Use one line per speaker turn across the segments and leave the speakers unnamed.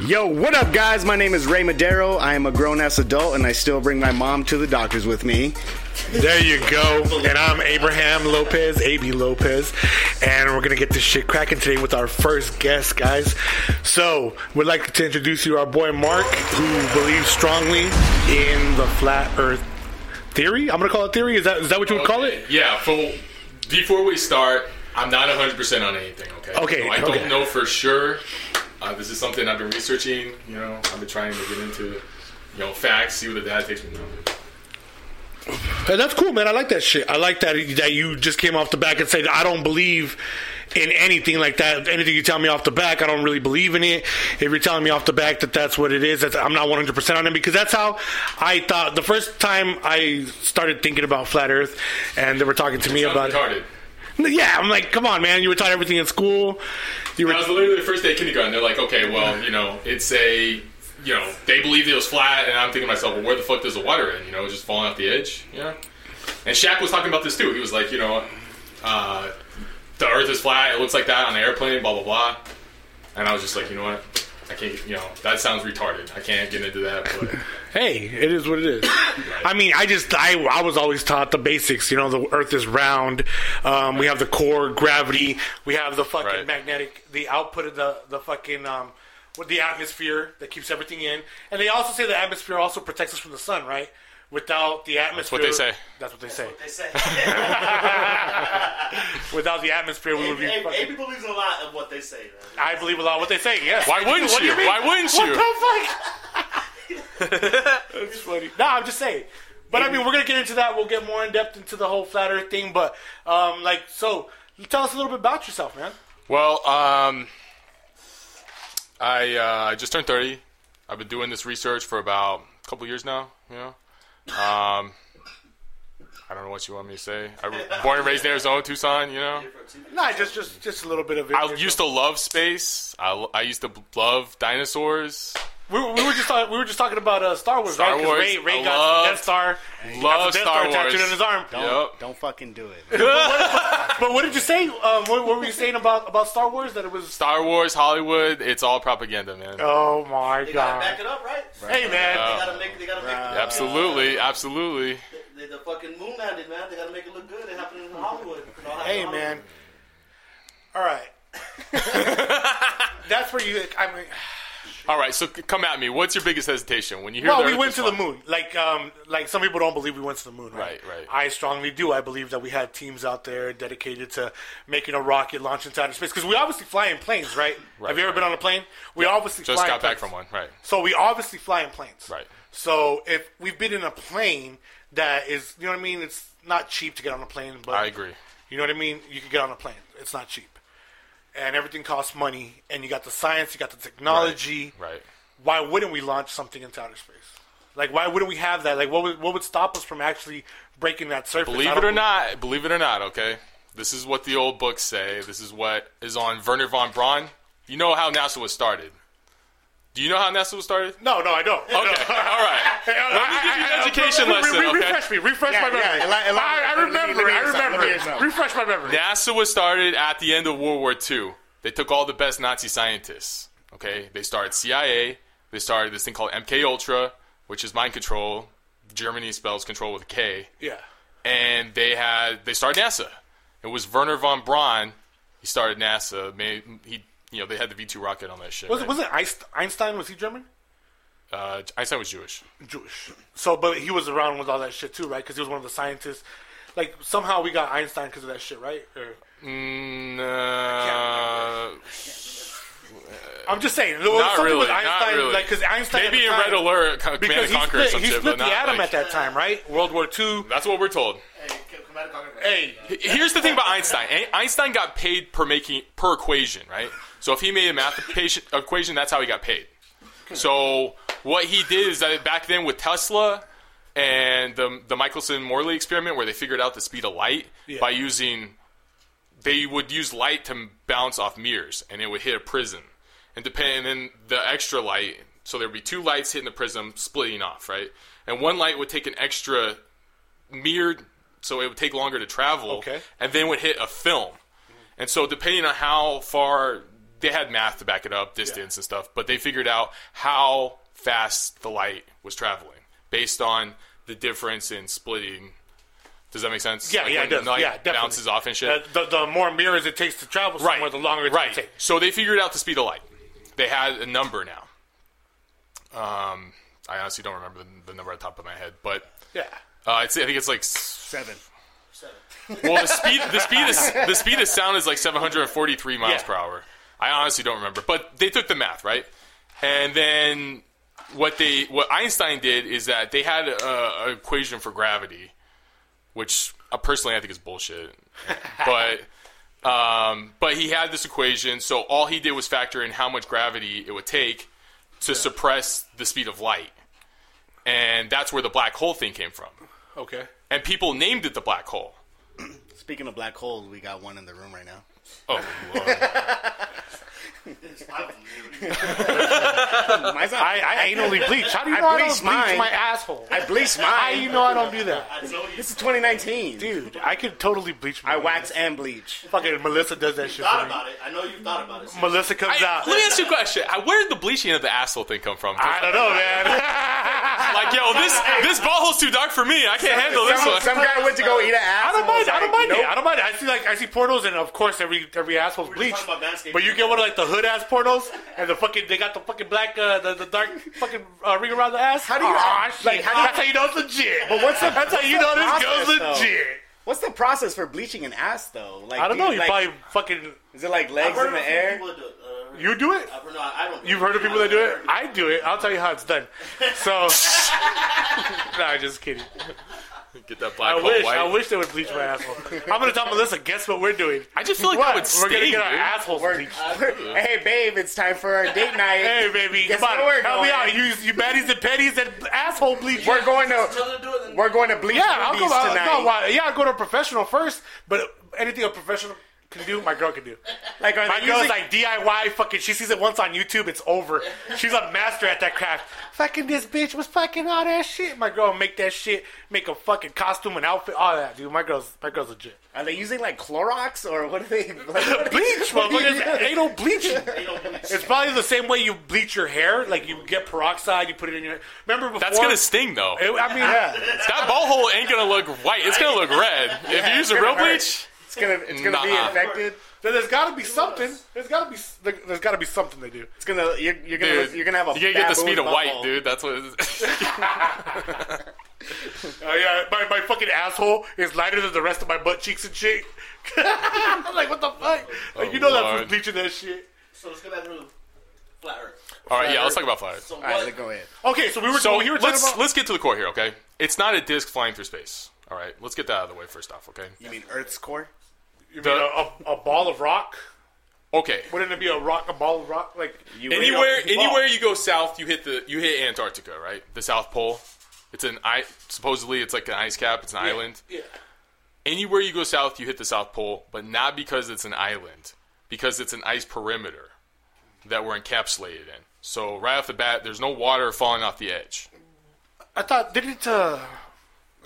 What up, guys? My name is Ray Madero. I am a grown ass adult and I still bring my mom to the doctors with me.
There you go. And I'm Abraham Lopez, AB Lopez. And we're going to get this shit cracking today with our first guest, guys. So, we'd like to introduce you to our boy Mark, who believes strongly in the flat earth theory. I'm going to call it theory. Is that is that what you would call it?
Yeah. For, before we start, I'm not 100 percent on anything. Okay.
Okay,
So I
okay.
don't know for sure. Uh, this is something I've been researching. You know, I've been trying to get into, you know, facts. See what the data takes me. No.
Hey, that's cool, man. I like that shit. I like that that you just came off the back and said, "I don't believe in anything like that. Anything you tell me off the back, I don't really believe in it." If you're telling me off the back that that's what it is, that's, I'm not 100 percent on it because that's how I thought the first time I started thinking about flat Earth, and they were talking to me
I was
about it.
retarded.
Yeah, I'm like, come on, man. You were taught everything in school. You were
That was literally the first day of kindergarten. They're like, okay, well, you know, it's a, you know, they believed it was flat, and I'm thinking to myself, well, where the fuck does the water end? You know, just falling off the edge. Yeah. And Shaq was talking about this too. He was like, you know, uh, the Earth is flat. It looks like that on an airplane. Blah blah blah. And I was just like, you know what? I can't. You know, that sounds retarded. I can't get into that. But
hey, it is what it is. I mean, I just I, I was always taught the basics. You know, the Earth is round. Um, we have the core gravity. We have the fucking
Right.
magnetic, the output of the the fucking um, with the atmosphere that keeps everything in. And they also say the atmosphere also protects us from the sun, right? Without the atmosphere,
what they say.
That's what they say.
They say. Abe,
Without the atmosphere, we would be.
Abe,
Fucking,
Abe believes a lot of what they say. Man.
I believe a lot of what they say. Yes.
Why wouldn't
What do
you?
mean?
Why wouldn't
what
you?
the fuck? That's funny. No, I'm just saying. But I mean, we're gonna get into that. We'll get more in depth into the whole flat Earth thing. But um, like, so tell us a little bit about yourself, man.
Well, um, I uh, I just turned 30. I've been doing this research for about a couple years now. You know, um, I don't know what you want me to say. I was born and raised in Arizona, Tucson. You know,
No, just just just a little bit of it.
I used to love space. I, l- I used to b- love dinosaurs.
We, we were just talking, we were just talking about uh, Star Wars.
Star
right? 'Cause
Wars.
Ray, Ray
I
got
love-
some Death Star. He got
love
some Death
Star
Star tattooed
Wars.
on his arm.
Yep.
Don't fucking do it. man.
But what did you say? Um, what, what were you saying about about Star Wars? That it was.
Star Wars, Hollywood. It's all propaganda, man.
Oh my
They gotta back
god!
it up, right?
Hey man.
They gotta make. They gotta make.
Absolutely, absolutely.
The, the fucking moon landed, man. They gotta make it look good. It happened in Hollywood. It all happened
Hey
in
man. All right. That's where you. I mean.
All right, so c- come at me. What's your biggest hesitation when you hear?
Well,
the
we
Earth
went
is
to
flat?
the moon. Like, um, like some people don't believe we went to the moon. Right?
Right, right.
I strongly do. I believe that we had teams out there dedicated to making a rocket launch into outer space because we obviously fly in planes, right?
Right,
Have you ever
right.
been on a plane? We obviously
Just
fly in
got back
planes.
from one, right?
So we obviously fly in planes.
Right.
So if we've been in a plane that is, you know what I mean? It's not cheap to get on a plane, but
I agree.
You know what I mean? You can get on a plane. It's not cheap. And everything costs money, and you got the science, you got the technology
Right.
why wouldn't we launch something into outer space? Like, why wouldn't we have that? Like, what would, what would stop us from actually breaking that surface? I
Believe
don't
it or
believe-
not, believe it or not, okay? This is what the old books say. This is what is on Werner von Braun. You know how NASA was started. Do you know how NASA was started?
No, no, I don't. Okay.
Okay, all right. Let me give you an education lesson, okay?
Refresh me. Refresh
Yeah,
my memory.
yeah, eli- eli-
I, I
let me-
remember.
let me
I
hear something, let me hear
remember.
something.
Refresh my memory.
NASA was started at the end of World War II. They took all the best Nazi scientists. Okay, they started CIA. They started this thing called MK Ultra, which is mind control. Germany spells control with a K.
Yeah.
and they had they started NASA. It was Werner von Braun. He started NASA. Made, he you know they had the V two rocket on that shit.
Was it,
right?
wasn't Einst- Einstein? Was he German?
uh, Einstein was Jewish.
Jewish. So, but he was around with all that shit too, right? Because he was one of the scientists. Like somehow we got Einstein because of that shit, right? Or,
Mm, uh,
I'm just saying. there was
Not
something with
really, not
Einstein,
really.
Like, because Einstein at
maybe
the
in
time-
Red Alert, Co- Command
because
and
he
Conquer or
split,
some
he
shit,
split
but
the
not
atom
like-
at that time, right? World War II.
That's what we're told.
Hollywood. Hey, come- come out and talk about it.
Hey,
H- Here's the thing about Einstein. Ein- Einstein got paid per making per equation, right? So if he made a math equation, equation, that's how he got paid. So what he did is that back then with Tesla and the the Michelson Morley experiment, where they figured out the speed of light
Yeah.
by using, they would use light to bounce off mirrors, and it would hit a prism, and depend, and then the extra light. So there'd be two lights hitting the prism, splitting off, right? And one light would take an extra mirror, so it would take longer to travel,
Okay.
and then would hit a film. And so, depending on how far they had math to back it up, distance and stuff, but they figured out how fast the light was traveling based on the difference in splitting. Does that make sense?
Yeah,
Like,
yeah,
when
it does.
the light
yeah, definitely.
bounces off and shit.
Uh, The, the more mirrors it takes to travel somewhere, the longer it's
right.
going to take.
So they figured out the speed of light. They had a number now. Um, I honestly don't remember the, the number at the top of my head, but
Yeah.
uh, it's, I think it's like s-
Seven.
well the speed the speed is, the speed of sound is like 743 miles
Yeah.
per hour. I honestly don't remember, but they took the math right, and then what they what Einstein did is that they had a, a equation for gravity, which uh, personally I think is bullshit, but. Um, but he had this equation, so all he did was factor in how much gravity it would take to suppress the speed of light. And that's where the black hole thing came from.
Okay.
And people named it the black hole.
Speaking of black holes, we got one in the room right now.
Oh, Lord.
Mine's not-
I, I anally bleach. How do you
I
know I don't
bleached
bleach
mine.
my asshole?
I bleached mine.
How do you know I don't do that?
This is 2019.
Dude, I could totally bleach my
I wax and bleach.
Fucking Melissa does that shit
Thought
for me.
about it. I know you thought about it. since-
Melissa comes
I-
out.
Let me ask you a question. I- Where did the bleaching of the asshole thing come from?
I don't know, man.
like, yo, this this butthole's too dark for me. I can't handle this
Some,
one.
some guy went to go eat an ass.
I don't
and was
mind. I
like,
don't mind
nope.
it. I don't mind it. I see like I see portals, and of course every every asshole's
were just
bleached.
talking about manscaping.
But you get one of like the hood ass portals, and the fucking they got the fucking black uh, the, the dark fucking uh, ring around the ass.
How do you-
Aw,
like,
shit.
how do you-
that's how you know it's legit.
But what's the-
that's how you know
what's the
this goes
process, though?
legit.
What's the process for bleaching an ass though? Like
I don't
do
know.
You,
You
like,
probably fucking
is it like
I've
legs
heard
in
of a
the
few
air?
people that do it. Uh, I've
you do it.
heard- no, I don't. do
You've heard of people that do it? I do it. I'll tell you how it's done. So, nah, just kidding.
Get that black
I
hole
wish,
white.
I wish they would bleach my asshole. I'm gonna tell Melissa. Guess what we're doing?
I just feel like that would
We're
sting.
gonna get our
dude.
assholes bleached.
hey babe, it's time for our date night.
Hey, baby,
Guess
come on,
where we're
help me
going.
out. You, you baddies and petties and asshole bleach.
We're going to
Tell them to do it. and-
we're going to bleach
yeah, I'll go.
boobies
I'll,
tonight.
no, why- yeah, I'll go to a professional first. But anything a professional can do, my girl can do.
like are
My
they
girl's
using-
like DIY. Fucking, she sees it once on YouTube. It's over. She's a master at that craft. Fucking this bitch was fucking all that shit. My girl make that shit, make a fucking costume and outfit, all that, dude. My girl's my girl's legit.
are they using like Clorox or what are they? Like, what are they-
Bleach, motherfuckers. Anal bleaching.
Anal bleach.
It's probably the same way you bleach your hair. Like you get peroxide, you put it in your. Remember before?
That's gonna sting though.
It- I mean, yeah.
that butthole ain't gonna look white. It's gonna look red. If you use a
gonna
real
hurt.
bleach,
It's gonna it's gonna
Nah.
be infected.
So there's got to be something. There's got to be. s- there- There's got to be something they do.
It's gonna you're, you're gonna
dude,
you're gonna have a
you gotta get the
baboon
speed of white,
butthole.
dude. That's what. It is.
Uh, yeah, my, my fucking asshole is lighter than the rest of my butt cheeks and shit. I'm like, what the fuck? Like, you know that's
Lord.
from bleaching that shit.
So let's go back to flat Earth.
All right, yeah, let's talk about flyers.
So
All right,
what-
let- go ahead.
Okay, so we were
So
we were talking
let's
about.
let's get to the core here, okay? It's not a disc flying through space. All right, let's get that out of the way first off, okay?
You mean Earth's core?
You mean a, a, a ball of rock?
Okay.
Wouldn't it be a rock? A ball of rock? Like
You
anywhere
Ball.
anywhere you go south, you hit the you hit Antarctica, right? The South Pole. It's an I supposedly it's like an ice cap. It's an island.
Yeah.
Anywhere you go south, you hit the South Pole, but not because it's an island, because it's an ice perimeter that we're encapsulated in. So right off the bat, there's no water falling off the edge.
I thought didn't uh,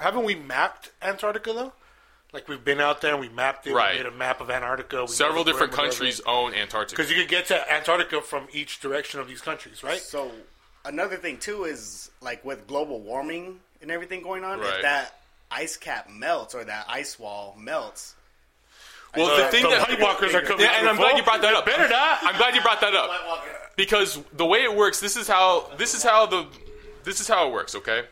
haven't we mapped Antarctica though? Like we've been out there and we mapped it.
Right.
We made a map of Antarctica. We
Several different countries own Antarctica.
Because you could get to Antarctica from each direction of these countries, right?
So another thing too is like with global warming and everything going on,
Right.
if that ice cap melts or that ice wall melts,
Well, the thing
the
that
White Walkers are coming.
yeah, and
through,
I'm glad
fool.
you brought that up.
Better not.
I'm glad you brought that up.
White Walker.
because the way it works this is how this is how the this is how it works okay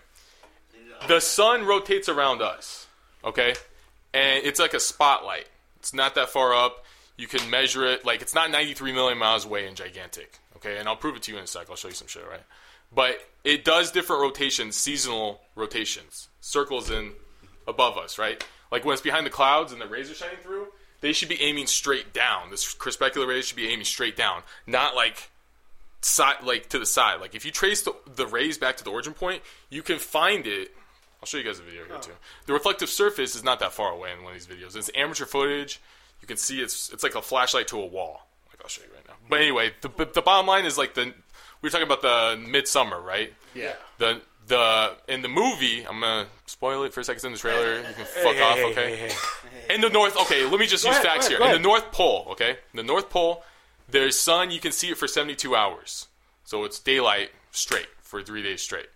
the sun rotates around us okay and it's like a spotlight it's not that far up you can measure it like it's not 93 million miles away and gigantic okay and i'll prove it to you in a sec i'll show you some shit right but it does different rotations seasonal rotations circles in above us right like when it's behind the clouds and the rays are shining through they should be aiming straight down this crispecular rays should be aiming straight down not like side like to the side. Like if you trace the, the rays back to the origin point, you can find it. I'll show you guys a video here
Oh.
too. The reflective surface is not that far away in one of these videos. It's amateur footage. You can see it's it's like a flashlight to a wall. Like I'll show you right now. But anyway, the but the bottom line is like the we were talking about the midsummer, right?
yeah,
The the in the movie, I'm gonna spoil it for a second. It's in the trailer. You can fuck
Hey,
off,
hey,
okay?
hey, hey.
In the North, okay, let me just use
ahead,
facts
go ahead,
here.
go
In the
ahead.
North Pole, okay, in the North Pole, The sun, you can see it for 72 hours. So it's daylight straight for three days straight.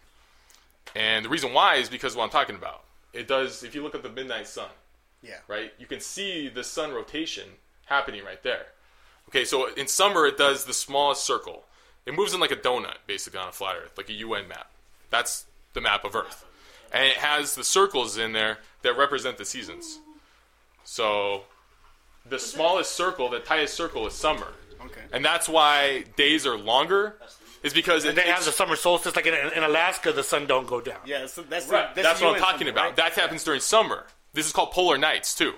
And the reason why is because of what I'm talking about. It does, if you look at the midnight sun,
Yeah.
right, you can see the sun rotation happening right there. Okay, so in summer, it does the smallest circle. It moves in like a donut, basically, on a flat Earth, like a UN map. That's the map of Earth. And it has the circles in there that represent the seasons. So the smallest circle, the tightest circle, is summer.
Okay.
And that's why days are longer, is because it,
They have
it's-
the summer solstice, like in, in Alaska, the sun don't go down.
Yeah, so that's
Right.
the,
That's, what I'm
you and
talking
something,
about.
right?
That happens during summer. This is called polar nights too,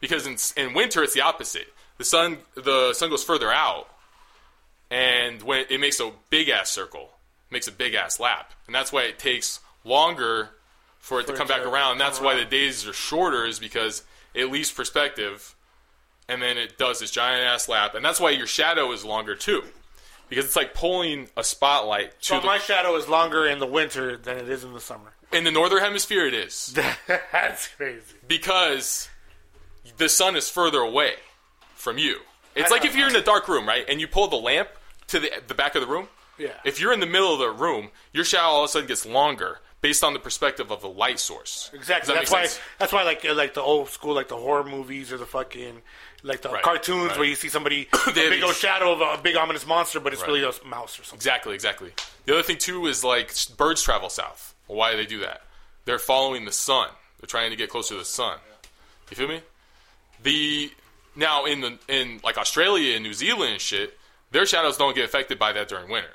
because in in winter it's the opposite. The sun the sun goes further out, and when it makes a big ass circle, makes a big ass lap, and that's why it takes longer for it to come back around. And that's why the days are shorter, is because it leaves perspective, and then it does this giant ass lap, and that's why your shadow is longer too, because it's like pulling a spotlight to
So
the
my shadow is longer in the winter than it is in the summer.
in the northern hemisphere. It is.
That's crazy.
because the sun is further away from you. It's like if you're in a dark room, right, and you pull the lamp to the, the back of the room.
Yeah.
If you're in the middle of the room, your shadow all of a sudden gets longer based on the perspective of the light source. Does
Exactly.
that
That's
make
why.
sense?
That's why, like, uh, like the old school, like the horror movies or the fucking, like the
Right,
cartoons
right.
where you see somebody a
They have
big old
these-
shadow of a, big ominous monster, but it's
Right.
really a s- mouse or something.
Exactly, exactly. The other thing too is like s- birds travel south. Well, why do they do that? They're following the sun. They're trying to get closer to the sun. You feel me? The now in the in like Australia and New Zealand and shit, their shadows don't get affected by that during winter.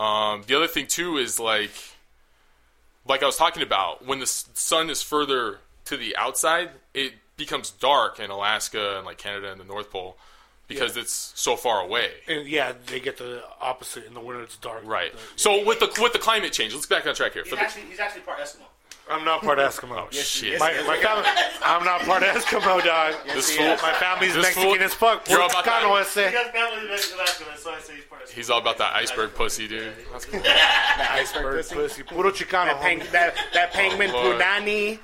Um, the other thing too is like like I was talking about when the s- sun is further to the outside, it becomes dark in Alaska and like Canada and the North Pole because it's so far away.
And yeah, they get the opposite in the winter. It's dark.
Right.
The-
So with the with the climate change, let's get back on track here. For
He's
the,
actually, he's actually part Eskimo.
I'm not part Eskimo.
Oh, shit,
My, my family, I'm not part Eskimo, dog.
this
he
fool,
is.
My family's
This
Mexican
fool-
as fuck.
You're
You're Chicano,
about that-
I say.
He has family in Alaska, so I say he's part Eskimo.
he's all about that iceberg pussy, dude. That's cool.
Iceberg pussy. Puro Chicano,
That, peng-
homie.
that, that penguin
Oh, Lord.
Punani.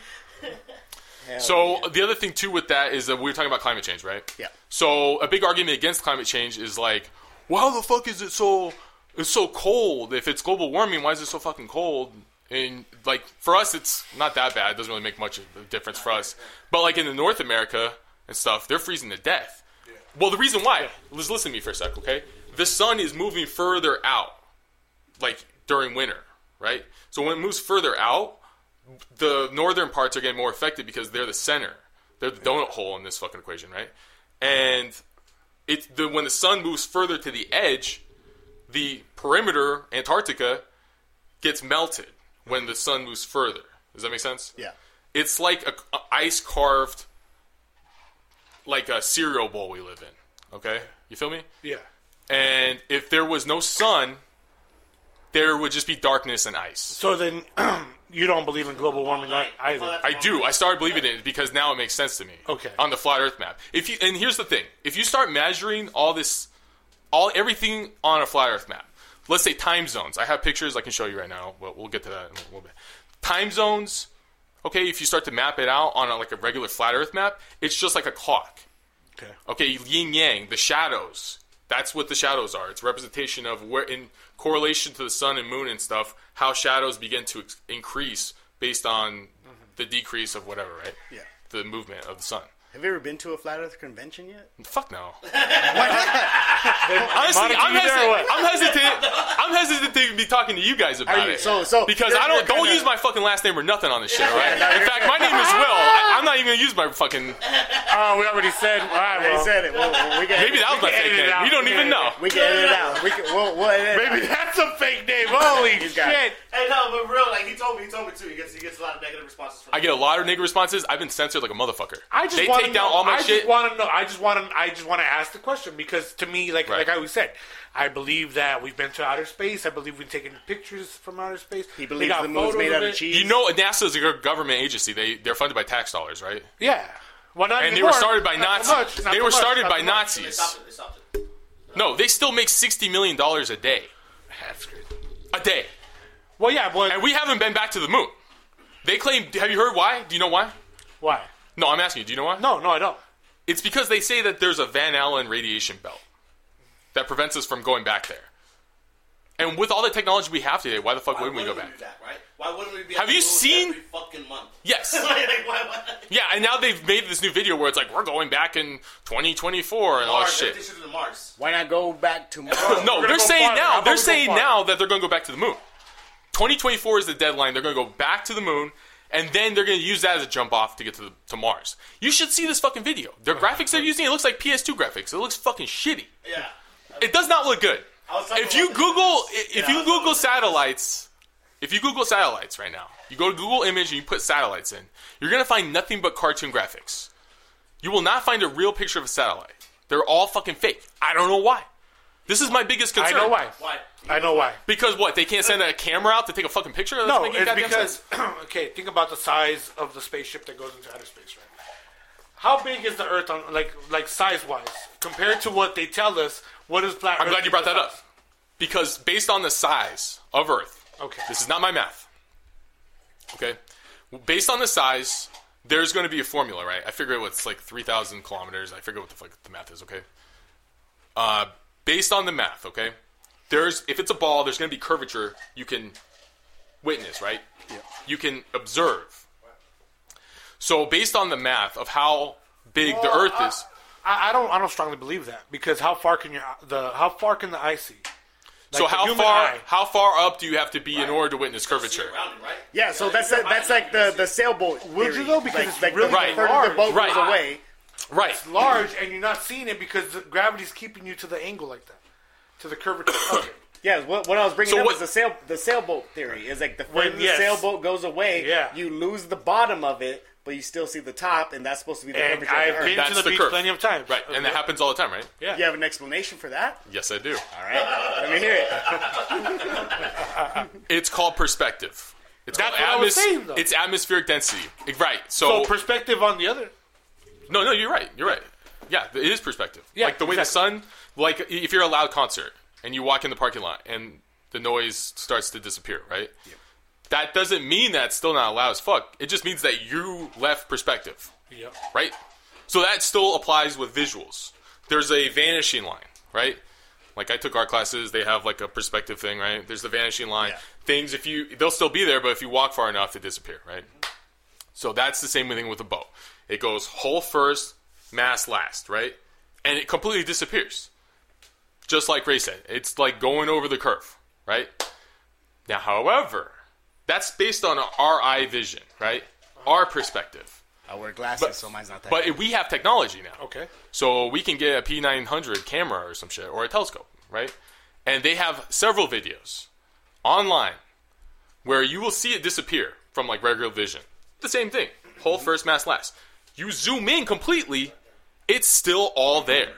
So the other thing too with that is that we were talking about climate change, right?
Yeah.
So a big argument against climate change is like, well, how the fuck is it so? It's so cold. If it's global warming, why is it so fucking cold? And like for us, it's not that bad. It doesn't really make much of a difference for us. But like in the North America and stuff, they're freezing to death. Well, the reason why, just listen to me for a sec, okay? The sun is moving further out, like during winter, right? So when it moves further out, the northern parts are getting more affected because they're the center. They're the donut hole in this fucking equation, right? And it the, when the sun moves further to the edge, the perimeter Antarctica gets melted when the sun moves further. Does that make sense?
Yeah.
It's like a, a ice carved, like a cereal bowl we live in. Okay, you feel me?
Yeah.
And if there was no sun, there would just be darkness and ice.
So then, you don't believe in global warming ei- either.
I do. I started believing it because now it makes sense to me.
Okay.
On the flat Earth map. If you and here's the thing: if you start measuring all this, all everything on a flat Earth map, let's say time zones. I have pictures I can show you right now, but we'll get to that in a little bit. Time zones. Okay, if you start to map it out on a, like a regular flat Earth map, it's just like a clock.
Okay.
Okay, yin yang, the shadows. That's what the shadows are. It's representation of where, in correlation to the sun and moon and stuff, how shadows begin to ex- increase based on the decrease of whatever, right?
Yeah.
The movement of the sun.
Have you ever been to a Flat Earth convention yet?
Fuck no.
Honestly,
Honestly, I'm,
you there or
hesitant,
what?
I'm hesitant. I'm hesitant to be talking to you guys about
you-
it.
so- so
because
you're-
I don't
you're
don't
kinda-
use my fucking last name or nothing on this shit, all right? In fact, my name is Will. I, I'm not even gonna use my fucking.
Oh, we already said. All right,
They
well.
said it. Well, well, we can,
Maybe that was my
can
fake
edit it
name.
out.
You don't
We can edit
even
it
know.
out.
We can edit it out. We can, we'll, we'll edit it out.
Maybe that's a fake name. Holy
He's got it.
shit.
Hey, no, but real, like he told me, he told me too. He gets, he gets a lot of negative responses from.
I get a lot of nigga responses. I've been censored like a motherfucker.
I just
they
want
take
to
down
know,
all my
I
shit.
Just wanna know, I just want to. I just want to ask the question because to me, like
Right.
like I always said, I believe that we've been to outer space. I believe we've taken pictures from outer space.
He
They
believes
got
the moon's
photos
made out of
it.
cheese.
you know, NASA is a go- government agency. They they're funded by tax dollars, right?
Yeah. Well, not
And they
anymore.
were started by
Not so
Nazis.
much, not
They
so
were
much,
started
not
by
so much.
They
Nazis.
stopped it. They stopped it.
No, they still make sixty million dollars a day,
That's crazy.
a day,
Well, yeah, but
and we haven't been back to the moon. They claim. Have you heard why? Do you know why?
why?
No, I'm asking you. Do you know why?
No, no, I don't.
It's because they say that there's a Van Allen radiation belt. that prevents us from going back there. And with all the technology we have today, why the fuck wouldn't we go back?
do that, right? Why wouldn't we be?
Have
on the
you
road
seen-
Every fucking month.
Yes.
like, why, why?
Yeah, and now they've made this new video where it's like we're going back in 2024 and all
Mars,
this Oh, shit.
This is the Mars.
Why not go back to Mars?
No,
gonna
they're
go
saying
farther. How
now.
about
They're
we go
saying
farther?
now that they're going to go back to the moon. 2024 is the deadline. They're going to go back to the moon, and then they're going to use that as a jump off to get to the, to Mars. You should see this fucking video. Their graphics they're using it looks like PS2 graphics. It looks fucking shitty.
Yeah.
It does not look good.
I was talking
If you
about
Google, i- if
Yeah, I
you
was
Google
talking about
satellites, if you Google satellites right now, you go to Google Image and you put satellites in, you're going to find nothing but cartoon graphics. You will not find a real picture of a satellite. They're all fucking fake. I don't know why. This is my biggest
I
concern.
know why.
Why?
I know why.
Because what? They can't send a camera out to take a fucking picture? That doesn't
No,
make any
it's
goddamn
because
sense.
okay, think about the size of the spaceship that goes into outer space, right? How big is the Earth on like like size wise compared to what they tell us? What is flat?
I'm glad you brought that up. Because based on the size of Earth,
Okay.
this is not my math. Okay, based on the size, there's going to be a formula, right? I figure what's like 3,000 kilometers. I figure what the fuck the math is. Okay. Uh, based on the math, okay, there's if it's a ball, there's going to be curvature you can witness, right? Yeah. You can observe. So based on the math of how big the Earth
uh,
is.
I, I don't I don't strongly believe that because how far can your the how far can the eye see?
So
Like the
how
human
far
eye.
how far up do you have to be in order to witness curvature?
Rounded, right?
Yeah, so that's that, that's like the the sailboat.
Would you
theory.
though? Because
Like-
it's
like
really
the
Right.
third of the boat
large.
was away.
Right.
Large and you're not seeing it because the gravity's keeping you to the angle like that, to the curvature. Okay.
Yeah, what, what I was bringing
So
up
what-
is the sail the sailboat theory is like the
When-
when,
yes.
the sailboat goes away,
Yeah.
you lose the bottom of it, but you still see the top, and that's supposed to be the
And
curvature. of the
I've
Earth.
been
That's
to the,
the
beach
curve.
plenty of times.
Right. And that happens all the time, right?
Yeah.
You have an explanation for that?
Yes, I do.
All right, let me hear it.
It's called perspective. It's
That's
called
what I was
atmos-
saying, though.
It's atmospheric density. Right. So,
So perspective on the other.
No, no, you're right. You're right. Yeah, it is perspective.
Yeah,
like the way
exactly.
the sun like if you're at a loud concert and you walk in the parking lot and the noise starts to disappear, right? That doesn't mean that's still not loud as fuck. It just means that you left perspective.
Yep.
right? So that still applies with visuals. There's a vanishing line, right? Like I took art classes, they have like a perspective thing, right? There's the vanishing line. Things if you they'll still be there, but if you walk far enough, they disappear, right? So that's the same thing with a bow. It goes hull first, mass last, right? And it completely disappears. Just like Ray said, it's like going over the curve, right? Now, however, that's based on our eye vision, right? Our perspective.
I wear glasses, so mine's not that.
But we have technology now.
Okay.
So we can get a P900 camera or some shit, or a telescope, right? And they have several videos online where you will see it disappear from like regular vision. The same thing. Whole first, mass last. You zoom in completely, it's still all there.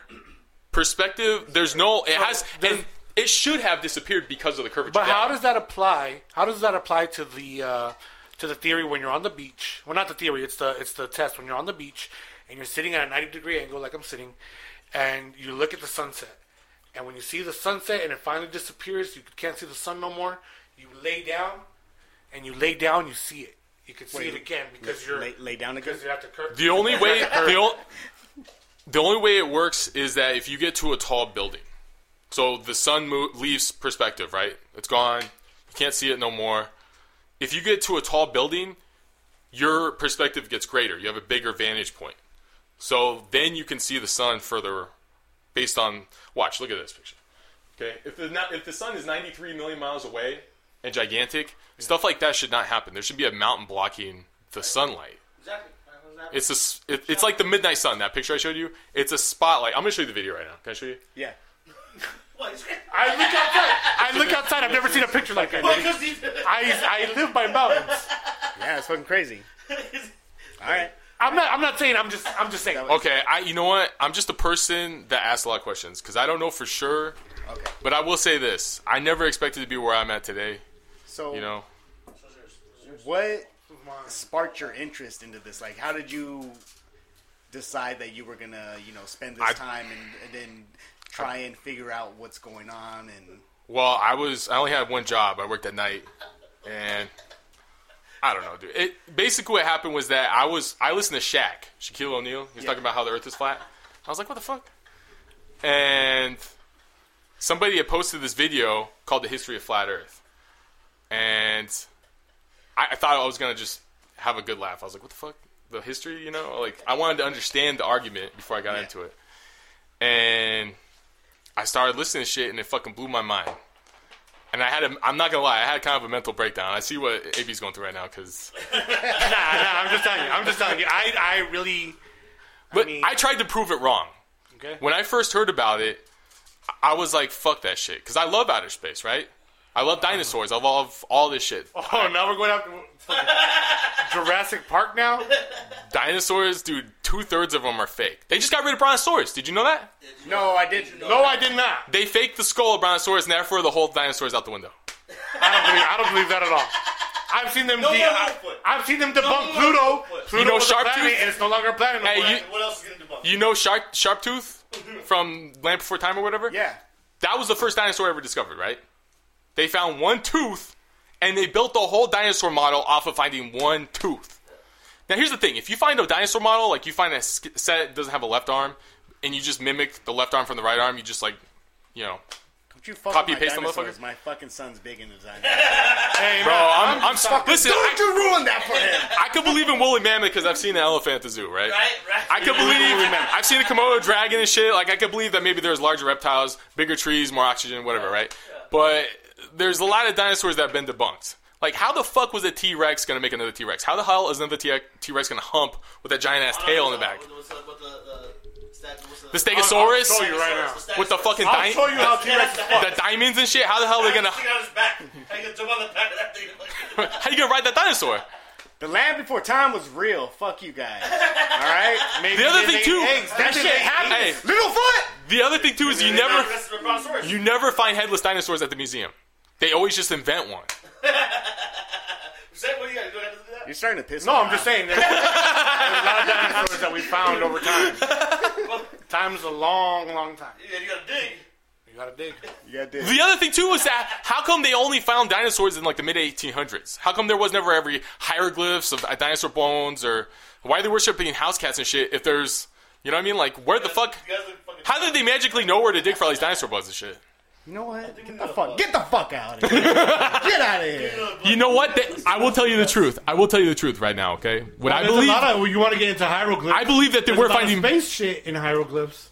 Perspective, there's no, it has, and it should have disappeared because of the curvature.
But how
down.
does that apply? How does that apply to the uh, to the theory when you're on the beach? Well, not the theory. It's the it's the test when you're on the beach and you're sitting at a 90 degree angle, like I'm sitting, and you look at the sunset. And when you see the sunset and it finally disappears, you can't see the sun no more. You lay down, and you lay down, you see it. You can see
Wait,
it again because
lay-
you're
lay- lay down again?
because you have to cur-
The only way the, o- the only way it works is that if you get to a tall building, so the sun mo- leaves perspective, right? It's gone. You can't see it no more. If you get to a tall building, your perspective gets greater. You have a bigger vantage point. So then you can see the sun further based on watch, look at this picture. Okay, if the na- if the sun is 93 million miles away and gigantic, stuff like that should not happen. There should be a mountain blocking the sunlight.
Exactly. That was that.
It's a, s- it, it's like the midnight sun. That picture I showed you. It's a spotlight. I'm gonna show you the video right now. Can I show you?
yeah,
Well, it's-
I look outside. I look outside. I've never seen a picture like that.
Because he's-
I, I live by mountains.
yeah, it's fucking crazy. All right,
I'm not. I'm not saying. I'm just. I'm just saying.
Okay, I you know what? I'm just a person that asks a lot of questions because I don't know for sure.
okay.
But I will say this: I never expected to be where I'm at today.
So
You know,
what sparked your interest into this? Like, how did you decide that you were gonna, you know, spend this
I-
time and, and then try and figure out what's going on? And
well, I was I only had one job. I worked at night, and I don't know, dude. It basically what happened was that I was I listened to Shaq Shaquille O'Neal. He was talking about how the Earth is flat. I was like, what the fuck? And somebody had posted this video called "The History of Flat Earth," and I, I thought I was gonna just have a good laugh. I was like, "What the fuck? The history? You know? Like, I wanted to understand the argument before I got into it." And I started listening to shit, and it fucking blew my mind. And I had a, I'm not gonna lie, I had kind of a mental breakdown. I see what AB's going through right now, because
nah, nah, I'm just telling you. I'm just telling you. I, I really.
But I,
mean-
tried to prove it wrong.
Okay.
When I first heard about it, I was like, fuck that shit. Because I love outer space, right? I love dinosaurs. I love all this shit.
Oh, now we're going after Jurassic Park now?
Dinosaurs, dude, two thirds of them are fake. They just got rid of Brontosaurus. Did you know that?
No, I didn't.
No, I did not.
They faked the skull of Brontosaurus, and therefore the whole dinosaur's out the window.
I don't believe, I don't believe that at all. I've seen them.
No
de-
more
I,
Littlefoot.
have seen them debunk
more
Pluto.
Littlefoot.
Pluto
You know
was a
Sharptooth?
planet, and it's no longer a planet. No
Hey,
more.
you-
What else is gonna debunk?
You know Shark Sharptooth from Land Before Time or whatever?
Yeah.
That was the first dinosaur ever discovered, right? They found one tooth and they built the whole dinosaur model off of finding one tooth. Now, here's the thing if you find a dinosaur model, like you find a sk- set that doesn't have a left arm, and you just mimic the left arm from the right arm, you just like, you know.
Don't you fuck
Copy
with my
paste the
dinosaurs.
motherfucker?
My fucking son's big into design.
Hey,
Bro,
man,
I'm, I'm,
just
i Listen,
Don't
I,
you ruin that for him.
I could believe in woolly mammoth because I've seen the elephant at the zoo, right?
Right, right.
I could believe. I've seen a Komodo dragon and shit. Like I could believe that maybe there's larger reptiles, bigger trees, more oxygen, whatever, right? But there's a lot of dinosaurs that have been debunked. Like how the fuck was a T Rex gonna make another T Rex? How the hell is another T Rex gonna hump with that giant ass tail in the back?
What's up with the, the, stat- what's
The
I'll
Stegosaurus
show you right now.
What's that?
with the fucking
I'll
di-
show you how
the,
T-Rex is fucked.
the diamonds and shit. How the hell are they gonna?
Stick out his back. I can jump on the back of that thing. Like,
How you gonna ride that dinosaur?
The Land Before Time was real. Fuck you guys. All right. Maybe
The other
they
thing,
ate
too-
eggs.
that
That shit
shit-
happened.
hey.
Littlefoot.
The other thing too is you
Not
never
the rest of the brontosaurus.
you never find headless dinosaurs at the museum. They always just invent one.
Is that what you gotta do? I gotta do that?
You're starting to piss.
No,
me
I'm
off.
just saying. There's, there's a lot of dinosaurs that we found over time. Time's a long, long time.
Yeah, you gotta dig.
You gotta dig.
You got this.
The other thing too was that how come they only found dinosaurs in like the mid 1800s? How come there was never every hieroglyphs of uh, dinosaur bones or why are they worshiping house cats and shit? If there's you know what I mean, like where the fuck?
You guys look fucking.
How did they magically know where to dig for all these dinosaur bones and shit?
You know what? Get the fuck. Get the fuck out of here. Get out of here.
You know what? They- I will tell you the truth. I will tell you the truth right now. Okay, what I believe,
you want to get into hieroglyphs.
I believe that they were finding.
space shit in hieroglyphs.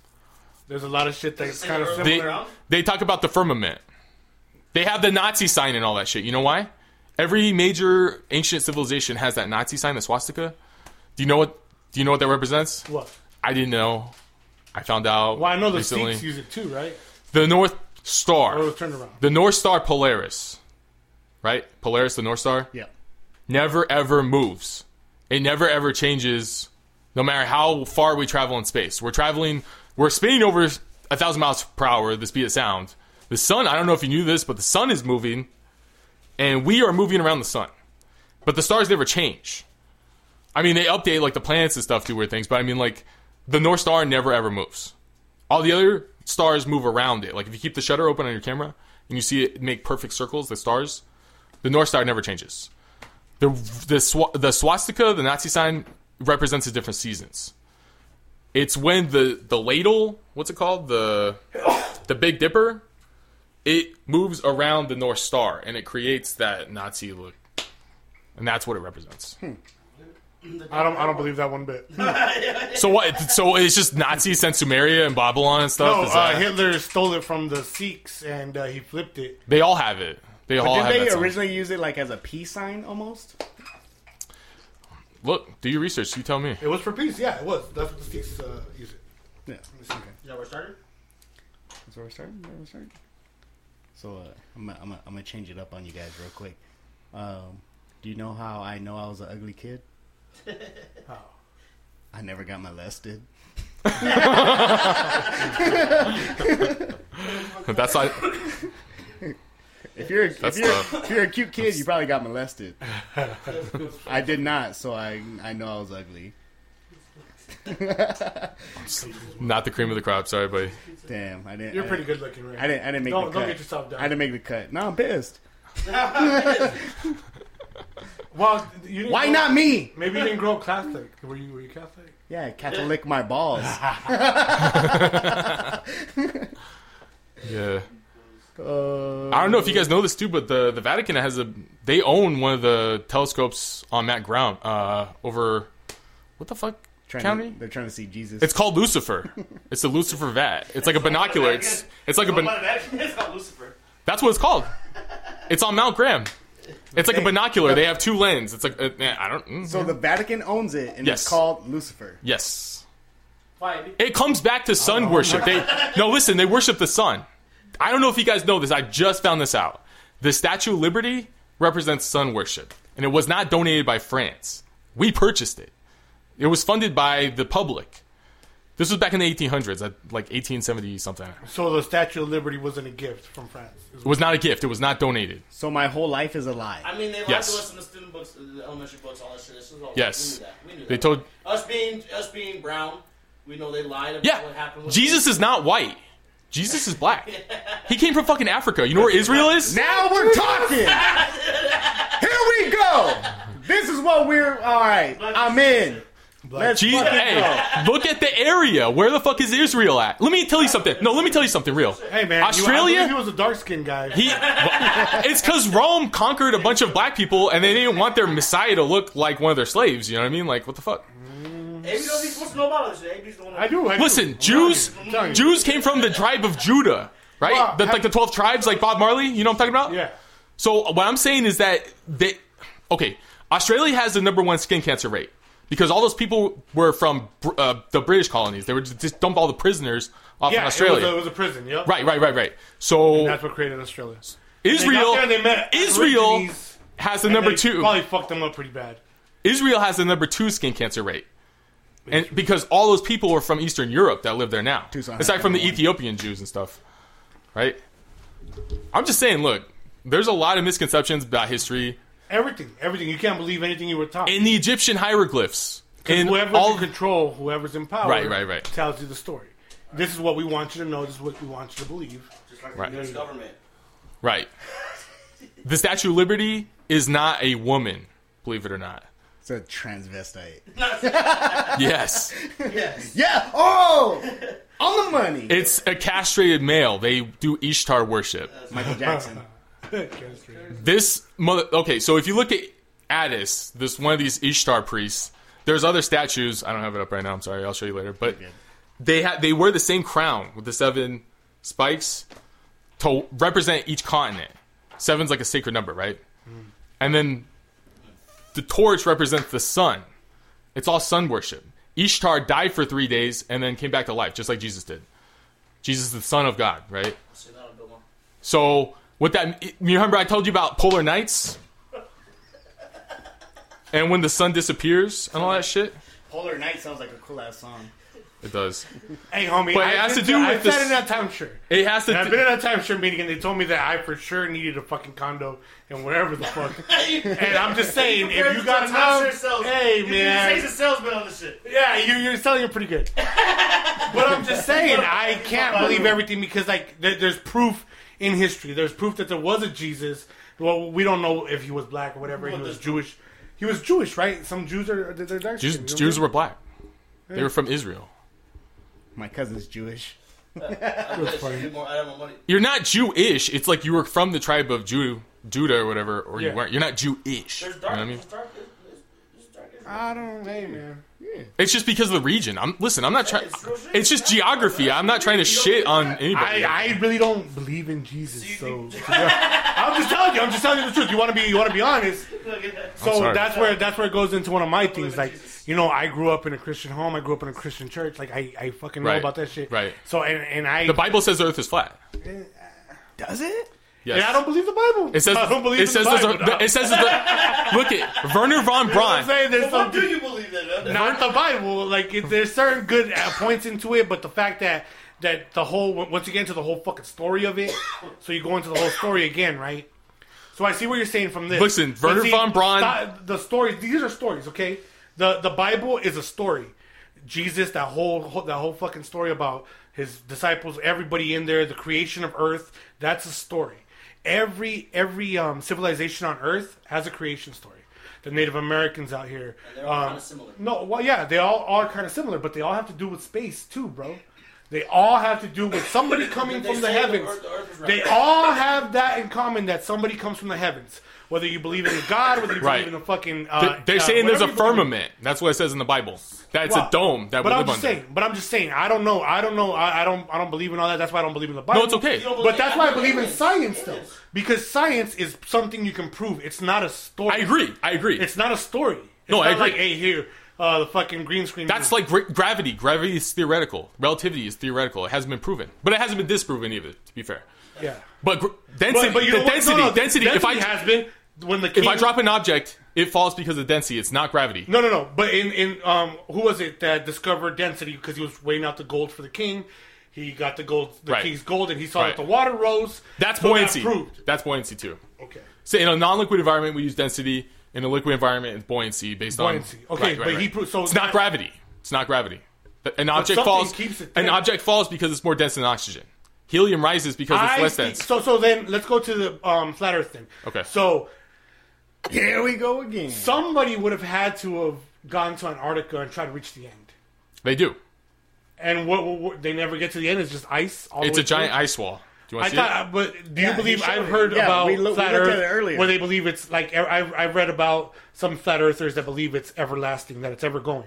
There's a lot of shit that's kind of
They-
similar.
They, they talk about the firmament. They have the Nazi sign and all that shit. You know why? Every major ancient civilization has that Nazi sign, the swastika. Do you know what? Do you know what that represents?
what?
I didn't know. I found out.
Well, I know the
recently.
Sikhs use it too, right?
The North Star.
Or it was turned around.
The North Star Polaris. Right? Polaris, the North Star,
Yeah.
never ever moves. It never ever changes, no matter how far we travel in space. We're traveling, we're spinning over a thousand miles per hour, the speed of sound. The sun, I don't know if you knew this, but the sun is moving, and we are moving around the sun. But the stars never change. I mean, they update like the planets and stuff do weird things, but I mean, like, the North Star never ever moves all the other stars move around it. Like if you keep the shutter open on your camera and you see it make perfect circles, the stars, the North Star never changes. The the swa- the swastika, the Nazi sign, represents the different seasons. It's when the the ladle, what's it called, the the Big Dipper, it moves around the North Star and it creates that Nazi look, and that's what it represents.
I don't. I don't believe that one bit. No,
So what? So it's just Nazis and Sumeria and Babylon and stuff. Is
uh,
that-
Hitler stole it from the Sikhs and uh, he flipped it.
they all have it. They all
Did
have
they
Oh, that sign.
originally use it like as a peace sign almost?
Look, do your research. You tell me.
It was for peace. Yeah, it was. That's what the Sikhs uh, use it.
Yeah.
Okay.
Yeah, we're starting.
That's where we started. Where we started. So uh, I'm gonna- I'm gonna- I'm gonna change it up on you guys real quick. Um, do you know how I know I was an ugly kid?
How?
I never got molested.
That's like
If you're if
That's
you're,
tough.
if you're a cute kid, you probably got molested. I did not, so I I know I was ugly.
not the cream of the crop. Sorry, buddy.
Damn, I didn't.
You're
I
pretty
didn't-
good looking, right?
I didn't. I didn't make
Don't-
the cut.
don't get yourself down.
I didn't make the cut. No, I'm pissed.
Well, you didn't
Why
grow-
not me?
Maybe you didn't grow up Catholic. Were you? Were you Catholic?
Yeah, cat to lick my balls.
Yeah.
Uh,
I don't know if you guys know this too, but the, the Vatican has a they own one of the telescopes on that ground uh, over what the fuck
trying to-
county?
they're trying to see Jesus.
It's called Lucifer. It's the Lucifer Vat. It's like a binocular. It's it's like a bin-
It's called Lucifer.
that's what it's called. It's on Mount Graham. It's like a binocular. They have two lens. It's like uh, eh, I don't. mm,
so the Vatican owns it, and
Yes.
it's called Lucifer.
yes,
Why?
it comes back to sun worship. They no listen. They worship the sun. I don't know if you guys know this. I just found this out. The Statue of Liberty represents sun worship, and it was not donated by France. We purchased it. It was funded by the public. This was back in the 1800s, at like 1870 something.
So the Statue of Liberty wasn't a gift from France.
It was not a gift. It was not donated.
So my whole life is a lie.
I mean, they lied
Yes.
to us in the student books, uh, the elementary books, all that shit. This is all
Yes.
We knew that. We knew
They
that.
told
us being us being brown. We know they lied about
Yeah.
what happened. With
Jesus is not white. Jesus is black. He came from fucking Africa. You know where Israel is?
Now we're talking. Here we go. This is what we're. All right, I'm in. Let's
Je-
fucking go.
hey, look at the area. Where the fuck is Israel at? Let me tell you something. No, let me tell you something real.
Hey man, you- I
Australia?
believe he was a dark skinned guy.
He, it's because Rome conquered a bunch of black people and they didn't want their Messiah to look like one of their slaves. You know what I mean? Like, what the fuck?
AB knows he's supposed to know about this shit. AB's the one. that-
I do. I do.
Listen, Jews,
I'm telling you.
Jews came from the tribe of Judah, right?
Well,
The,
have-
like the twelve tribes, like Bob Marley. You know what I'm talking about?
Yeah.
So what I'm saying is that they, okay, Australia has the number one skin cancer rate because all those people were from br- uh, the British colonies. They were just, just dump all the prisoners off
Yeah,
in
It
Australia.
was, a, it was a prison. Yep.
right, right, right, right. So
That's what created Australia. They got
Israel,
there and they met
Israel
Aborigines,
has the
and
number
they
two.
Probably fucked them up pretty bad.
Israel has the number two skin cancer rate. And because all those people were from Eastern Europe that live there now,
Tucson
aside
had
from the
number one.
Ethiopian Jews and stuff, right? I'm just saying, look, there's a lot of misconceptions about history
Everything, everything. You can't believe anything you were taught.
in the Egyptian hieroglyphs.
And
In
whoever's
all
in control, whoever's in power,
Right, right, right.
tells you the story. This is what we want you to know. This is what we want you to believe.
Just like
Right.
the U.S. government.
right. The Statue of Liberty is not a woman, believe it or not.
It's a transvestite.
Yes,
Yes.
Yeah. Oh, on the money.
it's a castrated male. They do Ishtar worship.
Michael Jackson.
This mother. Okay, so if you look at Addis, this one of these Ishtar priests. There's other statues. I don't have it up right now. I'm sorry. I'll show you later. But they ha- they wear the same crown with the seven spikes to represent each continent. Seven's like a sacred number, right? And then the torch represents the sun. It's all sun worship. Ishtar died for three days and then came back to life, just like Jesus did. Jesus is the Son of God, right?
See, that'll be one.
So with that, you remember I told you about polar nights, and when the sun disappears and all that shit.
Polar Night sounds like a cool ass song.
It does.
Hey, homie,
But it
I
has
been
to do
I've
with
sat
this-
in that timeshare.
It has
And
to.
I've been in that timeshare meeting, and they told me that I for sure needed a fucking condo and whatever the fuck. and I'm just saying, if you got enough, hey
He's a
man,
salesman on this shit.
yeah, you, you're selling it pretty good. but I'm just saying, I can't believe everything because like there, there's proof in history. There's proof that there was a Jesus. Well, we don't know if he was black or whatever. He
Well,
was
there's-
Jewish. He was Jewish, right? Some Jews are they're they're dark.
Jews,
skinned, you know
Jews
what
were black. They were from Israel.
My cousin's Jewish.
I wish. I need more. I have more money.
You're not Jewish. It's like you were from the tribe of Jew, Judah or whatever, or you
Yeah.
weren't. You're not Jewish. You know
There's
what
dark.
I mean?
There's dark. There's, there's dark. everywhere.
I don't. Hey man,
It's just because of the region. I'm listen. I'm not trying.
it's real shit.
It's just geography. I'm not trying to shit on anybody.
I, I really don't believe in Jesus, so I'm just telling you. I'm just telling you the truth. You want to be you want to be honest.
Look at that.
So
sorry.
that's where that's where it goes into one of my things.
in
Like
Jesus.
you know, I grew up in a Christian home. I grew up in a Christian church. Like I, I fucking know
Right.
about that shit.
Right.
So and and I
The Bible says the Earth is flat.
Does it?
Yes.
and I don't believe the Bible.
It says.
I don't believe
it
in
says.
the
there's
Bible.
a- It says. there's a- Look at Werner von
I'm
Braun.
saying there's
But what do
some,
you believe in? huh?
not the Bible. Like it, there's certain good uh, points into it, but the fact that that the whole once you get into the whole fucking story of it, so you go into the whole story again, right? So I see what you're saying from this.
Listen,
But
Werner
see,
von Braun-
th- The stories. These are stories, okay? The the Bible is a story. Jesus, that whole, whole that whole fucking story about his disciples, everybody in there, the creation of Earth. That's a story. Every every um, civilization on Earth has a creation story. The Native Americans out here.
They're all
um,
kind of similar.
no, well, yeah, they all are kind of similar, but they all have to do with space too, bro. They all have to do with somebody coming
Did they
from the
say the
heavens.
earth- the earth is round?
they all have that in common that somebody comes from the heavens. Whether you believe in God, whether you
Right.
believe in a fucking.
They-
Uh,
They're
uh,
saying there's
whatever you
a
believe in.
firmament. That's what it says in the Bible. That's
Well,
a dome that we
but I'm
live
just
under.
saying. But I'm just saying. I don't know. I don't know. I, I don't. I don't believe in all that. That's why I don't believe in the Bible.
it's okay. You don't
But
believe-
that's why I believe in science, though,
is.
because science is something you can prove. It's not a story.
I agree. I agree.
It's not a story. It's
No,
not
I agree.
Like, hey, here, uh, the fucking green screen.
That's like gra- gravity. Gravity is theoretical. Relativity is theoretical. It hasn't been proven, but it hasn't been disproven either. To be fair,
yeah.
but gr- density,
But, but you
the
know what? No,
density,
no,
density, If I
has been when the
if I
king-
drop an object, it falls because of density. It's not gravity.
No, no, no. But in in um, who was it that discovered density? Because he was weighing out the gold for the king. He got the gold, the
Right.
king's gold, and he saw
Right.
that the water rose.
That's
so that
buoyancy. Um,
proved.
That's buoyancy too.
Okay.
So in a non-liquid environment, we use density. In a liquid environment, it's buoyancy based
Buoyancy.
on
Okay, but he proved- so
it's not gravity. It's not gravity. Th- An object
something
falls.
keeps it
an
there.
object falls because it's more dense than oxygen. Helium rises because it's
I
less
think-
dense.
So so then let's go to the um, flat Earth thing.
Okay.
So
Here we go again.
somebody would have had to have gone to Antarctica and tried to reach the end.
they do.
And what, what, what- they never get to the end is just ice. All the
It's
way
a giant
through.
ice wall. Do you
I
want to see it?
thought, uh, but do you
Yeah,
believe
he showed
I've
it.
heard
Yeah,
about
we lo- we
flat
looked
Earth
at it earlier.
where they believe it's like I I read about some flat earthers that believe it's everlasting, that it's ever going,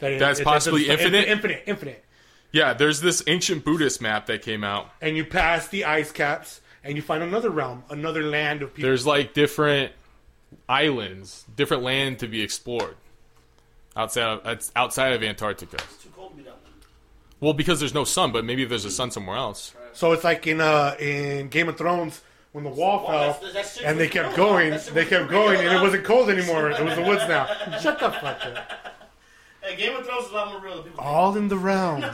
that it-
That's
it-
possibly
it's-
infinite?
infinite, infinite.
Yeah, there's this ancient Buddhist map that came out.
And you pass the ice caps, and you find another realm, another land of people.
There's like different islands, different land to be explored outside of that's outside of Antarctica.
Too cold to be down there.
Well, because there's no sun, but maybe there's a sun somewhere else.
So it's like in uh in Game of Thrones when the wall
Well,
fell
that's- that's- that shit
and
was
they kept
real.
going,
That shit
they
was
kept
real.
going, and it wasn't cold anymore. It was the woods now. Shut the fuck up.
Hey, Game of Thrones is a lot more real than people. think.
All in the realm.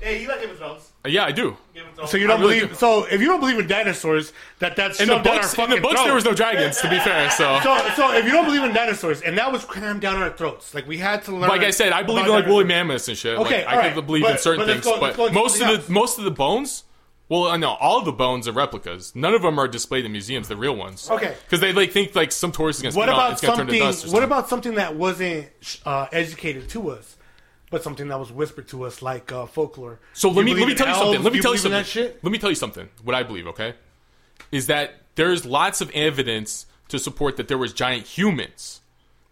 Hey, you like Game of Thrones?
Uh, yeah, I do.
Game of Thrones.
So you don't
I really
believe?
do.
So if you don't believe in dinosaurs, that that's
In the
shoved down
books,
our
in the
fucking
books, there
throats.
was no dragons. To be fair, so.
So, so if you don't believe in dinosaurs, and that was crammed down our throats, like we had to learn.
Like I said, I believe in
about
like woolly
dinosaurs.
mammoths and shit.
Okay,
like, I
alright,
could believe in
but-
certain
but let's
things,
go- let's go
but
into
most of
something
the
else.
most of the bones. Well, I know all the bones are replicas. None of them are displayed in museums. The real ones.
Okay.
Because they like think like some tourist is gonna
What
spit on it,
about
it's gonna turn to
something?
dust or
What
something.
about something that wasn't uh, educated to us, but something that was whispered to us, like uh, folklore?
So
Do
let me
believe
let me
in
tell you something.
elves?
Let me
Do
tell
believe
you
in
something.
That shit.
Let me tell you something. What I believe, okay, is that there's lots of evidence to support that there was giant humans.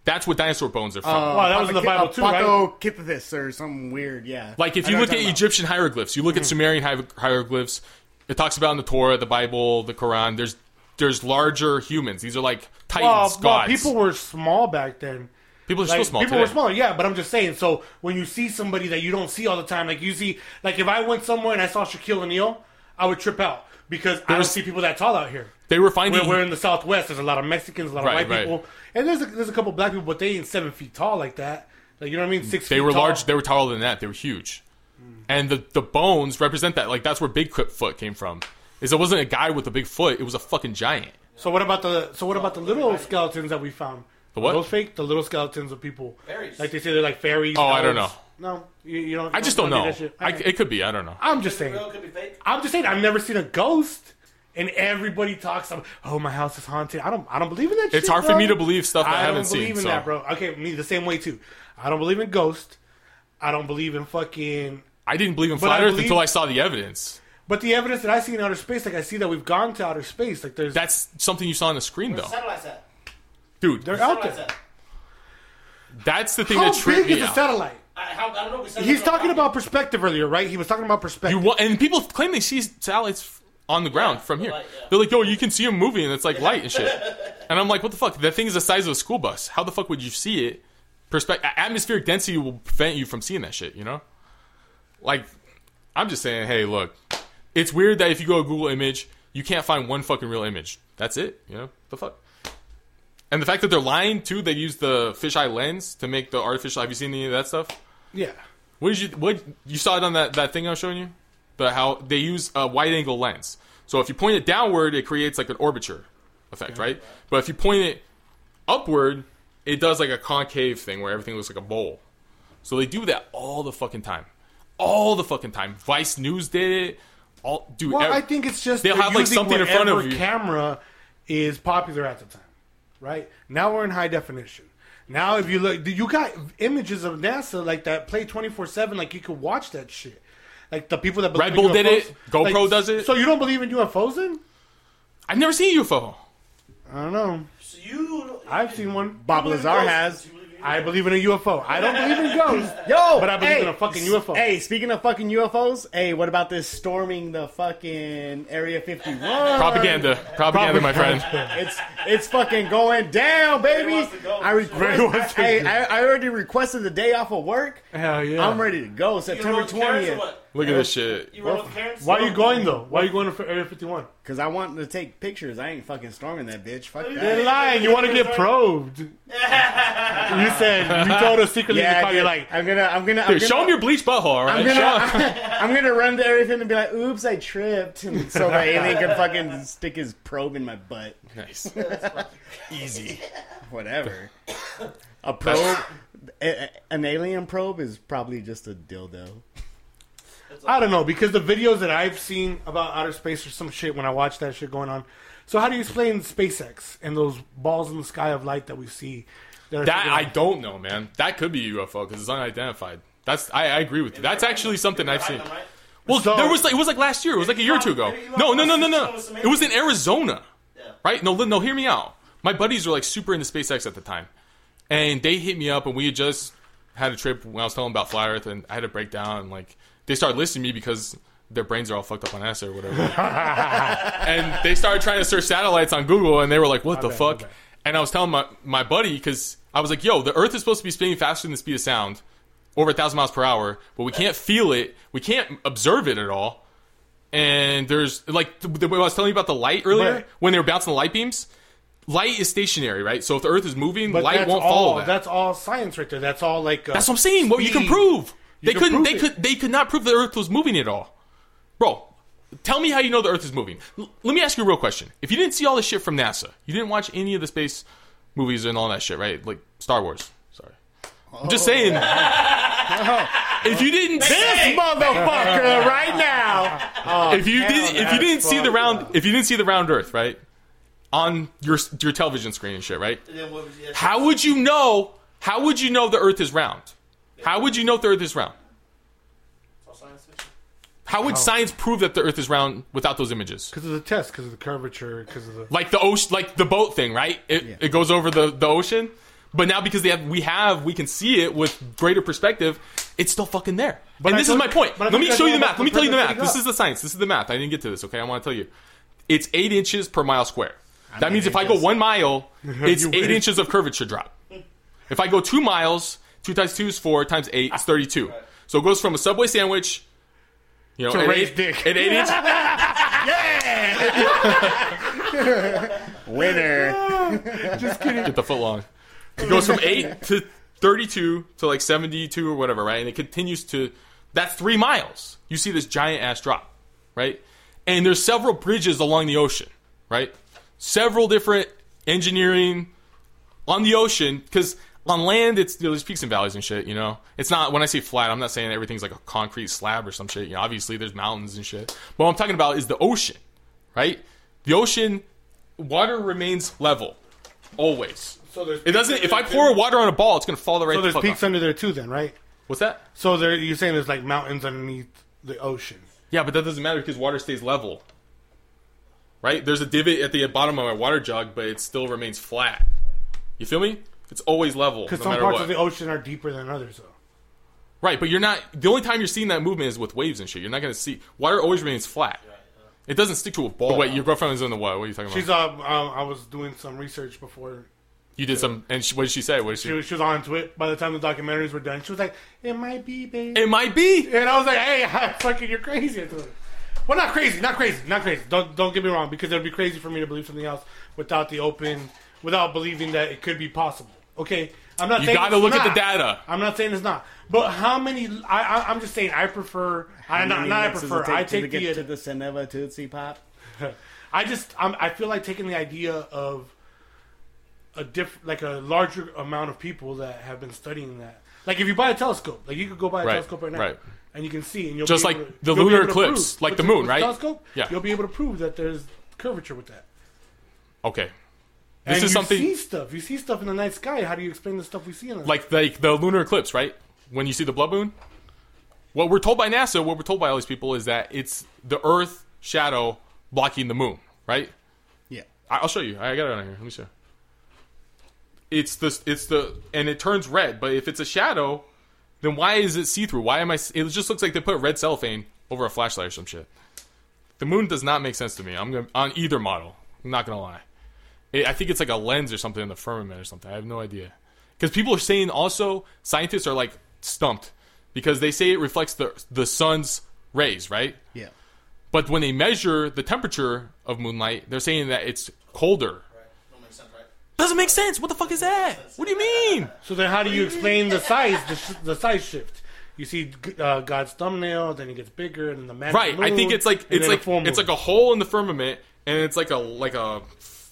That's what dinosaur bones are from.
Wow, Oh, that was in the Bible too, right?
Kithithis or something weird, yeah.
like if
I
you
know
look
what
at
you're talking
Egyptian hieroglyphs, you look
Hmm.
at Sumerian hi- hieroglyphs. It talks about in the Torah, the Bible, the Quran. There's there's larger humans. These are like
Oh, Well,
titans,
well,
gods.
people
people,
were small back then.
are
Like,
still small.
people
today.
were smaller, yeah. But I'm just saying. So when you see somebody that you don't see all the time, like you see, like if I went somewhere and I saw Shaquille O'Neal, I would trip out because I don't
There's-
see people that tall out here.
They were finding
We're, we're in the Southwest. There's a lot of Mexicans, a lot
Right,
of white
right.
people, and there's a, there's a couple black people, but they ain't seven feet tall like that. Like you know what I mean? Six.
Mm, They
feet
were
tall. Hmm.
large. They were taller than that. They were huge, and the the bones represent that. Like that's where big foot came from. Is it wasn't a guy with a big foot. It was a fucking giant.
So what about the so what about the little skeletons that we found? The
what?
Those fake the little skeletons of people.
Fairies.
Like they say they're like fairies.
Oh, I don't
elves. No, you, you don't.
I just don't know.
I,
I, it could be. I don't know.
I'm just saying.
Real could be fake.
I'm just saying I've never seen a ghost. And everybody talks about, oh, my house is haunted. I don't, I don't believe in that.
It's
shit,
hard for
bro.
me to believe stuff that
I
I haven't
don't believe
seen,
in
so.
that, bro. Okay, me the same way too. I don't believe in ghosts. I don't believe in fucking.
I didn't believe in
But
flat
I
Earth
believe-
until I saw the evidence.
But the evidence that I see in outer space, like I see that we've gone to outer space. Like there's
That's something you saw on the screen, though,
Satellites at.
dude.
they're out
Satellites
there.
at.
That's the thing
How
that tripped
big
me
is a
out.
satellite?
I, how, I don't know. we said
He's
that on
talking
the-
about perspective earlier, right? He was talking about perspective.
You wa- and people claim they see satellites f- on the ground from here.
light, yeah.
They're like, "Yo, you can see them moving, and it's like light and shit." and I'm like, "What the fuck? That thing is the size of a school bus. How the fuck would you see it? Perspective, atmospheric density will prevent you from seeing that shit. You know, like, I'm just saying, hey, look, it's weird that if you go to Google Image, you can't find one fucking real image. That's it. You know the fuck." And the fact that they're lying too, they use the fisheye lens to make the artificial. Have you seen any of that stuff?
yeah.
What did you what you saw it on that, that thing I was showing you? The how they use a wide angle lens. So if you point it downward, it creates like an orbiture effect, right? But if you point it upward, it does like a concave thing where everything looks like a bowl. So they do that all the fucking time. All the fucking time. Vice News did it. All dude,
Well,
ev-
I think it's just
They'll
they're
have, like,
using
something in front of
whatever
you.
Camera is popular at the time, right? Now we're in high definition. Now, if you look, you got images of NASA like that play twenty four seven, like you could watch that shit. Like the people that believe
Red
in
Bull did
UFOs.
it. GoPro
Like,
does it.
So you don't believe in UFOs then?
I've never seen a UFO.
I don't know.
So you.
I've seen one.
Bob Lazar has.
I believe in a UFO. I don't believe in ghosts.
Yo,
But I believe in a fucking
s-
UFO.
Hey, speaking of fucking UFOs, hey, what about this storming the fucking Area 51?
Propaganda. Propaganda, my friend.
It's it's fucking going down, baby.
wants to go.
I request.
Ray wants to
hey,
go.
I, I already requested the day off of work.
Hell yeah.
I'm ready to go.
You roll
September
with Karens or
20th.
what?
Look at this shit.
You roll with Karens?
Why are you going though? Why are you going to Area 51?
Cause I want to take pictures. I ain't fucking storming that bitch. Fuck
You're
that.
lying. You want to get probed. you said you told us secretly in the car.
dude,
You're like,
I'm gonna, I'm gonna, I'm
Dude,
gonna
show him your bleach butthole, all
I'm gonna,
right? Show 'em.
I'm, gonna run to everything and be like, "Oops, I tripped," and so the alien can fucking stick his probe in my butt.
Nice.
Easy, whatever. A probe, a- a- an alien probe is probably just a dildo.
I don't know because the videos that I've seen about outer space or some shit when I watch that shit going on. So how do you explain SpaceX and those balls in the sky of light that we see? are
That I
fucking-
don't know, man. That could be a UFO because it's unidentified. That's I, I agree with you. That's actually something I've seen. Well,
So-
there was like it was like last year. It was like a year or two ago.
Maybe Elon
No, no, no, no,
Musk
no.
is showing us
It was in Arizona,
Yeah.
right? No, li- no. Hear me out. My buddies were like super into SpaceX at the time, and they hit me up, and we had just had a trip when I was telling them about Flat Earth, and I had a breakdown, and like they started listening to me because their brains are all fucked up on acid or whatever, and they started trying to search satellites on Google, and they were like, "What the
bad, my
fuck?"
bad.
And I was telling my my buddy because I was like, "Yo, the Earth is supposed to be spinning faster than the speed of sound." Over a thousand miles per hour, but we can't feel it. We can't observe it at all and there's like the, the, what I was telling you about the light earlier
But-
when they were bouncing the light beams. Light is stationary, right? So if the Earth is moving,
But
light
that's
won't
all,
follow that. That's,
That's all science right there. That's all like. Uh,
what I'm saying. What you can
speed.
prove?
You
they
can
couldn't.
prove
they
it.
could. They could not prove the Earth was moving at all, bro. Tell me how you know the Earth is moving. L- let me ask you a real question. If you didn't see all this shit from NASA, you didn't watch any of the space movies and all that shit, right? Like Star Wars. Sorry, I'm just saying. if you didn't,
This motherfucker right now.
if you didn't if you
that's
didn't see the
fucked
round if you didn't see the round earth right on your your television screen and shit right
And then what was the
how would you know how would you know the earth is round how would you know the earth is round
science fiction?
how
Oh.
would science prove that the earth is round without those images
Because of the test, because of the curvature, because of the.
like the ocean like the boat thing right it, it goes over the, the ocean but now because they have we have we can see it with greater perspective it's still fucking there and
I
this is
told-
my point
but I
let
told
me
you
show you the
guys
math
all
let me tell you the
about
math
the
this
up.
is the science this is the math i didn't get to this okay i want to tell you it's eight inches per mile square that means if i go
inches.
one mile it's
You
eight
wish.
inches of curvature drop if i go two miles two times two is four times eight is 32 so it goes from a subway sandwich you know
To
at
Ray's
eight,
dick.
at eight inches
Winner.
get the foot long. It goes from eight to thirty-two to like seventy-two or whatever, right? And it continues to that's three miles. You see this giant ass drop, right? And there's several bridges along the ocean, right? Several different engineering on the ocean because on land it's you know, there's peaks and valleys and shit. You know, it's not when I say flat, I'm not saying everything's like a concrete slab or some shit. You know, obviously there's mountains and shit. But what I'm talking about is the ocean, right? The ocean water remains level always.
So there's
It doesn't. If I pour water on a ball, it's gonna fall the right.
So
the
there's
fuck
peaks
off.
under there too, then right?
What's that?
So there, you're saying there's like mountains underneath the ocean.
Yeah, but that doesn't matter because water stays level. Right? There's a divot at the bottom of my water jug, but it still remains flat. You feel me? It's always level, no
Because some
matter
parts
what.
of the ocean are deeper than others, though.
right, but you're not. The only time you're seeing that movement is with waves and shit. You're not gonna see water always remains flat. It doesn't stick to a ball. Wait, your girlfriend was in the what? What are you talking about?
She's um, um, I was doing some research before
you did some, and she, what did she say? What did she?
she was, she was on to it. By the time the documentaries were done, she was like, "It might be, babe."
it might be.
And I was like, "Hey, fucking, you're crazy." I told her. Well, not crazy, not crazy, not crazy. Don't don't get me wrong, because it would be crazy for me to believe something else without the open, without believing that it could be possible. Okay, I'm not.
You
saying
gotta
it's
look at
not.
the data.
I'm not saying it's not, but how many? I, I I'm just saying I prefer. I not,
Many
not I
licks does
prefer.
it take
I
to
take
get
the. uh,
to the Cineva Tootsie Pop.
I just I'm, I feel like taking the idea of a diff like a larger amount of people that have been studying that. Like if you buy a telescope, like you could go buy a
Right,
telescope right now,
right.
and you can see, and you'll
Just
be
like
able to-
the
you'll be
lunar
able to prove-
eclipse, like
with
the moon,
with
right?
Telescope,
Yeah.
you'll be able to prove that there's curvature with that.
Okay, this
and
is
you
something.
see stuff. You see stuff in the night sky. How do you explain the stuff we see in the
like like the lunar eclipse, right? When you see the blood moon, What we're told by NASA, what we're told by all these people, is that it's the Earth shadow blocking the moon, right?
Yeah.
I- I'll show you. I got it on here. Let me show. It's the it's the and it turns red. But if it's a shadow, then why is it see through? Why am I? s- It just looks like they put red cellophane over a flashlight or some shit. The moon does not make sense to me. I'm gonna on either model. I'm not gonna lie. It, I think it's like a lens or something in the firmament or something. I have no idea. Because people are saying also scientists are like stumped because they say it reflects the the sun's rays, right?
Yeah.
But when they measure the temperature of moonlight, they're saying that it's colder.
Don't make sense, right?
Doesn't make sense. What the fuck is that? What do you mean?
So then, how do you explain the size, the, sh- the size shift? You see g- uh, God's thumbnail, then it gets bigger, and the man. of
Right.
the
I think
moon,
it's like
and
it's
then
like
a full
it's
moon.
like a hole in the firmament, and it's like a like a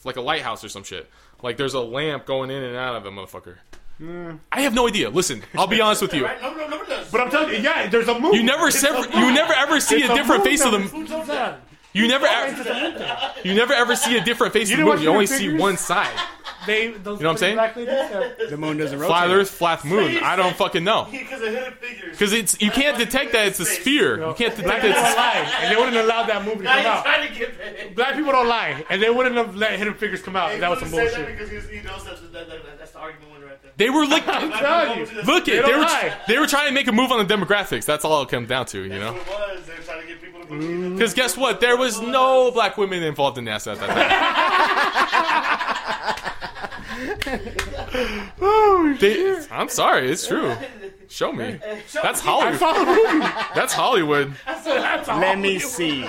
like a lighthouse or some shit. Like there's a lamp going in and out of the motherfucker.
Hmm.
I have no idea. Listen, I'll be honest with you.
Right? No, no, no, no.
But I'm telling you, yeah, there's a moon.
You never
It's
sever-
a moon.
you never ever see
It's
a different
moon
face of
that
the
was- who told that?
you never
It's
ever,
a moon that-
you never ever see a different face of the
didn't
moon.
watch
You only
Hidden
see
Figures?
one side.
They, those
You know what I'm saying?
Exactly. That.
The moon doesn't rotate.
Flat Earth, flat moon.
Space.
I don't fucking know.
Because of hidden figures.
Because it's you can't detect that it's a sphere. You can't
Black
detect
people
that
don't lie, and they wouldn't allow that movie to
Now
come
he's
out.
trying to get that.
Black people don't lie, and they wouldn't have let Hidden Figures come out.
He
That was some
wouldn't say That
bullshit.
because he was, he knows that, that, that, that's the argument winner right there.
They were like,
I'm telling you.
look
They
it.
don't
They were
lie.
they were trying to make a move on the demographics. That's all it comes down to, you know.
That's what it was. They were trying to get people to believe.
Because guess what? There was no black women involved in NASA at that time. They- I'm sorry, it's true. Show me. That's
I
Hollywood.
saw the movie.
That's Hollywood.
Let me see.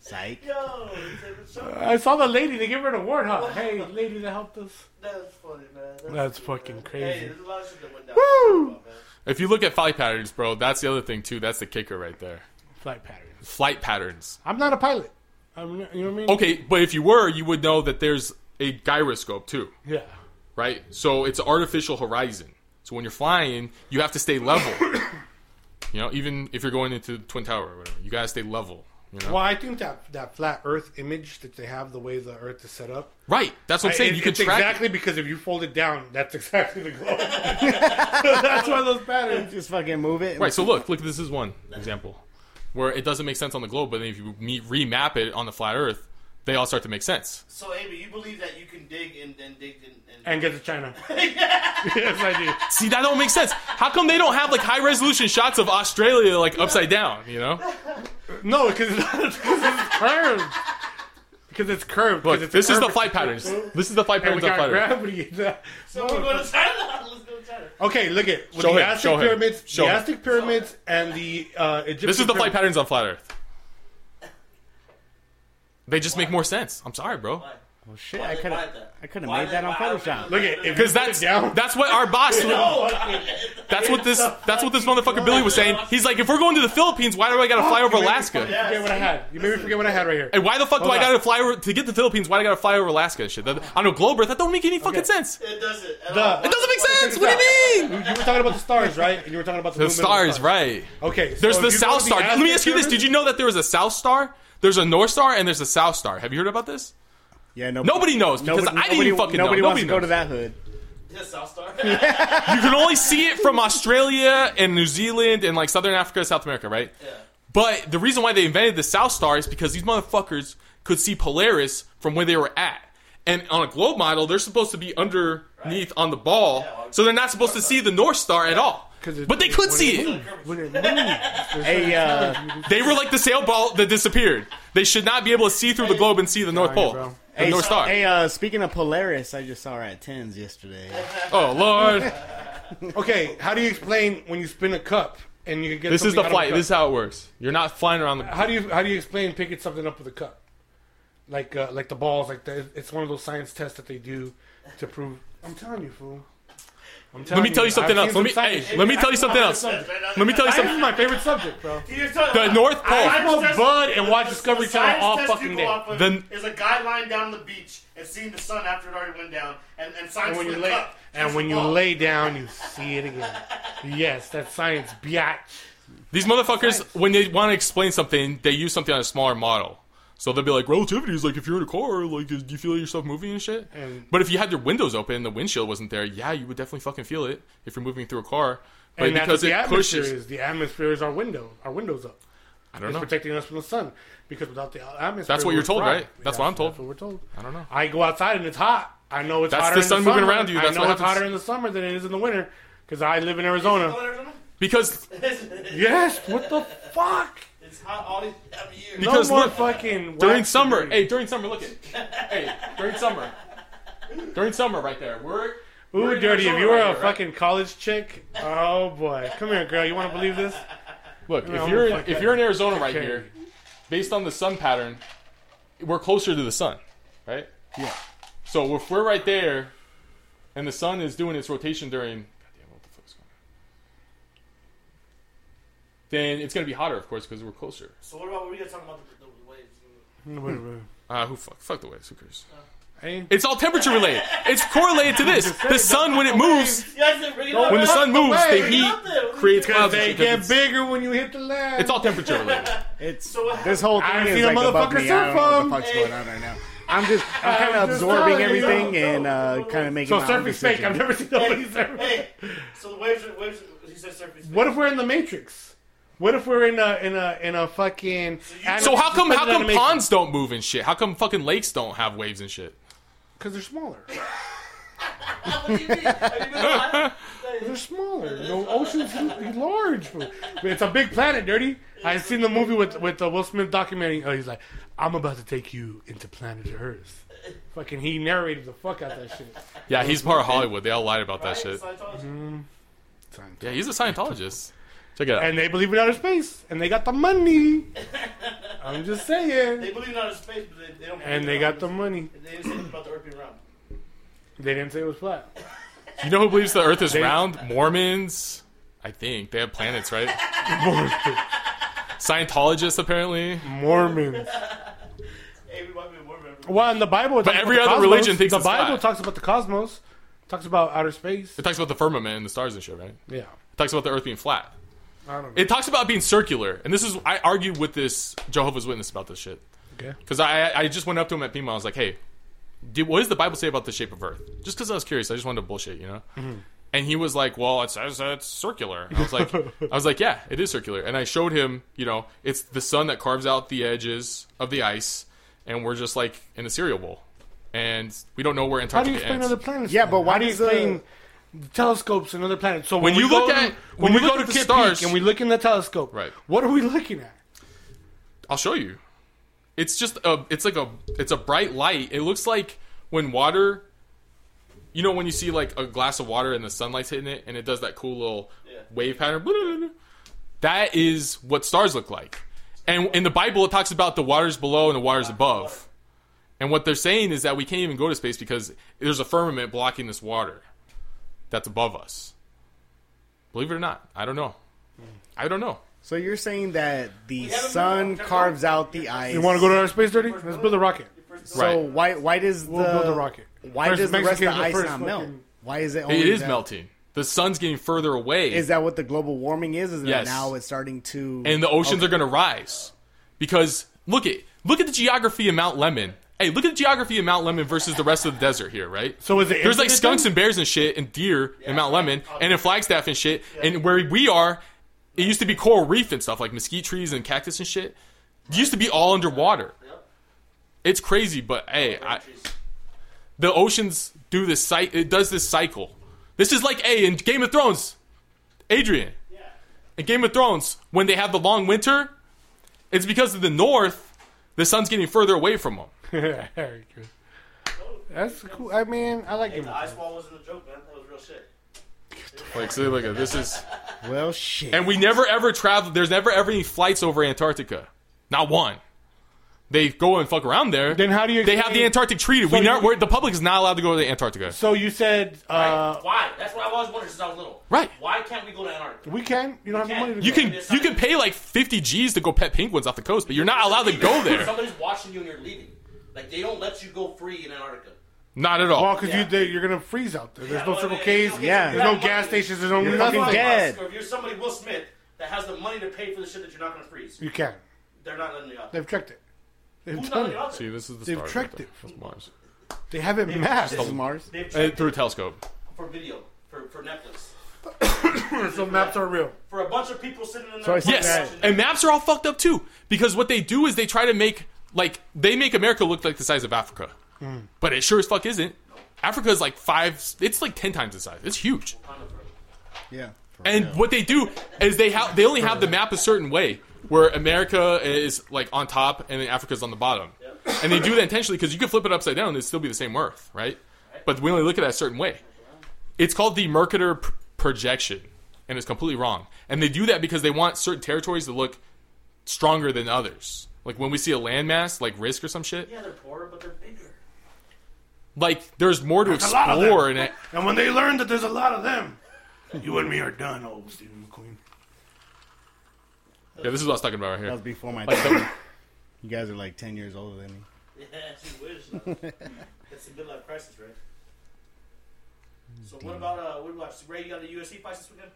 Psych.
Yo, it's like, so-
I saw the lady. They gave her an award, huh? Hey, lady that helped us.
that's funny, man. That's,
That's fucking
Hey,
crazy.
there's a lot of shit that went down.
Woo!
If you look at flight patterns, bro, that's the other thing too. That's the kicker right there.
Flight patterns.
Flight patterns.
I'm not a pilot. I'm, not- you know what I mean?
Okay, but if you were, you would know that there's a gyroscope too.
Yeah.
right? So it's an artificial horizon. So when you're flying, you have to stay level. you know, even if you're going into the twin tower or whatever, you gotta stay level. You know,
Well, I think that that flat Earth image that they have, the way the Earth is set up,
right? That's what I'm saying.
it-
you can
it's
track. it.
exactly because if you fold it down, that's exactly the globe. that's one of those patterns.
Just fucking move it.
Right. So look, look. This is one example where it doesn't make sense on the globe, but then if you me- remap it on the flat Earth, they all start to make sense.
So, Amy, you believe that you can dig and then dig and. and
And get to China. yes, I do.
See, that don't make sense. How come they don't have like high resolution shots of Australia like upside down? You know.
No, because it's, 'cause it's curved. Because it's curved. 'cause
Look,
it's
this is the
curved.
flight patterns. This is the flight
And we
patterns
got
on flat Earth.
gravity.
so, we're going to China. Let's go to China.
okay, look at with
Show
the
him,
Aztec
show him,
pyramids,
show
the
him.
Aztec pyramids, and the uh, Egyptian.
This is the flight
pyramids.
patterns on flat Earth. They just make more sense. I'm sorry, bro.
Well, shit,
Why
I
they
could
buy
have.
that?
I could have
Why
made
they
that on
buy that?
Photoshop.
Look at if
Because
you put
that's
it down.
that's what our boss. that's what this that's what this motherfucker Billy was saying. He's like, if we're going to the Philippines, why do I got to fly over
You made me
Alaska?
Forget what I had. You made me forget what I had right here.
And why the fuck do I
Hold
got
on.
to fly over to get to the Philippines? Why do I got to fly over Alaska? and Shit, that, on a globe Earth, that don't make any fucking
Okay.
sense.
It doesn't. at
The-
all.
It
It doesn't make sense. What do you mean?
You were talking about the stars, right? And you were talking about the,
The
movement of
stars, right?
Okay,
There's
so
the
if you go
South
to
Star. Let me
Aztec
ask you this: Did
pyramids-
you know that there was a South Star? There's a North Star and there's a South Star. Have you heard about this?
Yeah, no.
Nobody knows, because I didn't even fucking know.
nobody wants
Nobody
to go to
knows.
that hood.
Yeah, South Star.
You can only see it from Australia and New Zealand and like Southern Africa, South America, right? But the reason why they invented the South Star is because these motherfuckers could see Polaris from where they were at. And on a globe model, they're supposed to be underneath on the ball, so they're not supposed to see the North Star at all.
'Cause it-
But they could see it.
When it moves,
Hey, uh,
They were like the sailboat that disappeared. They should not be able to see through the globe and see the North
Darn it,
Pole,
bro.
the
hey,
North Star.
Hey, uh, speaking of Polaris, I just saw her at tens yesterday.
Oh Lord,
okay, how do you explain when you spin a cup and you can get
this is
something out
the
of a
flight.
cup?
This is how it works. You're not flying around the.
How do you how do you explain picking something up with a cup? Like uh, like the balls, like the, it's one of those science tests that they do to prove. I'm telling you, fool. I'm telling
Let me tell you something
I've
else.
seen
Let me
some
hey,
science.
let me tell you something else.
Science
Let me tell you
is
something.
my favorite subject, bro.
You're talking
The North Pole.
I smoke bud and watch Discovery Channel all fucking day.
Then-
Then is a guy lying down on the beach and seeing the sun after it already went down, and and
And
science
when you
looked
lay
up.
and
It's
when
a
you
ball.
lay down, you see it again. Yes, that's science, biatch.
These motherfuckers, when they want to explain something, they use something on a smaller model. So they'll be like, relativity is like if you're in a car, like do you feel yourself moving and shit?
And-
but if you had your windows open and the windshield wasn't there, yeah, you would definitely fucking feel it if you're moving through a car.
and that's what
because
the
it
atmosphere
pushes-
is. The atmosphere is our window. Our windows up.
I don't
It's
know.
protecting us from the sun because without the atmosphere,
That's what you're
we're
told,
fried.
right? That's what I'm told.
That's what we're told.
I don't know.
I go outside and it's hot. I know it's
That's
hotter
the
in
sun
the
moving
summer.
around you.
I
That's
know
what
it's
happens.
hotter in the summer than it is in the winter because I live in Arizona.
Because
yes. What the fuck?
It's hot all the damn year.
No
Because
more
look,
fucking
during
wax
summer,
degrees.
hey, during summer, look at, hey, during summer, during summer, right there. We're we're
Ooh,
in
dirty! If
Arizona
you were
right
a
here, right?
fucking college chick, oh boy, come here, girl. You want to believe this?
Look, if
I'm
you're in,
fucking-
if you're in Arizona right
Okay.
here, based on the sun pattern, we're closer to the sun, right?
Yeah.
So if we're right there, and the sun is doing its rotation during, goddamn, what the fuck's going on? Then it's gonna be hotter, of course, because we're closer.
So what about what we gonna talk about the, the, the waves?
Uh, who fuck, fuck the waves? Who cares?
Hey,
It's all temperature related. It's correlated to this. The sun, when it moves,
You guys didn't bring it up.
when the sun moves, the heat creates clouds.
they
because
get
it's-
bigger when you hit the land.
It's all temperature related.
It's
So what-
this whole thing
I
is
feel
like
a
above
motherfucker
me. I don't know what the
surf
fuck's
on.
going on right now. I'm just I'm kind
I'm
of
just
absorbing
telling you,
everything
no,
and
no,
uh,
no,
kind of making.
so
my own
surfing's fake.
decision.
I've never seen nobody surfing.
Hey, so the waves, are, waves. are- He said surface.
What if we're in the Matrix? What if we're in a in a in a fucking?
So how come how come ponds don't move and shit? How come fucking lakes don't have waves and shit?
Because they're smaller.
What do you mean? Have you been alive?
They're smaller. The ocean's large. It's a big planet, dirty. I seen the movie with with uh, Will Smith documenting. Oh, he's like, I'm about to take you into planet Earth. Fucking, he narrated the fuck out that shit.
Yeah, he's part of Hollywood. They all lied about that
Right?
shit.
Scientology.
Yeah, he's a Scientologist. Check it out.
And they believe in outer space, and they got the money. I'm just saying.
They believe in outer space, but they, they don't. believe
And they
in
got
outer
the money.
space. They didn't say anything about the Earth being round.
They didn't say it was flat.
You know who believes the Earth is round? Mormons. I think they have planets, right? Scientologists apparently.
Mormons.
Hey, we might be more memorable.
Well, in the Bible, it
But
talks
every
about the
other
cosmos.
religion thinks
the
it's
Bible
flat.
talks about the cosmos, talks about outer space.
It talks about the firmament and the stars and shit, right? It
Yeah,
talks about the Earth being flat.
I don't know.
It talks about being circular, and this is I argued with this Jehovah's Witness about this shit.
Okay.
Because I I just went up to him at Pima. I was like, hey, did, what does the Bible say about the shape of Earth? Just because I was curious, I just wanted to bullshit, you know.
Mm-hmm.
And he was like, well, it says that it's circular. And I was like, I was like, yeah, it is circular. And I showed him, you know, it's the sun that carves out the edges of the ice, and we're just like in a cereal bowl, and we don't know where
How do
Antarctica
you explain
ends.
other planets?
Yeah,
then?
but why
How do you
does the-
explain telescopes and other planets? So when,
you
we
look
go
at-
to, when,
when we
we
look
go to
at the
the
stars-
stars and we look in the telescope,
Right.
What are we looking at?
I'll show you. It's just a. It's like a. It's a bright light. It looks like when water. You know when you see like a glass of water and the sunlight's hitting it and it does that cool little wave pattern. blah, blah, blah, blah. That is what stars look like. And in the Bible, it talks about the waters below and the waters above. And what they're saying is that we can't even go to space because there's a firmament blocking this water that's above us. Believe it or not, I don't know. I don't know.
So you're saying that the
haven't-
sun carves out the ice?
You want to go to outer space, dirty? Let's build a rocket.
So
Right.
why why does
We'll
the
build a rocket.
Why
First
does the rest of the
Mexicans are
ice
first
not melt?
fucking-
Why is it? Only
It is
that-
melting. The sun's getting further away.
Is that what the global warming is? Is that
Yes.
now it's starting to
and the oceans are going to rise because look at look at the geography of Mount Lemon. Hey, look at the geography of Mount Lemon versus the rest of the desert here, right?
So is it
there's like
infinite
skunks
then?
and bears and shit and deer in Mount Lemon and in Flagstaff and shit. And where we are, it used to be coral reef and stuff like mesquite trees and cactus and shit. It used to be all underwater. It's crazy, but hey, I, the oceans do this cycle. It does this cycle. This is like hey in Game of Thrones, Adrian. In Game of Thrones, when they have the long winter, it's because of the north. The sun's getting further away from them.
Very good. That's cool. I mean, I like
Hey,
him.
the ice wall wasn't a joke, man. That was real shit.
Like, so like this is,
well shit.
and we never ever travel. There's never ever any flights over Antarctica, not one. They go and fuck around there.
Then how do you
They have
explain-
the Antarctic Treaty. we
you-
never. we're- The public is not allowed to go to Antarctica.
So you said uh,
Why? That's what I always wondered since I was little.
Right.
Why can't we go to Antarctica?
we can. You don't have the
can.
money. To
You
go.
can you can pay like 50 G's to go pet penguins off the coast, but you're not allowed to go there.
Somebody's watching you and you're leaving. Like they don't let you go free in Antarctica.
Not at
Well,
all.
because you they, you're gonna freeze out there. There's no
well,
Circle
they-
K's.
okay,
Yeah.
There's no gas stations. There's no
You're
nothing.
fucking dead.
Or if you're somebody Will Smith that has the money to pay for the shit that you're not going to freeze,
You can.
they're not letting you out.
They've checked it. They've
Who's not
done
letting
it.
you out?
See, this is the
They've
stars
tracked
right
it.
there. That's Mars.
They have it mapped.
This is Mars.
They've
Uh,
checked
through a telescope.
for video for for Netflix.
so maps are real.
for a bunch of people sitting in
So
their
I said
apartment
Yes,
watching
and
it.
maps are all fucked up too because what they do is they try to make like they make America look like the size of Africa,
Hmm.
but it sure as fuck isn't. Africa is like five. It's like ten times the size. It's huge.
Yeah.
And what they do is they have they only have the map a certain way where America is like on top and then Africa's on the bottom. And they do that intentionally because you could flip it upside down and it'd still be the same Earth, right? But we only look at it a certain way. It's called the Mercator pr- projection, and it's completely wrong. And they do that because they want certain territories to look stronger than others. Like when we see a landmass, like Risk or some shit,
Yeah, they're poorer, but they're bigger.
like there's more
a
to
lot of them.
explore in it.
And when they learn that there's a lot of them, you and me are done, old Stephen McQueen.
Yeah, this is what I was talking about right
That
here.
was before my
Like
time.
the-
You guys are like 10 years older than me.
Yeah, she wishes. That's the midlife crisis, right? So what about uh? What about Ray? You got a USC fight this weekend?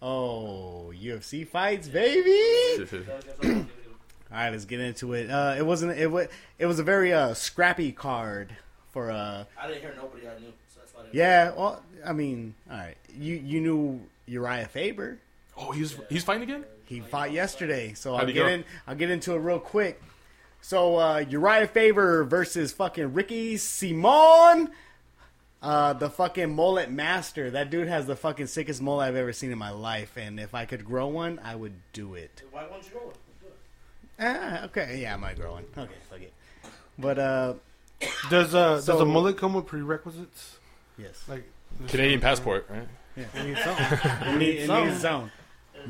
Oh, UFC fights, baby!
Yeah, that's all I wanna do.
All right, let's get into it. Uh, it wasn't. It was. It was a very uh, scrappy card for. Uh,
I didn't hear nobody I knew, so that's why. I didn't
yeah. Well, I mean, all right. You you knew Uriah Faber.
oh, he's he's fighting again.
He fought yesterday, so I'll
How'd he
get
go?
in. I'll get into it real quick. So uh, Uriah Faber versus fucking Ricky Simon, uh, the fucking mullet master. That dude has the fucking sickest mullet I've ever seen in my life, and if I could grow one, I would do it.
Why won't you roll?
Ah, okay, yeah, I might grow one. Okay, fuck it. But uh,
Does uh
So-
does a mullet come with prerequisites?
yes,
Like
Canadian passport, right?
I need something.
it needs, it needs its own.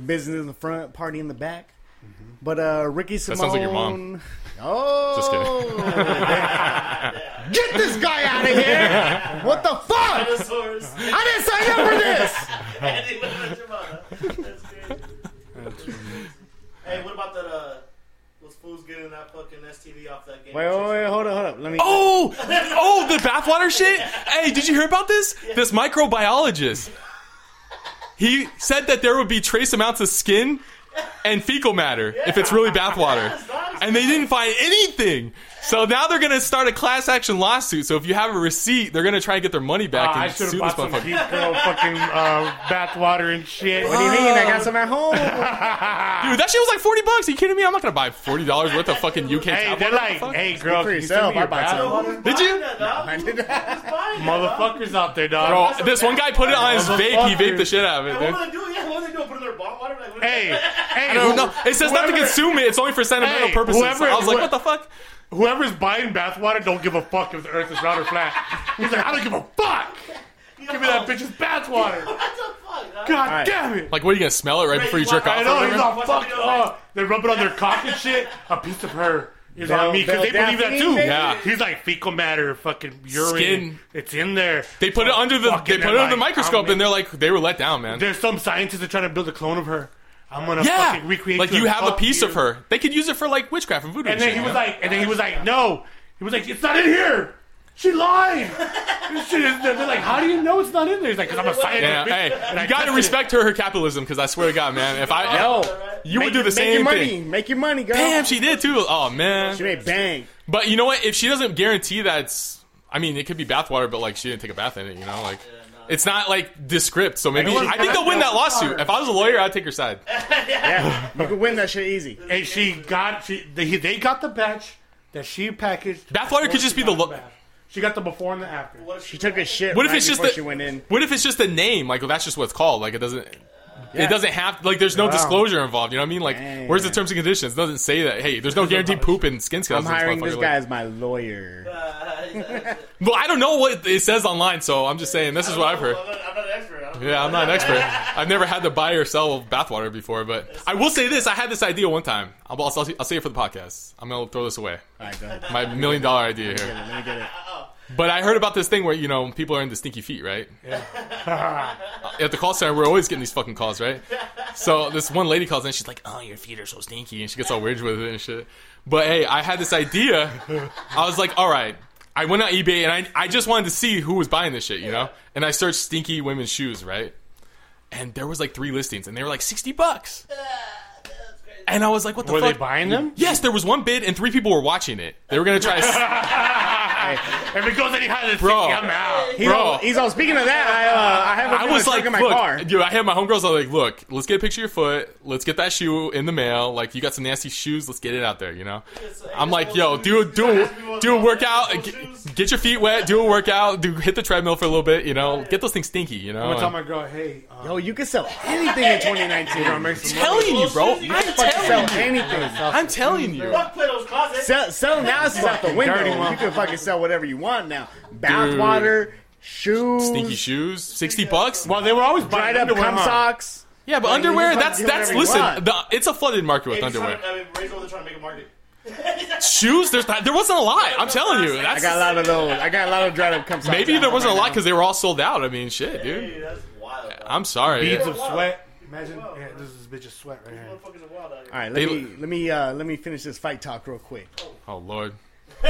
Business in the front, party in the back.
Mm-hmm.
But uh, Ricky Simon.
sounds like your mom.
Oh,
Just
Get this guy out of here! What the fuck?
Dinosaurs.
I didn't sign up for this.
Andy, what about your mother? That's crazy. Hey, what about that? Uh, those fools getting that fucking STD off that game?
Wait, wait, wait, hold up, hold up. Let me.
Oh, oh, the bathwater shit. Hey, did you hear about this? This microbiologist. He said that there would be trace amounts of skin and fecal matter if it's really bathwater. And they didn't find anything. So now they're going to start a class action lawsuit. So if you have a receipt, they're going to try and get their money back
Uh, Ah, I
and sue
should
this
have bought some
motherfucker.
deep girl fucking uh, bathwater and shit.
What do you mean? I got some at home.
Dude, that shit was like 40 bucks. Are you kidding me? I'm not going to buy $40 worth of fucking UK
Hey,
tablet.
they're like,
What the fuck?
hey, girl,
for
can you
yourself,
send me your
I bought some.
Oh,
bathwater?
Did you?
Motherfuckers out there, dog.
Bro, this one guy put it on his vape. He vaped the shit out of it, dude.
What do they do? Yeah, what do they do? Put it in their bottle? Water? Like, what
Hey, hey,
Oh,
who-
no, it says not to
whoever-
consume it. It's only for sentimental
Hey,
purposes.
whoever-
I was like,
whoe-
what the fuck?
Whoever's buying bathwater don't give a fuck if the earth is round or flat. He's like, I don't give a fuck. Give me that bitch's bathwater.
What the fuck?
God
right.
damn it.
Like, what are you gonna smell it right before you jerk off?
I know,
or
he's
whatever?
all fucked up. They rub it on their cock and shit. A piece of her is
Bell-
on me because
Bell
they believe that
Daphne,
too.
baby.
Yeah.
He's like fecal matter, fucking urine.
Skin.
It's in there.
They put it under the
Fucking
they put it under the
like,
microscope,
I'm-
and they're like, they were let down, man.
There's some scientists that are trying to build a clone of her. I'm gonna
Yeah,
fucking recreate
like you
and
have a
fuck
piece
you.
of her. They could use it for like witchcraft and voodoo.
And then
shit,
he
you
was
know?
like, and then he was like, no. He was like, it's not in here. She lied. This shit is, they're like, how do you know it's not in there? He's like, because I'm a scientist.
yeah,
bitch,
hey,
and I
you gotta
tested it."
respect her her capitalism because I swear to God, man, if I you would do the
make your
same
money.
thing.
Make your money, girl.
Damn, she did too. Oh
She
man,
made bang.
but you know what? If she doesn't guarantee that, it's, I mean, it could be bathwater, but like she didn't take a bath in it. You know, like it's not like descript. So maybe
Anyone-
I think they'll win that lawsuit. If I was a lawyer, I'd take her side.
Yeah, you could win that shit easy.
And she got she they, they got the batch that she packaged.
Bathwater could just be the
She got
lo-
bath. She got the before and the after.
She took a shit.
What if
right
it's just
before
the-
she went in?
What if it's just a name? Like well, that's just what it's called. Like it doesn't. It doesn't have like there's no
Wow.
disclosure involved. You know what I mean? Like
Dang.
where's the terms and conditions? It doesn't say that. Hey, there's no guaranteed poop and skin
I'm
scales. in
hiring
motherfucker.
this
Like,
guy as my lawyer.
Well, I don't know what it says online, so I'm just saying this is what I've heard.
I'm not, I'm not an expert. I don't
Yeah, I'm not an expert. I've never had to buy or sell bathwater before, but I will say this: I had this idea one time. I'll I'll, I'll say it for the podcast. I'm gonna throw this away.
All right, go ahead.
My million dollar idea here.
Let me get it.
But I heard about this thing where you know people are into stinky feet, right? At the call center, we're always getting these fucking calls, right? So this one lady calls in, she's like, "Oh, your feet are so stinky," and she gets all weird with it and shit. But hey, I had this idea. I was like, "All right." I went on eBay and I I just wanted to see who was buying this shit, you know. And I searched stinky women's shoes, right? And there was like three listings, and they were like sixty bucks. And I was like, "What the
Were
fuck?"
they buying them?
Yes, there was one bid, and three people were watching it. They were gonna try.
high. If it goes any higher than
Bro.
60, I'm out.
He's
Bro.
all, he's all speaking of that. I uh, I have a
I was like,
in my
look,
car.
dude, I had my homegirls. I was like, look, let's get a picture of your foot. Let's get that shoe in the mail. Like, you got some nasty shoes. Let's get it out there, you know? I'm like, yo, do, do, do a workout. Get, get your feet wet. Do a workout. Do Hit the treadmill for a little bit, you know? Get those things stinky, you know?
I'm gonna tell
I'm
my girl, hey, uh,
Yo, Oh, you can sell anything in 2019.
gonna make some money.
telling you, bro. I'm
Fucking sell
telling you.
anything.
I'm telling you.
Fuck Plato's closet.
Sell, sell analysis out the window. You can fucking sell whatever you want now. Bath
Dude.
water, shoes,
Stinky shoes, sixty bucks.
Well, they were always
dried
buying
up
underwear,
cum
huh?
socks.
Yeah, but
Like,
underwear.
you
That's
can
that's
fucking do whatever
listen.
you
The, it's a flooded market with
He's
underwear.
trying to- I mean, Razor was trying to make a market.
Shoes. There's not, there wasn't a lot. I'm telling you.
I
That's
got a lot of those. I got a lot of dried up cum socks.
maybe
at
there
home
wasn't a
right
lot
now.
because they were all sold out. I mean, shit, dude.
Dude, that's wild. Bro.
I'm sorry.
Beads
Yeah.
of sweat. Imagine, yeah, this is bitch of sweat right here.
Motherfuckers are wild out here.
All right, let
They-
me let me uh, let me finish this fight talk real quick.
Oh lord.
All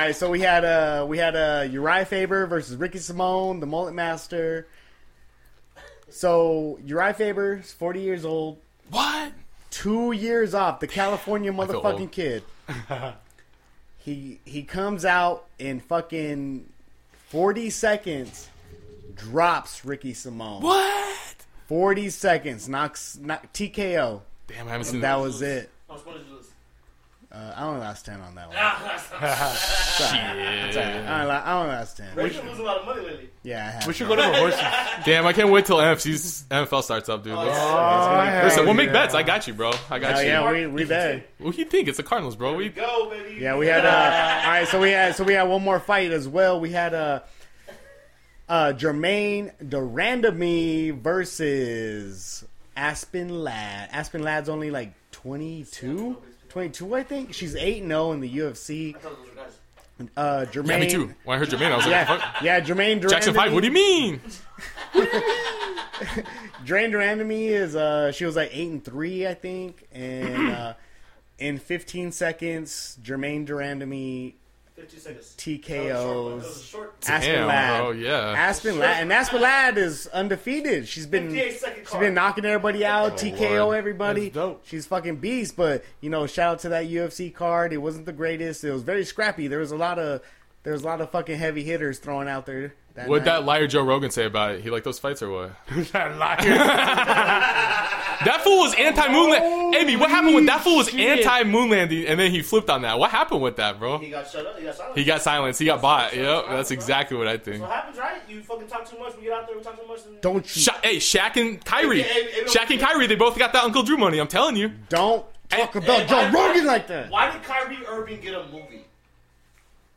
right, so we had uh we had uh Uriah Faber versus Ricky Simone, the Mullet Master. So Uriah Faber is forty years old,
What?
two years off, the California
feel
motherfucking
old.
kid. he he comes out in fucking forty seconds, drops Ricky Simone.
What?
Forty seconds, knocks knock, TKO.
Damn, I haven't seen
That was it.
I'm supposed to do this.
Uh, I only lost ten on that one.
Shit.
I only, I only lost ten.
Razor losing a lot of money lately.
Yeah, I have.
We should go to horses.
Damn, I can't wait till NFC's NFL starts up, dude. Let's-
Oh,
Listen, we'll make bets. I got you, bro. I got
Oh
you.
yeah, we we there.
What do you think? It's the Cardinals, bro. We
Go, baby.
Yeah, we had uh all right, so we had so we had one more fight as well. We had uh uh Jermaine Durandamy versus Aspen Ladd. Aspen Ladd's only like 22, 22 I think. She's 8 and 0 in the UFC. Uh Jermaine
yeah, me too. When I heard Jermaine, I was like,
Yeah,
fuck.
yeah, Jermaine Durandamy.
Jackson Five. What do you mean?
Drain Durandamy is uh she was like eight and three, I think. And uh in fifteen seconds, Jermaine Durandamy
15 seconds. That was a
TKOs
short.
Aspen
Damn,
Ladd.
bro. Yeah.
Aspen Ladd and Aspen Ladd is undefeated. She's been
58 second
she's been
card.
knocking everybody
Oh,
out, TKO
Lord.
everybody.
That's dope.
She's fucking beast, but you know, shout out to that UFC card. It wasn't the greatest. It was very scrappy. There was a lot of there was a lot of fucking heavy hitters thrown out there. That
What'd
night.
that liar Joe Rogan say about it? He liked those fights or what?
That liar.
That fool was anti moonland. Amy, what happened with that fool was anti moonlanding and then he flipped on that. What happened with that, bro?
He got shut up. He got silent.
He got silenced. He got bought. Yep, that's exactly what I think.
What happens, right? You fucking talk too much. We get out there, we talk too much. And
don't you
Sha- hey, Shaq and Kyrie.
Hey, hey, hey,
Shaq and Kyrie, they both got that Uncle Drew money. I'm telling you.
don't talk about Joe
why-
Rogan like that.
Why did Kyrie Irving get a movie?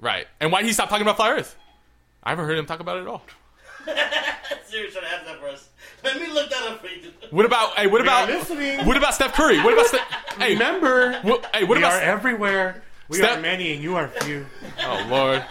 Right. And why did he stop talking about Flat Earth? I haven't heard him talk about it at all.
Serious, trying to ask that for us. Let me look that up for you.
What about? Hey, what about?
listening.
What about Steph Curry? What about? Steph hey,
Remember,
What, hey, what
we are
about?
everywhere. We
Step-
are many, and you are few.
oh Lord.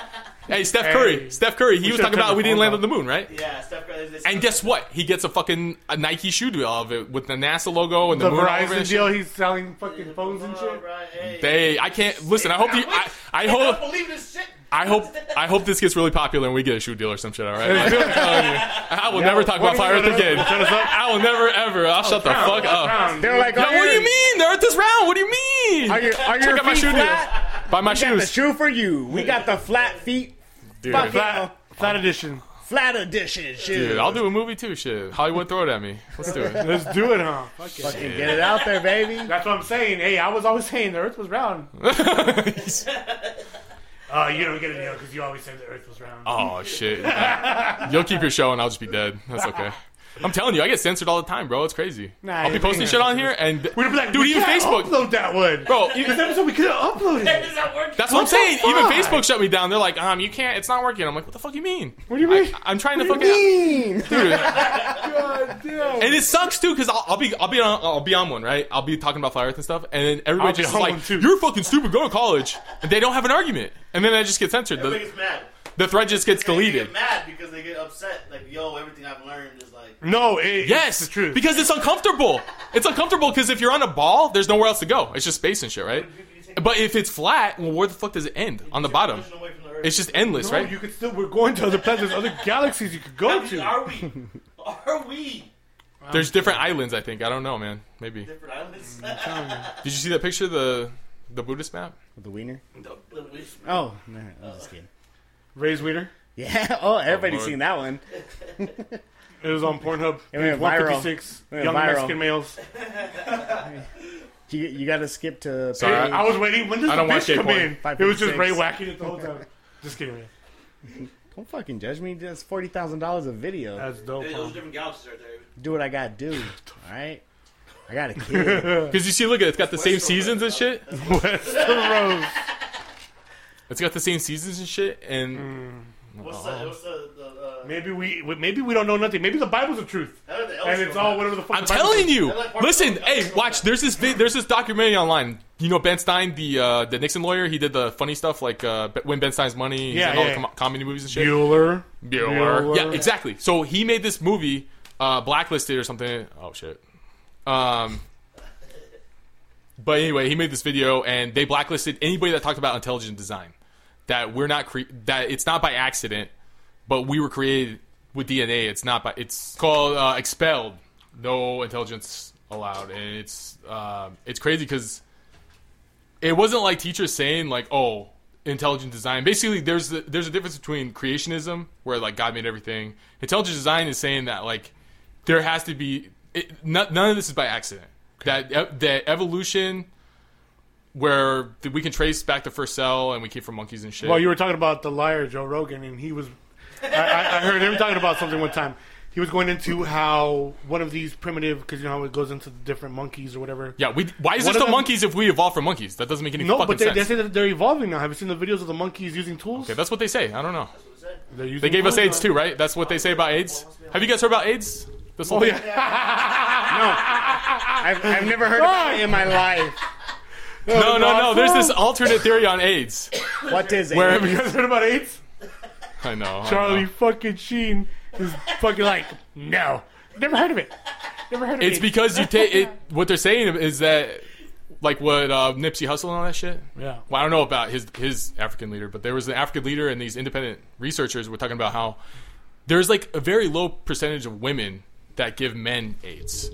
Hey, Steph Curry.
Hey.
Steph Curry. He was
should've
talking
turned
about
the
we didn't
phone
land
off.
on the moon, right?
Yeah, Steph Curry. They,
And guess what? He gets a fucking a Nike shoe deal out of it with the NASA logo and the,
The
moon all over it
Verizon
and
deal. He's selling fucking phones and shit.
Right, hey.
shit. They, I can't listen. I hope you. I, I
I
hope.
don't believe this shit.
I hope. I hope this gets really popular and we get a shoe deal or some shit. All right. I'm telling you. I will never talk about Fire Earth again. Uh. I will never ever. I'll shut the fuck up.
They're like,
Yo,
oh,
what do
you're-
you mean? They're at this round. What do you mean?
Are your, are your
Check
feet
out my shoe
flat?
deal. Buy my
Got the
shoes.
shoe for you. We got the flat feet,
Dude.
fucking
Flat, flat edition.
flat edition. Shit.
Dude, I'll do a movie too. Shit, Hollywood, throw it at me. Let's do it.
Let's do it, huh? Fuck it.
Fucking get it out there, baby.
That's what I'm saying. Hey, I was always saying the Earth was round. Uh, you don't get a deal because you always said the Earth was round.
oh shit. You'll keep your show and I'll just be dead. That's okay. I'm telling you, I get censored all the time, bro. It's crazy.
Nah,
I'll be
you're
posting
being
shit on here and
We'd be like,
dude,
we
even
can't
Facebook,
Upload that one,
bro.
This
Even,
episode we could have uploaded. it.
Does that work?
that's what I'm
What the
saying. Even
fuck?
Facebook shut me down. They're like, um, you can't. It's not working. I'm like, what the fuck you mean?
What do you mean?
I'm trying to
What do
fucking.
you mean?
Dude,
God damn.
and it sucks too because I'll, I'll be I'll be on I'll be on one right. I'll be talking about flat Earth and stuff, and then everybody
I'll be
just is
on
like,
one, too.
"You're fucking stupid. Go to college." And they don't have an argument, and then I just get censored.
Everybody
The,
gets mad.
the thread just gets
They
deleted.
get mad because they get upset. Like, yo, everything I've learned is like.
no, it,
Yes,
it's the truth.
because it's uncomfortable. It's uncomfortable because if you're on a ball, there's nowhere else to go. It's just space and shit, right? But if it's flat, well, where the fuck does it end? On the bottom,
Pushing away from the earth.
it's just endless,
no,
right?
you could still. We're going to other planets, other galaxies you could
I
go
mean,
to.
Are we? Are we?
There's different islands, I think. I don't know, man. Maybe. Did
Different islands?
you see that picture? of The The Buddhist map?
The wiener?
The wish-
Oh, no, I'm just kidding.
Ray's Wiener.
Yeah. Oh, everybody's
Lord.
seen that one.
It was on Pornhub.
It went
Page 156.
viral. It went
Young
viral.
Mexican males.
You, you got to skip to.
Sorry,
page-
I was waiting. When does
I don't
the
watch
bitch come
gay
in?
porn.
It was just
556.
Ray whacking it the whole time. Just kidding, man.
Don't fucking judge me. That's forty thousand dollars a video.
That's dope.
Hey,
huh?
those are different galaxies right there.
do what I gotta do. All right. I got a kid.
Because you see, look at it. It's got the same seasons and shit.
West of Rose.
It's got the same seasons and shit. And
Mm.
What's the what's the the uh,
Maybe we we- maybe we don't know nothing. Maybe the Bible's the truth,
how did the
and it's all whatever the fuck.
I'm
the Bible
telling
says.
you.
They're like part
Listen,
of the-
hey, watch. There's this vid- there's this documentary online. You know Ben Stein, the uh, the Nixon lawyer. He did the funny stuff like uh, Be- win Ben Stein's money. He's
Yeah,
in
yeah,
all
yeah.
the com- comedy movies and shit.
Bueller.
Bueller. Yeah, exactly. So he made this movie, uh, Blacklisted or something. Oh shit. Um. But anyway, he made this video, and they blacklisted anybody that talked about intelligent design. That we're not cre- that it's not by accident, but we were created with DNA. It's not by it's called uh, expelled. No intelligence allowed, and it's um it's crazy because it wasn't like teachers saying like oh intelligent design basically there's the, there's a difference between creationism where like god made everything intelligent design is saying that like there has to be it, no- none of this is by accident that ev- that evolution where th- we can trace back the first cell and we came from monkeys and shit
Well, you were talking about the liar Joe Rogan, and he was. I, I, I heard him talking about something one time. He was going into how one of these primitive, because you know how it goes into the different monkeys or whatever.
yeah we why
One
is there
of
still
them-
monkeys if we evolved from monkeys that doesn't make any
No,
fucking
but they, they
sense
say that they're evolving now. Have you seen the videos of the monkeys using tools?
okay, that's what they say i don't know
They're using
they gave us
tools
aids
now.
too right that's what they say about aids have you guys heard about aids this
Oh,
whole thing?
I've, I've never heard of it in my life.
no no no there's this alternate theory on aids
What is it?
Where-
Have you guys heard about AIDS?
I know. I
Charlie
know.
fucking Sheen is fucking like, no, never heard of it. Never heard of
It's
AIDS.
because you take it. What they're saying is that, like, what uh, Nipsey Hussle and all that shit.
Yeah.
Well, I don't know about his his African leader, but there was an African leader, and these independent researchers were talking about how there's like a very low percentage of women that give men AIDS,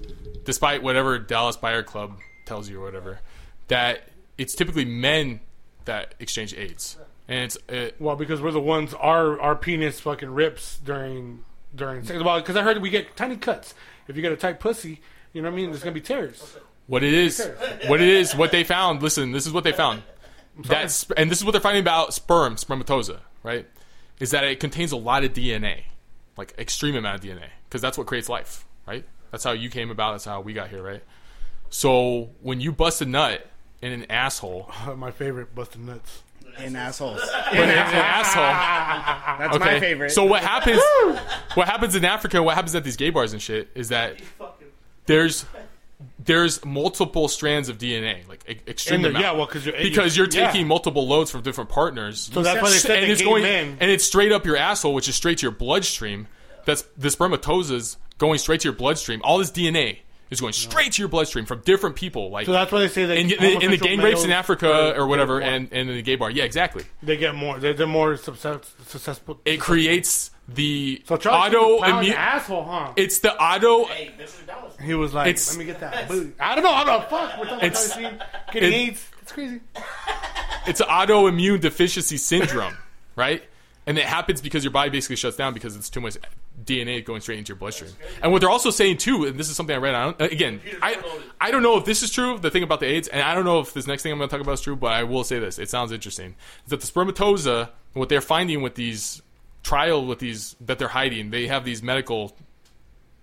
despite whatever Dallas Buyer Club tells you or whatever. That it's typically men that exchange AIDS, and it's uh, it,
Well, because we're the ones our our penis fucking rips during during sex. Well, because I heard we get tiny cuts. If you get a tight pussy, you know what I mean. There's gonna be tears.
What it is, what it is, what they found. Listen, this is what they found. That's and this is what they're finding about sperm, spermatoza, right? Is that it contains a lot of DNA, like extreme amount of DNA, because that's what creates life, right? That's how you came about. That's how we got here, right? So when you bust a nut in an asshole,
My favorite, busting nuts.
In assholes.
but in an asshole,
That's
okay.
my favorite.
So what happens? what happens in Africa? What happens at these gay bars and shit is that
fucking
there's there's multiple strands of DNA, like e- extreme
In there,
amount.
yeah, well, because you're
because you're taking
yeah.
multiple loads from different partners.
So that's why they said
and
they
it's
gay
going
men.
and it's straight up your asshole, which is straight to your bloodstream. That's the spermatozoa's going straight to your bloodstream. All this DNA is going straight to your bloodstream from different people. Like
So that's why they say that
in, in, in the
homosexual
gang rapes in
males
Africa
are-
or whatever,
they're more-
and, and in the gay bar. Yeah, exactly.
they get more. They're, they're more success, successful.
It creates the
so Charlie Sheen was plowing the
autoimmune.
asshole, huh?
It's the auto.
hey, Mr. Dallas.
he was like,
it's-
let me get that. boot." I don't know. I don't know. Fuck. We're talking about
It's-
Charlie Sheen getting
it-
AIDS. It's crazy.
it's autoimmune deficiency syndrome, right? And it happens because your body basically shuts down because it's too much DNA going straight into your bloodstream. And what they're also saying too, and this is something I read. I don't, uh, again, I I don't know if this is true. The thing about the AIDS, and I don't know if this next thing I'm going to talk about is true, but I will say this: it sounds interesting. Is that the spermatoza? What they're finding with these trial with these that they're hiding, they have these medical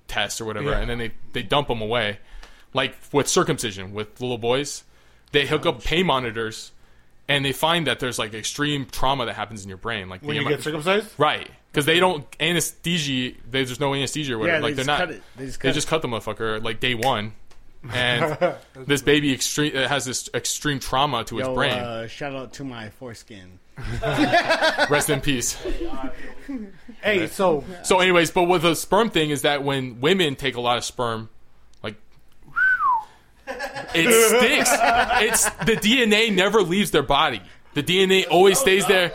tests or whatever,
Yeah.
and then they they dump them away, like with circumcision with little boys. They hook up pain monitors and they find that there's like extreme trauma that happens in your brain, like
When
the
you
amount-
get circumcised,
right because they don't anesthesia. They, there's no anesthesia or whatever.
they
like
just
they're not.
cut it. They just cut
they just cut the motherfucker like day one, and this baby extreme has this extreme trauma to his
Yo,
brain.
uh, shout out to my foreskin.
Rest in peace.
hey, so
So, anyways, but with the sperm thing is that when women take a lot of sperm, like it sticks. It's the DNA never leaves their body. The DNA always stays there.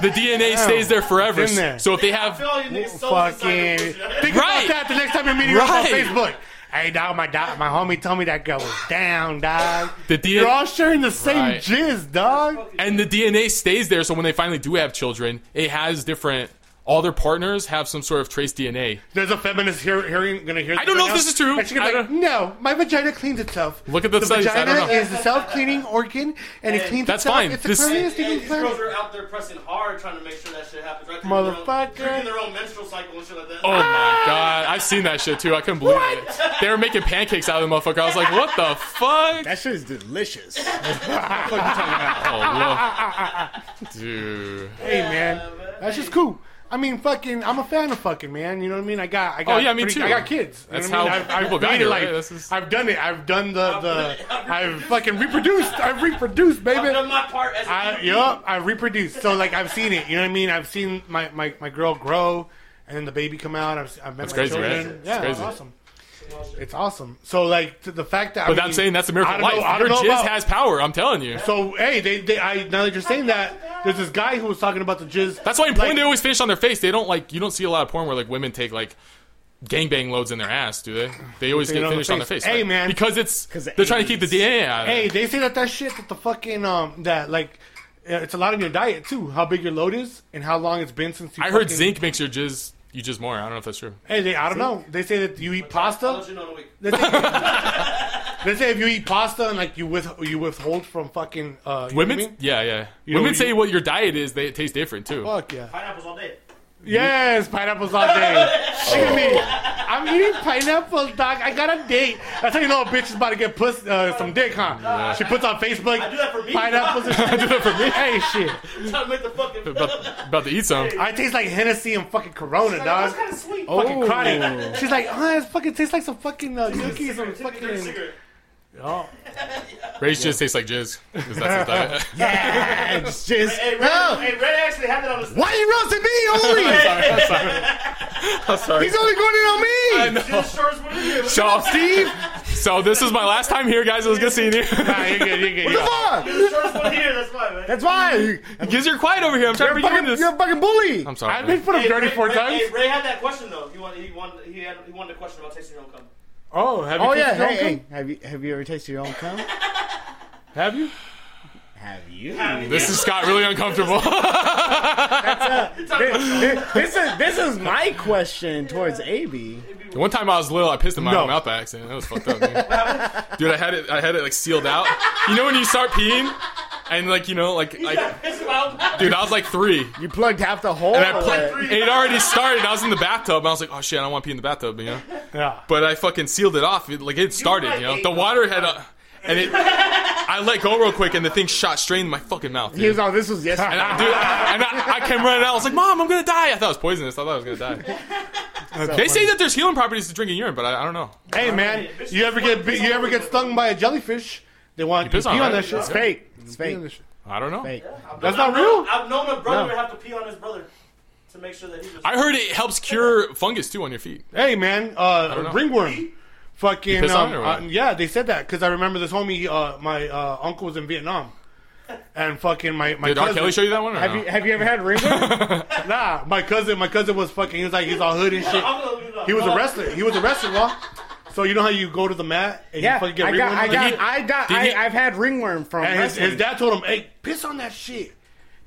The DNA stays there forever.
It's in there.
So if they
I feel
have
all you niggas so
fucking
fucking.
think about
Right.
that the next time you're meeting us
Right.
on Facebook. Hey, dog, my dog, my homie told me that girl was down, dog.
The D-
You're all sharing the same
Right.
jizz, dog.
and the DNA stays there. So when they finally do have children, it has different. All their partners have some sort of trace DNA.
There's a feminist hear, hearing gonna hear.
I
this
don't
right
know if
now,
this is true.
And she's gonna be
I
like, no, my vagina cleans itself.
Look at the studies, I don't
vagina
know.
is the self-cleaning organ, and it cleans
That's
itself.
fine.
It's the
This-
cleanest
And
thing
these girls
planet.
are out there pressing hard trying to make sure that shit happens. Right? Drinking
Motherfucker.
Their own, drinking their own menstrual cycle and shit like that.
Oh my god, I've seen that shit too. I couldn't believe it. They were making pancakes out of the motherfucker. I was like, what the fuck?
That shit is delicious.
Oh, look. Dude.
Hey, man, that's just cool. I mean, fucking, I'm a fan of fucking, man. You know what I mean? I got, I got,
Oh, yeah, me
pretty-
too.
I got kids. You know
That's
what I mean?
how
I've,
people got
made it,
here,
like,
right? This is-
I've done it. I've done the, the, I've fucking reproduced. I've reproduced, baby.
I've done my part as a
I
human being.
yup, I reproduced. So like I've seen it. You know what I mean? I've seen my, my, my girl grow, and then the baby come out. I've, I've met
That's
my
crazy,
children.
right? It's
Yeah,
crazy.
awesome. It's awesome. So like to the fact that
But
I
I'm
mean,
saying that's a miracle
I
of
don't know- I
life.
don't
Your
know
jizz
about-
has power, I'm telling you.
So hey, they, they I now that you're saying that, there's this guy who was talking about the jizz.
That's why in porn
Like-
they always finish on their face. They don't like you don't see a lot of porn where like women take like gangbang loads in their ass, do they? They always
They
get
don't
finished on their face.
Hey,
right?
man.
Because it's
'Cause the
they're trying to keep the
80s.
DNA out of it.
Hey, they say that that shit that the fucking um that like uh, it's a lot of your diet too. How big your load is and how long it's been since you.
I heard
fucking-
zinc makes your jizz you jizz more. I don't know if that's true.
Hey, they, I don't know. They say that you eat
I'll
pasta.
let you know in a week.
Let's say, let's say if you eat pasta and like you with you withhold from fucking uh, you know what I
Women,
mean?
yeah, yeah.
know,
Women
you-
say what your diet is; they it tastes different too.
Fuck yeah.
Pineapples all day.
Yes, pineapples all day. Look at me. I'm eating pineapples, dog. I got a date. That's how you know a bitch is about to get puss, uh, some dick, huh? She puts on Facebook.
I do that for me.
Pineapples. And I do that for me. Hey, shit.
I'm trying to make the fucking.
About, about to eat some.
I taste like Hennessy and fucking Corona, dog.
That's kind of sweet.
Fucking
Oh.
chronic. She's like, oh, it fucking tastes like some fucking uh, cookies and fucking.
Cigarette.
Oh.
Ray's jizz tastes like jizz. 'cause that's his diet.
Yeah, it's just
Hey, Ray,
no.
hey, Ray actually had that on his.
Why you roasting me only?
I'm sorry.
He's only going in on me.
I know.
His shorts were in here.
So, Steve. So this is my last time here, guys. It was good seeing you.
Nah, you're good. You're good.
Uh,
What the fuck?
His shorts were here. That's why, man.
That's why you-
Because you're quiet over here. I'm trying
you're
to
a
bring you
fucking,
in this.
you're a fucking bully.
I'm sorry.
I've been
man.
put up
Hey,
dirty
Ray,
four
Ray,
times.
Hey, Ray had that question though. He wanted, he wanted, he had, he wanted a question about tasting your own cum.
Oh, have you?
Oh yeah,
tasted your
hey,
own
hey, have you have you ever tasted your own cum?
cum? Have you?
have you?
This is Scott really uncomfortable.
this, this is this is my question towards AB.
One time I was little, I pissed in my
No.
own mouth by accident. That was fucked up, dude. dude, I had it. I had it like sealed out. You know when you start peeing, and like you know, like I,
It's about
dude, I was like three.
You plugged half the hole.
And I
or
played,
what?
it already started. I was in the bathtub, and I was like, "Oh shit, I don't want to pee in the bathtub," you know.
Yeah.
But I fucking sealed it off. It, like it started,
like
you know.
eight
The water had, uh, and it, I let go real quick, and the thing shot straight in my fucking mouth.
He
Dude.
was on. This was yesterday.
And I, dude, I- and I, I came running out. I was like, "Mom, I'm gonna die." I thought it was poisonous. I thought I was gonna die. they say that there's healing properties to drinking urine, but I, I don't know.
Hey man, you ever get bit, you ever get stung by a jellyfish? They want you
piss
pee on,
on it, right?
that shit.
It's fake. It's
Pee on that
fake.
shit.
I don't know.
Fake.
That's not
I've known-
real.
I've known a brother
No.
would have to pee on his brother to make sure that he was.
I heard it helps cure fungus too on your feet.
Hey man, uh,
know.
ringworm. Fucking
piss on
um,
it or what?
uh, yeah, they said that because I remember this homie. Uh, my uh, uncle was in Vietnam, and fucking my my
Did R.
cousin.
Kelly show you that one? Or
Have
no?
you have you ever had ringworm?
Nah, my cousin. My cousin was fucking. He was like he's all hood and shit.
I'm gonna look it up.
He was a
Oh,
wrestler. He was a wrestler, law. So you know how you go to the mat and
yeah,
you
I
fucking get
got,
ringworm.
I
on it?
got, I got,
Did he-
I, I've had ringworm from
And his,
wrestling.
his dad told him, "Hey, piss on that shit."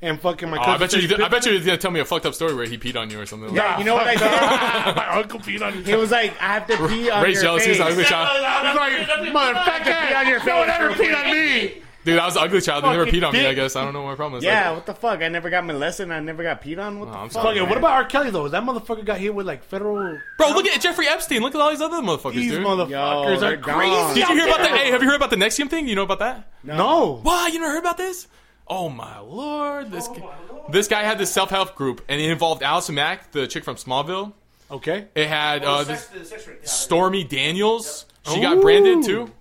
And fucking my
Oh,
cousin.
I bet you.
said,
I bet you. He's gonna tell me a fucked up story where he peed on you or something. Like
Yeah, you know what I did?
my uncle peed on
He was like, I have to pee on
Ray's
your
jealous.
face.
He's an ugly child.
He's like, motherfucker,
Pee on your
no one
face
ever
real
peed on me.
Dude, I was an ugly child. They never
Fucking
peed on me. I
dick.
guess I don't know what my problem is.
yeah,
Like,
what the fuck? I never got molested. and I never got peed on. What the
Oh, I'm
fuck?
sorry.
Okay, what about R. Kelly though? Is that motherfucker got hit with like federal?
bro, look at Jeffrey Epstein. Look at all these other motherfuckers,
These
dude.
motherfuckers
they're
are crazy.
gone.
Did you hear about the? Hey, have you heard about the Nexium thing? You know about that?
No.
Wow, you never heard about this? Oh my lord! This guy, this guy had this self help group, and it involved Allison Mack, the chick from Smallville.
Okay.
It had uh,
sex-
this
the sex ring. Yeah,
Stormy Daniels. She got branded too.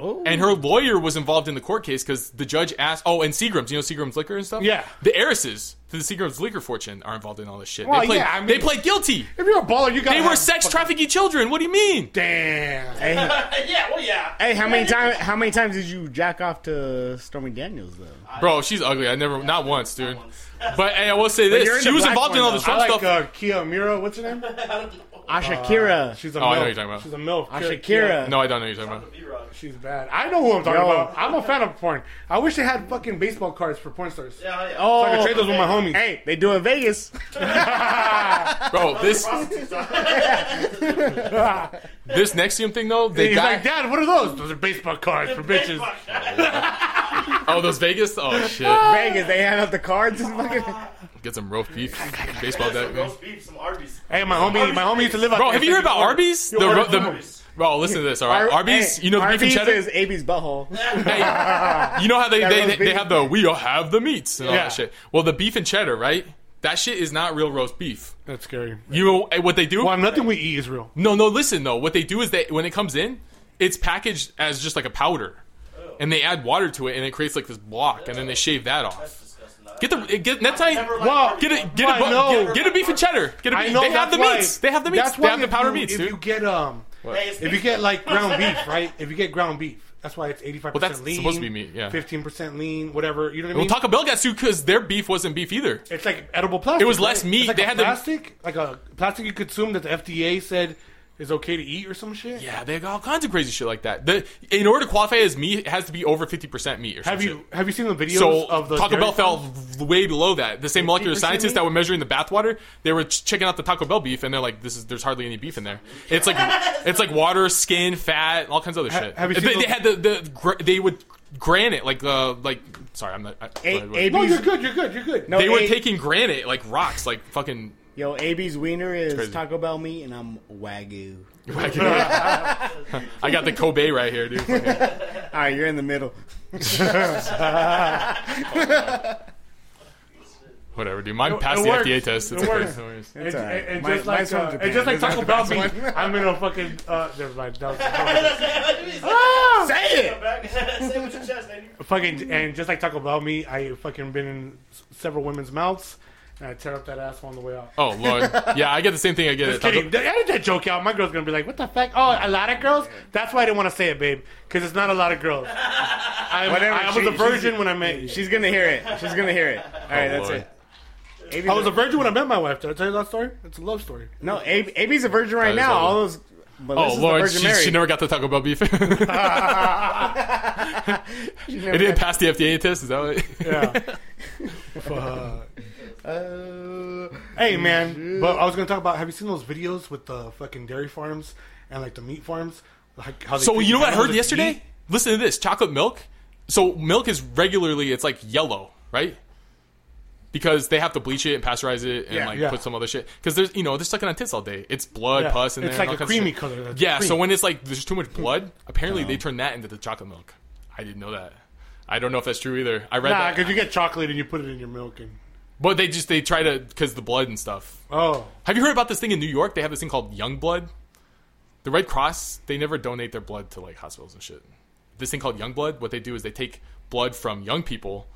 Ooh.
And her lawyer was involved in the court case because the judge asked. Oh, and Seagram's, you know Seagram's liquor and stuff.
Yeah.
the heiresses to the Seagram's liquor fortune are involved in all this shit.
Well,
they played,
yeah, I mean-
they played guilty.
If you're a baller, you got.
They were sex trafficking children. What do you mean?
Damn.
Hey,
yeah, well, yeah.
hey, how many times? How many times did you jack off to Stormy Daniels though?
Bro, she's ugly. I never, not once, dude. But hey, I will say
you're
this:
in
she
the
was
black
involved in
one,
all this
though.
I
Trump
like
stuff.
uh, Kia Miro. What's her name?
Ah,
Ashakira.
She's a
Oh,
milf.
I know who you're talking about.
She's a milf.
Ah, Ashakira.
uh,
No, I don't know what you're talking about.
She's bad. I know who I'm talking
Yo.
about. I'm a fan of porn. I wish they had fucking baseball cards for porn stars.
Yeah, yeah.
Oh,
So I could trade those with my homies.
hey, they do in Vegas.
Bro, this
Prostitutes on
this Nexium thing though, they
He's
got
like, Dad, what are those? Those are baseball cards for bitches.
oh those Vegas. Oh shit,
Vegas, they hand out the cards. And fucking...
get some roast beef, baseball deck. Man.
Some roast beef, some Arby's.
Hey, my homie, my homie used to live out
Bro,
there.
have you heard about Arby's? The, ro- the-
Arby's.
bro, listen to this. All right, Arby's.
Hey,
you know the
Arby's
beef and cheddar.
is AB's butthole.
Hey, you know how they they,
roast
they,
beef.
have the we all have the meats and all
Yeah.
that shit. Well, the beef and cheddar, right? That shit is not real roast beef.
That's scary.
You know eh, what they do?
Well, nothing we eat is real.
No, no. Listen though, what they do is they when it comes in, it's packaged as just like a powder, and they add water to it, and it creates like this block, and then they shave that off.
Disgusting.
Get the eh, get next time.
Never liked
Wow.
Arby's.
Get it, get
Why,
a bu-
no.
get, get a beef and cheddar. Get a beef.
I know
they have
that's
the
why-
meats. They have the meats.
That's
They
why
have the
if
powder
you-
meats,
If
dude.
you get um,
Hey, it's
if you
beef.
get like ground beef, right? If you get ground beef, that's why it's eighty five
Well, that's
percent lean.
supposed to be meat, yeah.
fifteen percent lean, whatever. You know what I
Well,
mean?
Taco Bell got sued because their beef wasn't beef either.
it's like edible plastic.
It was
right?
less meat.
It's like
They
a
had the-
plastic, like a plastic you consume that the FDA said is okay to eat or some shit.
Yeah, they got all kinds of crazy shit like that. The, in order to qualify as meat, it has to be over fifty percent meat. Or some
Have you
shit.
have you seen the videos
So
of the
Taco
dairy
Bell
farm?
fell way below that. The same molecular
50%
scientists
meat?
that were measuring the bathwater, they were ch- checking out the Taco Bell beef, and they're like, "This is there's hardly any beef in there. It's like it's like water, skin, fat, all kinds of other shit."
have you
they,
seen
they
those-
had the, the gra- they would granite like uh like sorry I'm not I,
A-
what- what-
AB
No, you're good. You're good. You're good.
No,
they were
A-
taking granite like rocks like fucking
Yo, AB's wiener is
crazy.
Taco Bell meat, and I'm wagyu.
I got the Kobe right here, dude. Fucking-
All right, you're in the middle.
Whatever, dude. Mine passed
it
the
works.
FDA test. It's
It
okay.
works.
No worries.
And,
all right.
and- and
My-
just
mine's
like
from
uh,
Japan.
and just like
Is that
Taco
the
Bell
best
beef,
one?
I'm in a fucking uh, never mind. That was- that was
Say
Come back. Say what you chest, nigga.
Fucking and just like Taco Bell, me, I fucking been in s- several women's mouths, and I tear up that ass on the way out.
Oh lord, yeah, I get the same thing. I get it.
Just kidding. I did that joke out. My girl's gonna be like, "What the fuck?" Oh, a lot of girls. That's why I didn't want to say it, babe, because it's not a lot of girls. I'm,
Whatever,
I was
she-
a virgin when I met you.
She's gonna hear it. She's gonna hear it. All right, that's
Oh, Lord.
it. AB's
I was a virgin when I met my wife. Did I tell you that story? It's a love story.
no. AB, AB's a virgin right
is
now.
over.
All those. But
Oh lord,
Virgin
she,
Mary.
she never got the Taco Bell beef. it
She never
didn't
had-
pass the FDA test. Is that what?
Yeah. Fuck.
uh,
Hey man, but I was gonna talk about. Have you seen those videos with the fucking dairy farms and like the meat farms? Like how they
so
treat
you know what I
animals
heard
to
yesterday?
eat?
Listen to this: chocolate milk. So milk is regularly it's like yellow, right? Because they have to bleach it and pasteurize it and
Yeah,
like
yeah.
put some other shit. Because there's you know they're sucking on tits all day. It's blood,
Yeah.
pus, and
It's
there and
like
all
a
kinds of
creamy
shit.
color. That's
Yeah, so
cream.
when it's like there's too much blood, apparently they turn that into the chocolate milk. I didn't know that. I don't know if that's true either. I read
Nah,
that.
because you get chocolate and you put it in your milk and
But they just they try to because the blood and stuff.
oh,
Have you heard about this thing in New York? They have this thing called Young Blood. The Red Cross they never donate their blood to like hospitals and shit. This thing called Young Blood. What they do is they take blood from young people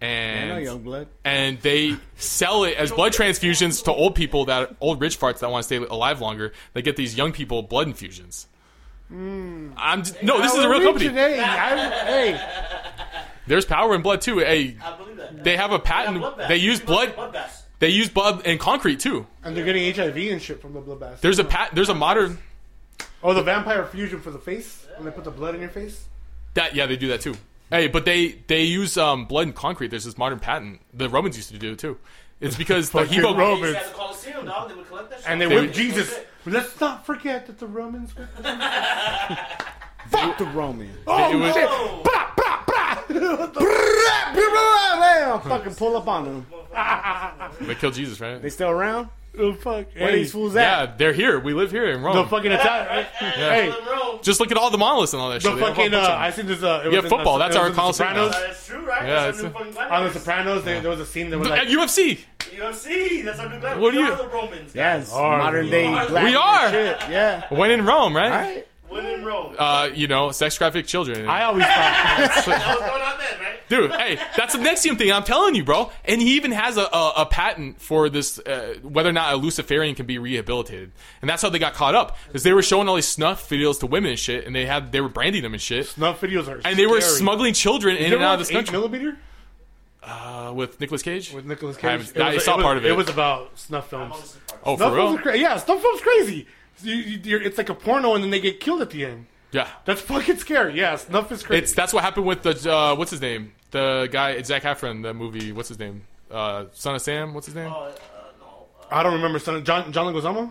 I know,
and
young blood.
and they sell it as blood transfusions to old people that old rich farts that want to stay alive longer. They get these young people blood infusions. I'm j- no, this is a real company.
Today, I'm, hey,
There's power in blood too. Hey,
I believe that.
they have a patent.
Blood baths.
They use
People like
blood.
baths.
They use blood and concrete too.
and they're getting HIV and shit from the blood bath.
There's a pat. There's a modern.
oh, the vampire fusion for the face when they put the blood in your face.
That yeah, they do that too. Hey, but they they use um, blood and concrete. There's this modern patent. The Romans used to do it too. It's because the
Fucking
Hebo
They used
Romans.
to have the Coliseum, dog. They would collect that shit.
And they,
They
whipped
would-
Jesus. Let's not forget that the Romans. Whipped
Fuck the Roman.
oh
was-
shit! Blah, blah, blah. What the-
I'll fucking pull up on them.
they killed Jesus, right?
They still around?
oh fuck!
Where
Hey,
these fools at?
yeah, they're here. We live here in Rome.
the fucking Italian. Hey,
Well, bro,
Just look at all the monoliths and all that
the
shit. They
fucking.
have all
Uh,
bunch
I seen this. Uh, it
Yeah,
was in
football,
The,
that's
it
our
was in The
Coliseum.
Sopranos.
uh, That's true, right?
Yeah,
that's our new
it's a-
fucking
On the
gladiators.
Sopranos, they, there was a scene that was
of-
like,
At UFC.
UFC. That's our new gladiators.
What do
We
you-
are the Romans.
Yes,
Are
modern
we
day
are.
black.
We are.
Shit. Yeah.
When in Rome,
All
right?
right.
When in Rome.
Uh, you know, sex trafficked children.
I always thought.
that was going on then, right?
Dude, hey, that's the Nexium thing. I'm telling you, bro. And he even has a, a, a patent for this, uh, whether or not a Luciferian can be rehabilitated. And that's how they got caught up, because they were showing all these snuff videos to women and shit, and they had they were branding them and shit,
Snuff videos are.
and they were
scary.
smuggling children in
You
and
ever
out
watch
of this
eight
country.
millimeter?
Uh, with Nicolas Cage.
with Nicolas
I
Cage.
haven't- I
was-
saw
was-
part of it.
It was about snuff films.
oh,
Snuff
for real?
films are cra- yeah, snuff films crazy. So you- you- you're- it's like a porno, and then they get killed at the end.
yeah.
That's fucking scary. Yeah, snuff is crazy.
It's that's what happened with the uh, what's his name? The guy Zach Efron. That movie. What's his name? Uh, Son of Sam. What's his name?
Oh.
Uh, no. Uh,
I don't remember. Son, John John Leguizamo.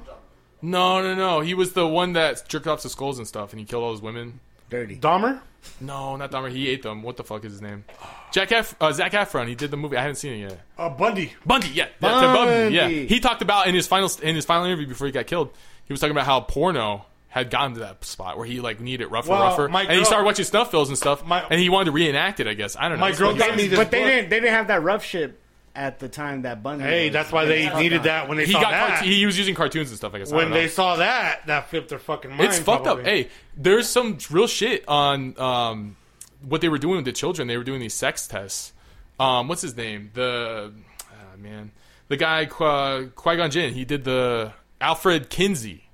No, no, no. He was the one that jerked off to skulls and stuff, and he killed all those women.
Dirty.
Dahmer.
No, not Dahmer. He ate them. What the fuck is his name? Jack Ef- uh, Zach Efron. He did the movie. I haven't seen it yet.
Uh, Bundy.
Bundy. Yeah, yeah, Ted Bundy. Yeah,
Bundy.
he talked about in his final in his final interview before he got killed. He was talking about how porno had gotten to that spot where he like needed rougher,
Well,
rougher,
my
and he
girl-
started watching snuff films and stuff,
My-
and he wanted to reenact it. I guess I don't know.
My
It's
girl
fucking
got me this.
But they
book.
didn't. They didn't have that rough shit at the time that Bundy.
Hey,
was.
that's why they needed that when they
he
saw
got
that.
cart- he was using cartoons and stuff. I guess I
when
don't
they
know.
saw that, that flipped their fucking mind.
it's fucked up.
probably.
Hey, there's some real shit on um, what they were doing with the children. They were doing these sex tests. Um, what's his name? The ah, man, the guy Qui Gon Jinn. He did the Alfred Kinsey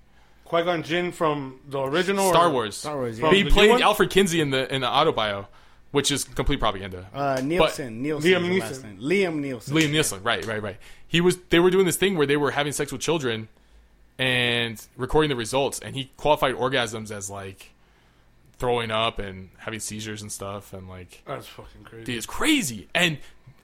Qui Gon Jinn from the original
Star
or-
Wars.
Star Wars, yeah.
But he
The new
played
one?
Alfred Kinsey in the in the autobio, which is complete propaganda.
Uh, Nielsen. Nielsen.
Liam
is the last
Neeson.
name. Liam Nielsen.
Liam Neeson, right, right, right. He was. They were doing this thing where they were having sex with children and recording the results, and he qualified orgasms as like throwing up and having seizures and stuff, and like
That's fucking crazy.
dude, it's crazy. And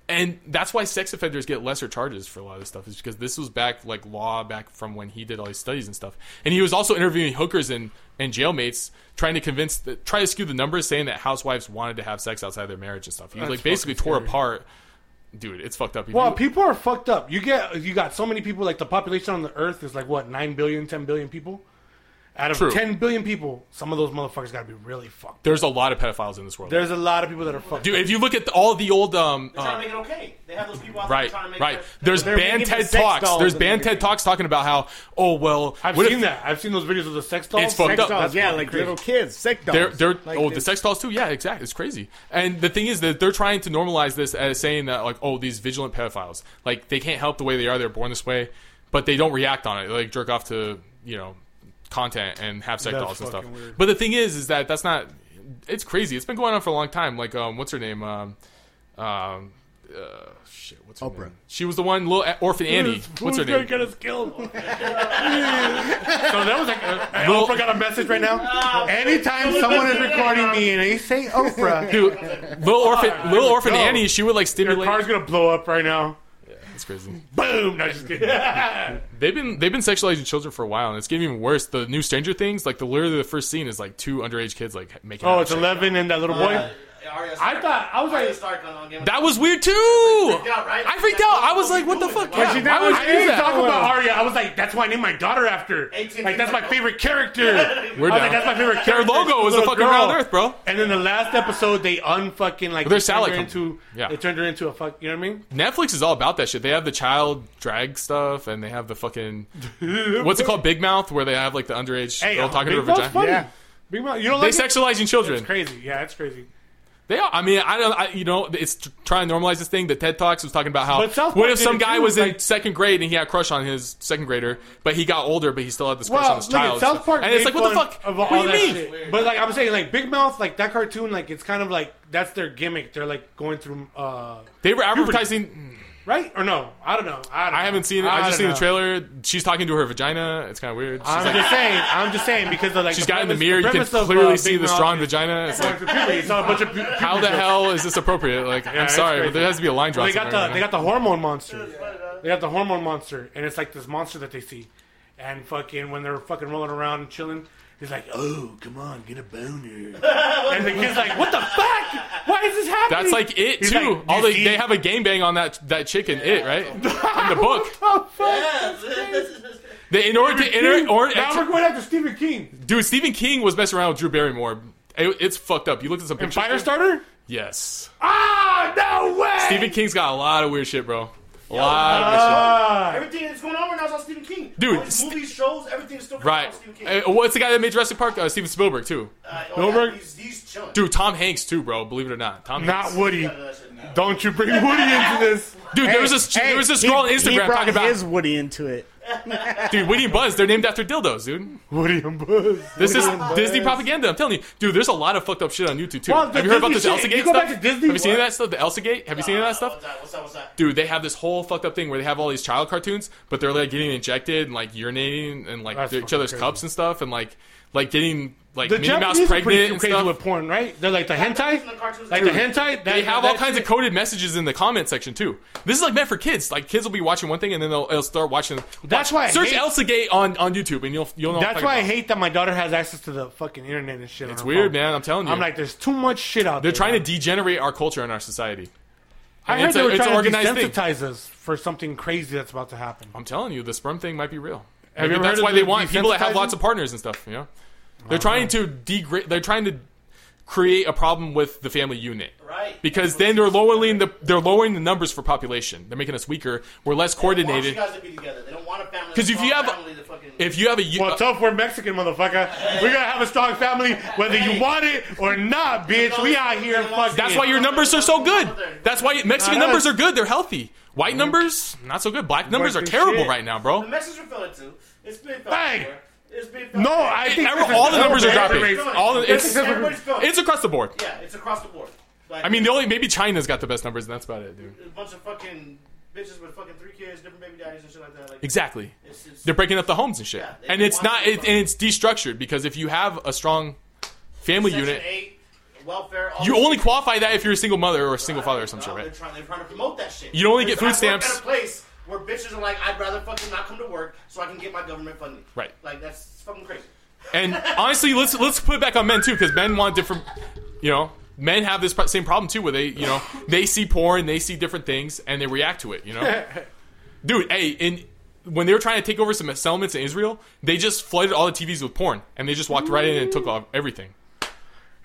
and that's why sex offenders get lesser charges for a lot of this stuff is because this was back like law back from when he did all these studies and stuff. And he was also interviewing hookers and and jailmates trying to convince the, try to skew the numbers saying that housewives wanted to have sex outside their marriage and stuff. He
That's
like basically
fucking
tore
scary.
apart dude, it's fucked up. If
Well,
you-
people are fucked up. You get you got so many people like the population on the earth is like what 9 billion, 10 billion people. Out of
True.
10 billion people, some of those motherfuckers got to be really fucked.
there's a lot of pedophiles in this world.
There's a lot of people that are fucked.
Dude, if you look at the, all the old um
they're trying
uh,
to make it okay. They have those people out there
Right,
trying to make
right.
it.
There's
They're
banned
making the
TED
sex
talks.
dolls
There's
and
banned TED
everything.
talks talking about how, oh well,
I've
what
seen
if-
that. I've seen those videos of the sex dolls.
It's fucked
Sex
up.
dolls,
That's
yeah,
fucking
like
crazy.
little kids, sex dolls.
They're, they're
Like
oh the
this.
sex dolls too yeah exactly it's crazy and the thing is that they're trying to normalize this as saying that like oh these vigilant pedophiles like they can't help the way they are they're born this way but they don't react on it They, like jerk off to you know content and have sex
That's
dolls and stuff
fucking weird.
but the thing is is that that's not it's crazy it's been going on for a long time like um what's her name um um uh, shit what's her
Oprah.
name she was the one little orphan Annie
Who's-
what's her
who's gonna
name
get us killed? so that was like, uh, hey,
Lil-
Oprah got a message right now. Anytime someone is recording me and they say Oprah,
Dude, little orphan little orphan
go.
Annie she would like
your
stimulate
car's gonna blow up right now.
it's crazy.
Boom! No, just kidding.
They've been they've been sexualizing children for a while, and it's getting even worse. The new Stranger Things, like the literally the first scene is like two underage kids like making. out
oh, it's
and shit.
eleven and that little boy. Uh, I thought I was
uh, Arya
like,
Stark on, on Game of
That was weird too. I
out, right?
freaked out. I was like, what the fuck?
But
Yeah,
you
why
never-
would
I
you do
didn't talk
that? Oh.
about Arya. I was like, that's why I named my daughter after.
18
Like, that's my favorite character.
We're
I was
down.
like, that's my favorite
Their
character.
logo
She's
was a
little
fucking
girl.
round earth, bro.
And then the last episode, they unfucking like they
But their
turned
salad
her
company.
into
Yeah.
they turned her into a fuck. You know what
Netflix is all about that shit. They have the child drag stuff, and they have the fucking
I mean?
what's it called, Big Mouth, where they have like the underage
Hey,
girl talking
Big
to her
Mouth's
vagina.
funny.
Yeah.
Big Mouth, you don't
They
like it?
sexualizing
It's
children.
crazy. Yeah, it's crazy.
They are. I mean, I don't. I, you know, it's t- trying to normalize this thing. The TED Talks was talking about how
But South
what
Park
if some
did it
guy
too,
was in
like-
second grade and he had a crush on his second grader, but he got older, but he still had this crush
Well,
on his
look
child.
at South Park,
and it's
made
like, what the
fun
fuck?
Of all
What do you
that
mean?
shit. But like I'm saying, like Big Mouth, like that cartoon, like it's kind of like that's their gimmick. They're like going through, uh
They were advertising.
right or no? I don't know. I, don't
I
know.
haven't seen it. I, just
don't
seen the
know.
trailer. She's talking to her vagina. It's kind of weird. She's,
I'm
like,
just saying. I'm just saying because of, like
she's
the
got in the
premise-
mirror. You can
premise of,
clearly
uh,
see
Big
the
Mouth
strong
is-
vagina. It's like,
It's puberty. It's all a bunch of pu- puberty
how the
jokes.
hell is this appropriate? Like, I'm
it's
sorry,
crazy.
but there has to be a line drop.
They got
somewhere,
the
you
they got
know?
the hormone monster.
Thrones.
They got the hormone monster, and it's like this monster that they see, and fucking when they're fucking rolling around and chilling. He's like, oh, come on, get a boner. and the kid's like, what the fuck? Why is this happening?
That's like it
He's
too.
like,
All
"You
they,
see?"
they have a gangbang on that that chick in it, right? In the book,
Oh, fuck.
they, in order to in
King.
order, or,
now we're going after Stephen King.
Dude, Stephen King was messing around with Drew Barrymore. It- it's fucked up. You looked at some
And
pictures.
Firestarter?
Yes.
Ah, no way!
Stephen King's got a lot of weird shit, bro. A lot of weird
Ah.
Uh, Everything that's going on right now is on Stephen King.
Dude,
All these
Ste-
movies, shows, everything's still
shit.
coming out
Right.
on Stephen King.
Uh, what's the guy that made Jurassic Park? Uh, Steven Spielberg, too.
Uh, oh, yeah,
Spielberg?
he's, he's chilling.
Dude, Tom Hanks, too, bro. Believe it or not. Tom
Not
Hanks.
Woody.
Uh, that shit.
Don't you bring Woody into this?
Dude, there was this
Hey,
there was this
he-
girl on
he
Instagram
brought
talking about
his Woody into it.
dude Woody and Buzz. They're named after dildos, dude.
Woody and Buzz.
This is Disney propaganda. I'm telling you, dude. There's a lot of fucked up shit on YouTube too.
Well,
Have
the
you heard
Disney
about this
shit,
Elsa
you
Gate
go
stuff?
back to Disney,
Have you seen
what?
that stuff? The Elsa Gate. Have you seen any of that
Uh,
stuff?
What's that? What's that? What's that?
Dude, they have this whole fucked up thing where they have all these child cartoons, but they're like getting injected and like urinating and like
That's
each
fucking
other's
crazy.
cups and stuff, and like like getting like
The
Minnie
Japanese
Mouse
are pretty
pregnant and
crazy
stuff.
with porn, right? They're like the
The
hentai,
cartoons-
like the hentai. That,
they have all
that
kinds
shit.
of coded messages in the comment section too. This is like meant for kids. Like kids will be watching one thing and then they'll, they'll start watching.
That's why I
search
hate-
Elsa Gate on, on YouTube and you'll you'll know. what I'm
That's
talking
why I
about.
hate that my daughter has access to the fucking internet and shit. on
It's
her
weird,
phone.
man. I'm telling you.
I'm like, there's too much shit out
they're
there.
trying to degenerate our culture and our society.
I
and
heard
it's
they
a-
were
it's
trying to
organized thing.
desensitize us for something crazy that's about to happen.
I'm telling you, the sperm thing might be real.
Have you
Maybe
ever heard
that's
of
why
the
they want people that
desensitizing?
have
Uh-huh.
lots of partners and stuff. You know, they're trying to degrade. They're trying to create a problem with the family unit.
Right.
Because then they're lowering the they're lowering the numbers for population. They're making us weaker. We're less
want you
coordinated.
guys to be together. They don't want a family.
'Cause
They
if you
want
have-
family to fucking,
If you have a u- uh,
Well, tough. We're Mexican, motherfucker. We're gonna have a strong family, whether you want it or not, bitch. We out here fucking.
That's why your numbers are so good. That's why Mexican
Nah,
numbers
that's-
are good. They're healthy. White numbers, not so good. Black numbers are
Fucking
terrible
shit.
right now,
the
bro.
messages are filled too. It's been filled.
Bang!
before. It's been filled
No,
before.
I think
Every- all the numbers are dropping.
Everybody's feeling it.
All the- it's-
everybody's feeling it.
It's across the board.
yeah, it's across the board. Like,
I mean, the only maybe China's got the best numbers, and that's about it, dude.
a bunch of fucking bitches with fucking three kids, different baby daddies and shit like that. Like,
Exactly.
It's, it's,
They're breaking up the homes and shit,
Yeah, they
and it's
want
not.
to-
It, and it's destructured because if you have a strong family
Section
unit,
eight, welfare. all
you
this
only
shit.
qualify that if you're a single mother or a single father or some
No,
shit,
They're
right?
trying, they're trying to promote that shit.
You don't only get
Because
food
I work
stamps.
At a place where bitches are like, I'd rather fucking not come to work so I can get my government funding.
Right.
Like that's fucking crazy.
And honestly, let's let's put it back on men too, because men want different. You know, men have this pro- same problem too, where they you know they see porn, they see different things, and they react to it. You know, dude. Hey, in when they were trying to take over some settlements in Israel, they just flooded all the TVs with porn, and they just walked right in and took off everything.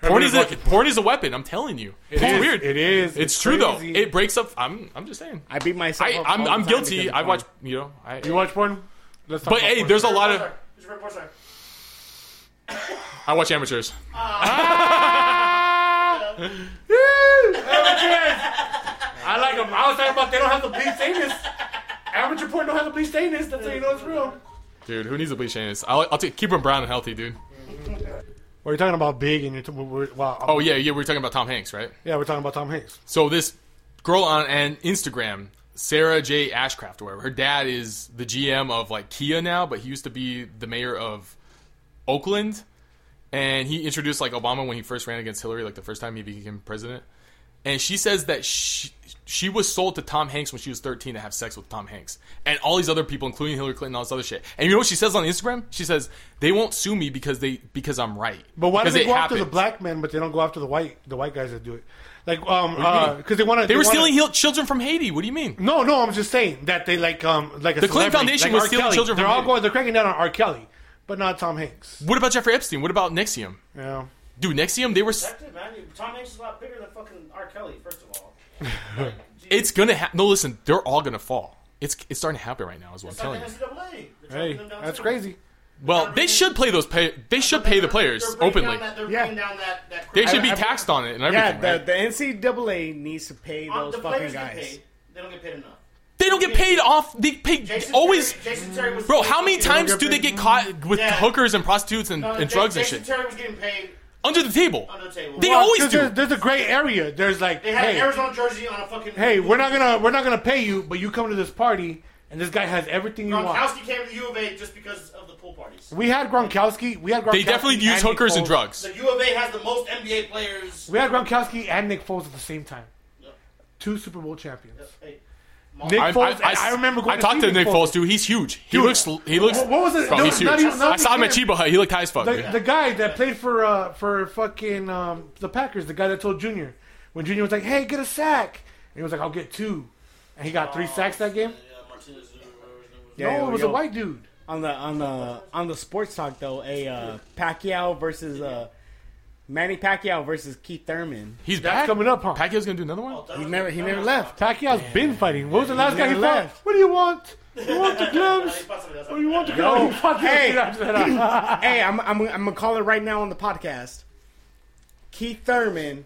Porn is a,
Everybody's
porn is a weapon. I'm telling you, it's
is,
weird.
it is.
It's,
It's
true though.
crazy.
It breaks up. I'm I'm just saying.
I beat myself.
I,
up
I'm
all the
I'm
time because
guilty.
of
I
porn.
watch. You know. I,
You watch porn? Let's talk
but
about
hey,
porn.
there's a lot of.
Who's your favorite porn star?
I watch amateurs.
I like them. I was talking about they don't have the bleach stainless. Amateur porn don't have the bleach stainless. That's how you know it's real.
Dude, who needs a bleach anus? I'll, I'll take, keep him brown and healthy, dude.
We're talking about big, and you're t- we're, we're- wow.
Oh yeah, yeah. We were talking about Tom Hanks, right?
yeah, we're talking about Tom Hanks.
So this girl on an Instagram, Sarah J. Ashcraft or whatever. Her dad is the GM of like Kia now, but he used to be the mayor of Oakland, and he introduced like Obama when he first ran against Hillary, like the first time he became president. And she says that she she was sold to Tom Hanks when she was 13 to have sex with Tom Hanks and all these other people, including Hillary Clinton, and all this other shit. And you know what she says on Instagram? She says they won't sue me because they because I'm right.
But why do
because
they
it
go after the
happened."
black men, but they don't go after the white the white guys that do it? Like, um, because they want to.
They were stealing heel- children from Haiti. What do you mean?
No, no, I'm just saying that they like um like a
The Clinton
celebrity,
Foundation
like
was
R.
stealing
Kelly.
children
They're
from
all
Haiti.
going. They're cracking down on R. Kelly, but not Tom Hanks.
What about Jeffrey Epstein? What about Nexium?
You know?
Dude, Nexium, they were. s-
That's it, man. Tom Hanks is a lot bigger than fucking R. Kelly, first of all.
It's gonna happen. No, listen, they're all gonna fall. It's it's starting to happen right now, is what I'm
It's like
telling
the
you.
Hey,
NCAA. They're tracking them down
that's
too.
crazy.
Well, they should play those. Pay- they should pay the players
They're bringing
openly.
Down that, they're
Yeah.
bringing down that, that
They
crap.
should be
I- I-
taxed on it and
Yeah,
everything.
the,
right?
the NCAA needs to pay
On-
those
Uh, the
fucking
players get
guys.
paid. They don't get paid enough.
They don't get paid off. They pay
Jason
always.
Terry, Jason Terry was
Bro, how many
getting-
times do they get caught with
Yeah.
hookers and prostitutes and,
No,
and
Ja-
drugs and
Jason
shit
Terry was getting paid
under the table?
under the table.
They
Well,
always
'Cause
do.
There's, there's a gray area. There's like,
They had
hey,
an Arizona jersey on a fucking.
hey, we're not gonna we're not gonna pay you, but you come to this party, and this guy has everything you want.
Gronkowski came to U of A just because of the pool parties.
We had Gronkowski. We had Gronkowski.
They definitely use
Nick
hookers and
Foles.
drugs.
So U of A has the most NBA players.
We had Gronkowski and Nick Foles at the same time.
Yeah.
Two Super Bowl champions.
Hey,
Nick
I,
Foles. I,
I- I-
I remember going.
I talked
see
to Nick Foles, dude. He's huge. He
Dude.
looks. He looks.
What was it?
Bro,
No,
he's huge.
not even- not
I saw him
even
at Chiba Hut. He looked high as fuck.
The,
dude.
the guy that played for uh, for fucking um, the Packers, the guy that told Junior when Junior was like, "Hey, get a sack," and he was like, "I'll get two. and he got three sacks that game.
Yeah, Martinez. uh, whatever his name was.
Yeah,
no,
yo,
it was
yo.
a white dude.
On the on the on the sports talk though, a uh, Pacquiao versus uh, Manny Pacquiao versus Keith Thurman.
He's
That's
back.
coming up, huh?
Pacquiao's gonna do another
Oh,
one.
He never he never left.
Pacquiao's been fighting. What was the last guy he
never
fought?
left.
What do you want? You want the
He
gloves?
fought somebody else.
Or you want the
Yo,
gloves? You fought the-
hey.
That's
Hey, I'm, I'm I'm gonna call it right now on the podcast. Keith Thurman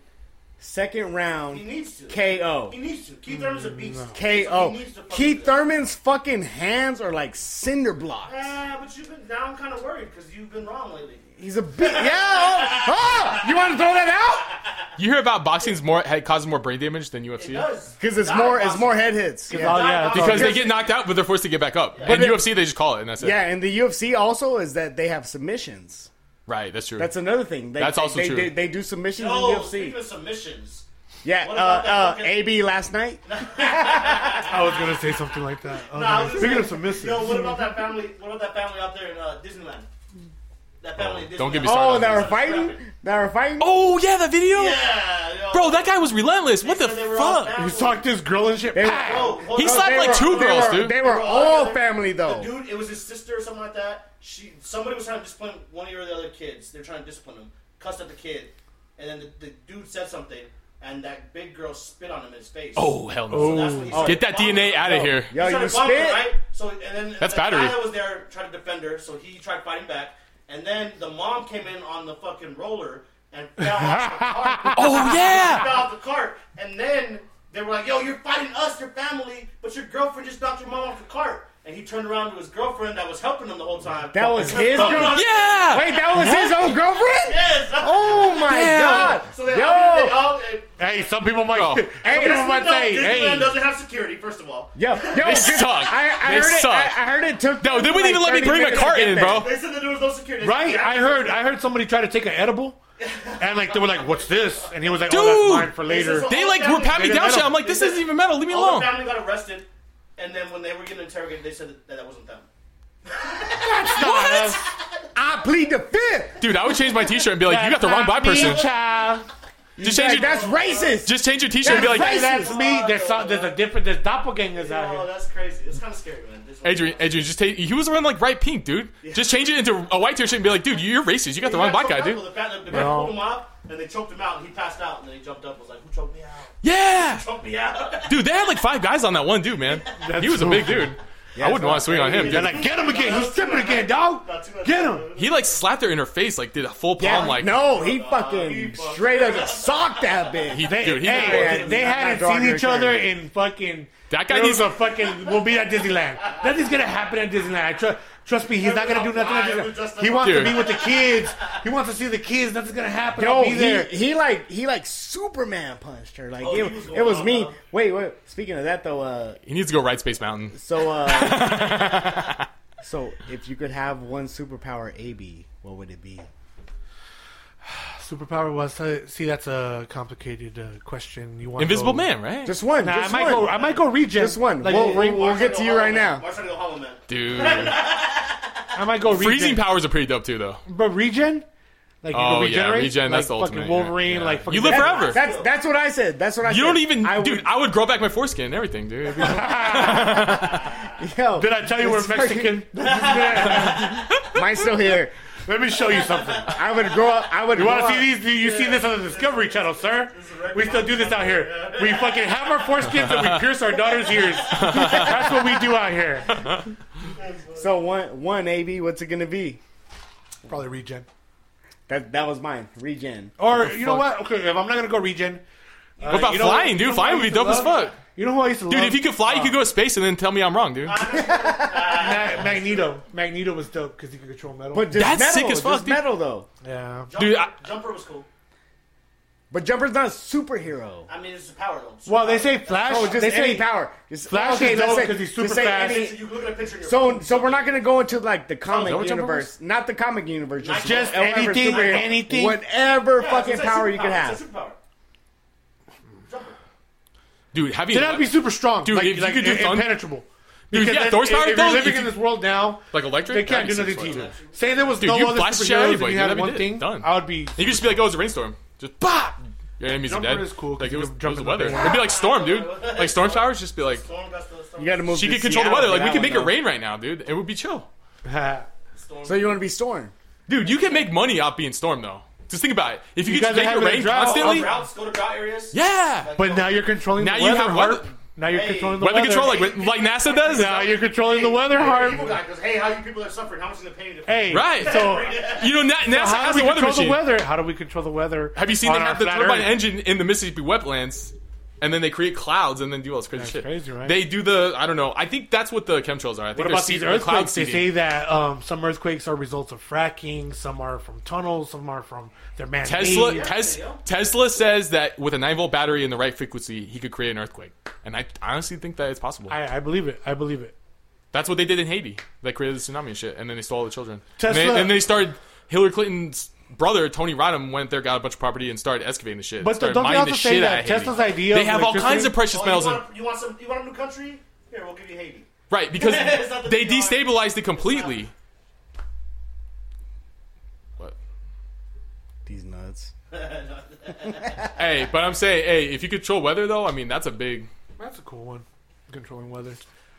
Second round.
He needs to.
KO.
He needs to. Keith Thurman's a beast.
KO.
He needs to fucking
Keith
do it.
Thurman's fucking hands are like cinder blocks.
Ah, but you've been. Now I'm kind of worried because you've been wrong lately.
He's a big. Yeah. Oh, oh, you want to throw that out?
You hear about boxing's more had causes more brain damage than
It
UFC
does.
Because it's
Not
more. It's
possible.
more head hits. Yeah.
Oh, yeah.
because they get knocked out, but they're forced to get back up. In
it-
UFC, they just call it, and that's it.
Yeah, and the UFC also is that they have submissions.
Right, that's true.
That's another thing. They,
That's also
they,
true.
They, they do submissions
Yo,
in UFC.
speaking of submissions,
yeah, uh,
what about that
uh,
fucking-
AB last night.
I was gonna say something like that. I was
Nah, I
gonna-
was just
speaking of
saying,
submissive,
Yo, what about that family? What about that family out there in uh, Disneyland? That family. in Disneyland.
don't get me
Oh,
started.
they
on
were
this.
fighting. They were fighting.
Oh yeah, the video,
Yeah, yo.
bro. That guy was relentless. What the
They said they were all
fuck?
he
family.
talked this girl and shit.
They were-
Pow!
Bro, hold
He
on.
slapped
They
like
were-
two
they
girls,
were-
dude.
They were
Bro,
all
they-
family though.
The dude, it was his sister or something like that. She, somebody was trying to discipline one of the other kids. They're trying to discipline him. Cussed at the kid, and then the, the dude said something, and that big girl spit on him in his face.
Oh hell no!
So that's when he started
Get that
bombing
DNA
her.
out of here.
Yo,
He started
you
bombing her,
spit.
right? So and then
That's
the
battery.
guy that was there tried to defend her, so he tried fighting back, and then the mom came in on the fucking roller and fell off the cart.
Oh
She
yeah.
fell off the cart, and then they were like, "Yo, you're fighting us, your family, but your girlfriend just knocked your mom off the cart." And he turned around to his girlfriend that was helping him the whole time.
That was his girlfriend?
Yeah.
Wait, that was his own girlfriend.
Yes.
Oh my
Damn.
god.
So they all, they
Yo.
all
Hey, some people might.
Bro.
Hey,
some people
that's
might
no,
say,
Disneyland
hey,
doesn't have security, first of all.
Yo, yo,
They
dude,
suck.
I, I
They
heard it.
suck.
I, I heard it took.
No, they
them,
wouldn't even let me
30
bring my
minutes to
car
get
in,
there.
bro.
They said that there was no security.
right? I heard, I heard somebody try to take an edible, and like they were like, "What's this?" And he was like, "Oh,
Dude.
that's mine for later."
This is
They like were patting me down shit. I'm like, this isn't even metal. Leave me
All
alone.
the family got arrested, and then when they were getting interrogated, they said that that wasn't them.
What?
I plead the fifth.
Dude, I would change my T-shirt and be like, you got the wrong black person.
Child.
Just
Like,
change your
that's racist.
just change your T-shirt and be
That's
like,
racist.
That's me. There's some, there's a different. There's doppelgangers out
Oh,
here.
that's crazy. It's kind of scary, man. This one-
Adrian, Adrian, just take. He was wearing like bright pink, dude. Just change it into a white T-shirt and be like, dude, you're racist. You got the
He
wrong
got
black guy,
choked
dude.
up, The guy, the guy pulled him off, and they choked him out, and he passed out, and then he jumped up, and was like, "Who choked me out?
Yeah,
Choked me out."
dude. They had like five guys on that one dude, man. He was a big dude. I wouldn't want to swing on him.
They're
dude.
like, "Get him again. He's tripping again, dog.
Not too much.
Get him."
He like slapped her in her face, like did a full palm,
Yeah,
like
no, Oh, he fucking
fucked.
straight up just socked that bitch.
He,
They,
dude, he,
hey,
did.
they
Not
hadn't
drawing
seen
your
each other in fucking.
That guy
there
needs-
was a fucking. We'll be at Disneyland. Nothing's gonna happen at Disneyland. I tr- trust me, he's not gonna do nothing at Disneyland. He wants
Dude.
to be with the kids. He wants to see the kids. Nothing's gonna happen.
Yo,
I'll be
he,
there.
he like he like Superman punched her. Like
Oh,
it,
he was
it was
going
me.
off, huh?
Wait, wait. Speaking of that though, uh,
he needs to go ride Space Mountain.
so uh, so if you could have one superpower, AB, what would it be?
Superpower was uh, see. That's a complicated uh, question. You want
Invisible
go-
Man, right?
Just one.
Nah,
just
I might
one.
go. I might go regen.
Just one.
Like,
We'll-
re-
we'll- get to you right now.
Marshall to go Hollow Man.
Dude,
I might go regen.
freezing powers are pretty dope too, though.
But regen. Like you
Oh,
go
yeah,
regenerate.
regen,
Like
that's the
fucking
ultimate, yeah,
Wolverine.
yeah.
Like
You
fucking
live
Deadpool.
forever.
That's that's what I said. That's what I said.
You don't even,
I
dude. I would grow back my foreskin and everything, dude. It'd be-
Would, yo,
Did I tell you we're
it's fucking-
Mexican?
Mine's still here.
Let me show you something.
I would grow up. I would.
You want
grow
to see
up-
these? You you see this on the Discovery Channel, sir? We still do this out here. We fucking have our foreskins and we pierce our daughter's ears. That's what we do out here.
So one one AB. What's it gonna be?
Probably regen.
That that was mine. Regen.
Or you know what? Okay, if I'm not gonna go regen, uh,
what about
you know
flying,
what-
dude?
you know
flying
what
would be
I used
dope
to
as
love?
fuck,
you know who I used to love?
dude. If you could fly, you could go to space and then tell me I'm wrong, dude.
Uh, Ma- Magneto. Magneto was dope because he could control metal.
But just
That's
metal,
sick as fuck,
just
dude.
metal though.
yeah,
Jumper,
Dude, I-
Jumper was cool.
But Jumper's not a superhero.
I mean, it's a power though.
well, they say Flash.
Oh, just
they
any
say
power. Just,
Flash
okay,
is
let's
dope
say-
'cause he's
just
super
say
fast.
any-
So you look at a picture. in your
So,
phone.
so we're not gonna go into like the comic
what Jumper
universe, not the comic universe, just,
Just
whatever
anything,
superhero-
anything.
whatever
Yeah,
fucking
it's a
power you can
superpower. It's a
have.
superpower. Jumper.
Dude, having
Then that'd be super strong,
Dude,
Like,
if you
like
could do
im-
thun-
impenetrable.
Dude,
Because
yeah,
then
Thor's
if-
power,
If
though,
you're living
if
in
you-
this world now,
like electric.
they can't do
That'd be
nothing
sick
to
as
you.
fuck, too.
Say there was
Dude, you
no other
blast shit out of
superheroes and
everybody,
you
dude,
had
that'd be
one
dead.
thing,
Done.
I would be
You could just be like, oh, it was a rainstorm. Just pop. Your enemies are
Jumper
dead.
is cool 'cause
Like it
you
was,
can
it
jump
was
in
the
the
weather.
rain.
It'd be like storm, dude. Like storm showers. Just be like,
Storm got the storm.
You gotta move.
she
to
could control the
Seattle
weather.
for
Like we
that
could
one,
make it
though.
rain right now, dude. It would be chill.
Storm.
So you want to be Storm?
Dude, you can make money off being storm though. Just think about it. If you,
You
could just
guys are
make it
having a
rain
drought.
constantly,
Droughts, go to drought areas.
yeah.
but now you're controlling
Now
the
you
weather,
have weather.
Harp. Now you're
Hey.
controlling the
Weather
weather.
control, like like NASA does.
now you're controlling the weather,
Hey,
Harm.
evil guy goes, hey, how you people are suffering? How much is it paying to
Hey,
Right.
So,
You know, Na- NASA
so how
has
do
a
we
weather
control
machine.
the weather? How do we control the weather?
Have you seen
on
they
our
have the
flat
turbine
Earth?
engine in the Mississippi wetlands, and then they create clouds and then do all this crazy shit.
crazy, right?
They do the I don't know. I think that's what the chemtrails are. I
What
think they're
about
seed-
these
they're cloud
earthquakes? They say
seeding.
that um, some earthquakes are results of fracking, some are from tunnels, some are from their man.
Tesla Tes- Tesla says that with a nine volt battery and the right frequency, he could create an earthquake. And I honestly think that it's possible.
I, I believe it. I believe it.
That's what they did in Haiti. They created the tsunami and shit, and then they stole all the children. And,
Tesla-
they, and they started. Hillary Clinton's brother Tony Rodham went there, got a bunch of property, and started excavating the shit.
But
started
don't they
mining
also
the
say
shit
that
out of Haiti.
Tesla's idea
They
of
have all
electricity-
kinds of precious
Oh, you,
metals in.
want, you want some? You want a new country? Here, we'll give you Haiti.
Right, because
It's not the
they
big eye.
destabilized it completely. What?
These nuts.
Hey, but I'm saying, hey, if you control weather though, I mean that's a big.
That's a cool one. Controlling weather.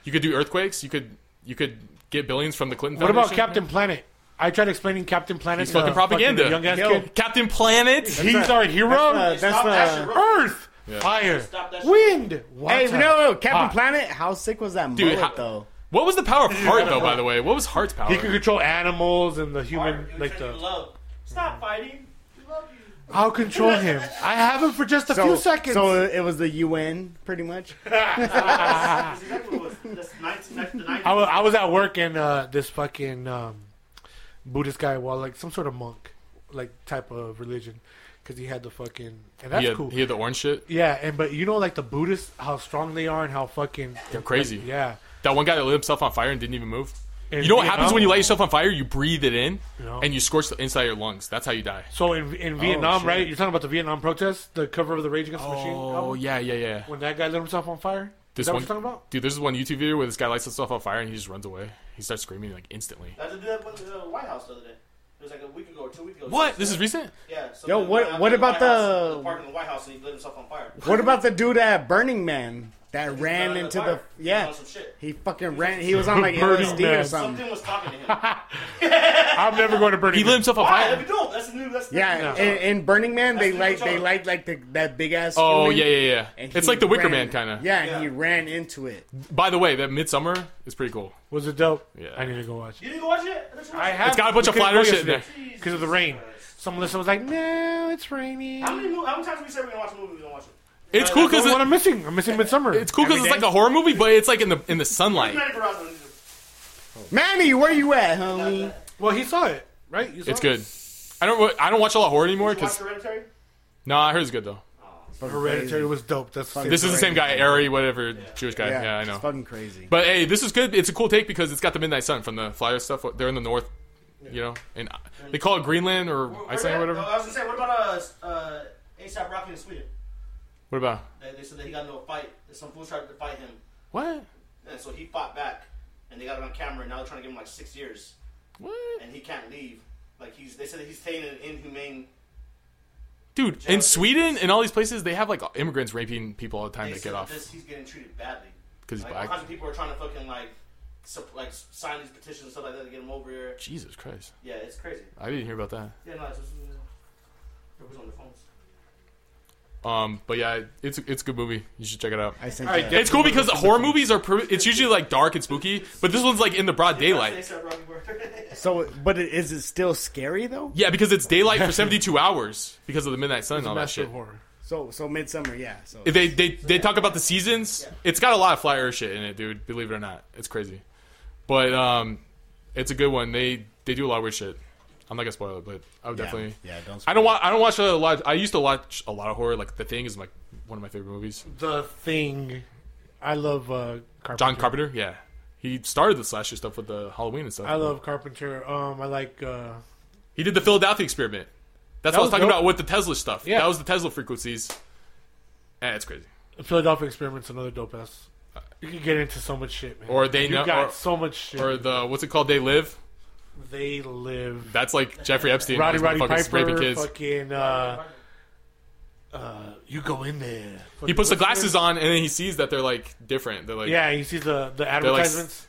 You could do earthquakes. You could you could get billions from the Clinton.
What about
Foundation.
Captain Planet? I tried explaining Captain Planet.
He's
to
fucking
a
propaganda.
Young ass
Yo.
kid.
Captain Planet?
He's
a-
our hero.
Uh, That's
Stop that
the.
shit, bro.
Earth, fire,
Stop that shit.
wind, water.
Hey, you know, oh, Captain
Hot.
Planet. How sick was that
Dude,
mullet
how-
though?
What was the power of heart though? By the way, what was heart's power?
He could control animals and the human,
It was
like
trying to
the.
love. Stop fighting. We love you.
I'll control him. I have him for just a
So,
few seconds.
so it was the UN, pretty much.
That's exactly what it was. That's 19, that's the
Ah. I
90s.
wa- I was at work and uh, this fucking um, Buddhist guy, well, like some sort of monk, like type of religion, because he had the fucking and that's
he had,
cool.
he had the orange shit.
yeah, and but you know, like the Buddhists, how strong they are and how fucking
They're crazy.
yeah.
That one guy that lit himself on fire and didn't even move.
In
you know what
Vietnam?
happens when you light yourself on fire? You breathe it in,
No.
and you scorch the inside of your lungs. That's how you die.
So in
Oh,
in Vietnam,
shit.
right? You're talking about the Vietnam protests, the cover of the Rage Against the Machine.
Oh
album?
yeah, yeah, yeah.
When that guy lit himself on fire.
This
Is that
one-
what you're talking about?
Dude, there's this one YouTube video where this guy lights himself on fire and he just runs away. He starts screaming like instantly.
I did that with the White House the other day. It was like a week ago or two weeks ago.
What? This is recent?
Yeah. so
Yo,
they
what-
went out
what
to
about
White House,
the-
the park in the White House and he lit himself on fire?
What about the dude at Burning Man that ran
He was
into
on
the
fire. He was
yeah?
on some shit.
He fucking ran. He was on like
Burning
LSD
Man.
or something.
Something was talking to him.
I'm never going to Burning
He lit
Man.
himself on
Why? That'd
fire.
be dope. That's new. That's
Yeah,
New.
in, in Burning Man, they
the
like they
control.
like like the, that big ass.
Oh yeah,
human,
yeah, yeah.
and
It's
he
like the Wicker
ran-
Man kind of.
Yeah, and
Yeah.
he ran into it.
By the way, that Midsummer is pretty cool.
Was it dope?
Yeah.
I need to go watch.
You
It.
didn't go watch it? That's what
I
said.
have.
It's got a bunch of flat earth shit in there.
because of the rain. Some listener was like, "No, it's raining."
How many mo- how many times we said we're gonna watch a movie? We don't watch it.
It's cool because
That's what I'm missing. I'm missing Midsummer.
it's cool 'cause
Every
it's like
day?
a horror movie, but it's like in the in the sunlight.
Manny Barraza.
Manny, where you at, homie?
Well, he saw it, right? You saw
It's
it?
good. I don't wa- I don't watch a lot of horror anymore
Watch
because
Hereditary.
no, nah, I heard it's good though.
Hereditary was dope. That's
This is the same guy, Ari, whatever Jewish guy.
Yeah,
Yeah, I know.
It's fucking crazy.
But hey, this is good. It's a cool take because it's got the midnight sun from the flyer stuff. They're in the north, you know, and they call it Greenland or
Where-
Iceland or
where-
whatever.
I was gonna say, what about uh, s- uh, ASAP Rocky in Sweden?
What about
They, they said that he got into a fight. that Some fools tried to fight him,
what?
and so he fought back, and they got it on camera. And now they're trying to give him like six years,
What?
and he can't leave. Like he's, they said that he's staying in an inhumane.
Dude, in Sweden and all these places, they have like immigrants raping people all the time
They
to
said
get
that
off
This, he's getting treated badly.
because he's
Like all
black.
kinds of people are trying to fucking like, sup- like sign these petitions and stuff like that to get him over here.
Jesus Christ,
Yeah, it's crazy.
I didn't hear about that.
Yeah, no, it's just. It was on the phones.
Um, but yeah, it's it's a good movie. You should check it out.
I think that-
It's cool because the horror movies are pr- it's usually like dark and spooky, but this one's like in the broad daylight.
ASAP Rocky word.
so, but it- is it still scary though?
Yeah, because it's daylight for seventy two hours because of the midnight sun and all that
massive
shit.
horror.
So, so Midsummer, yeah. So
If They they they talk about the seasons. It's got a lot of fly earth shit in it, dude. Believe it or not, it's crazy. But um, it's a good one. They they do a lot of weird shit. I'm not gonna spoil it, but I would
yeah,
definitely.
Yeah, don't.
I don't watch. I don't watch a lot. I used to watch a lot of horror. Like The Thing is like one of my favorite movies.
The Thing. I love uh, Carpenter.
John Carpenter. Yeah, he started the slasher stuff with the Halloween and stuff.
I love Carpenter. Um, I like. Uh,
He did the Philadelphia experiment.
That
That's what I
was
was talking
dope.
about with the Tesla stuff.
Yeah.
That was the Tesla frequencies. Eh, it's crazy.
Philadelphia Experiment's another dope ass. uh, You can get into so much shit, man.
Or they
you
know-
got
or-
so much shit.
Or the what's it called? They live.
they live.
That's like Jeffrey Epstein.
Roddy
Roddy
Roddy Piper,
raping kids.
fucking. Uh, uh, you go in there.
He
Fucking-
puts the
what's
glasses on and then he sees that they're like different. They're like
name?
yeah,
Yeah, you see the the
like-
advertisements.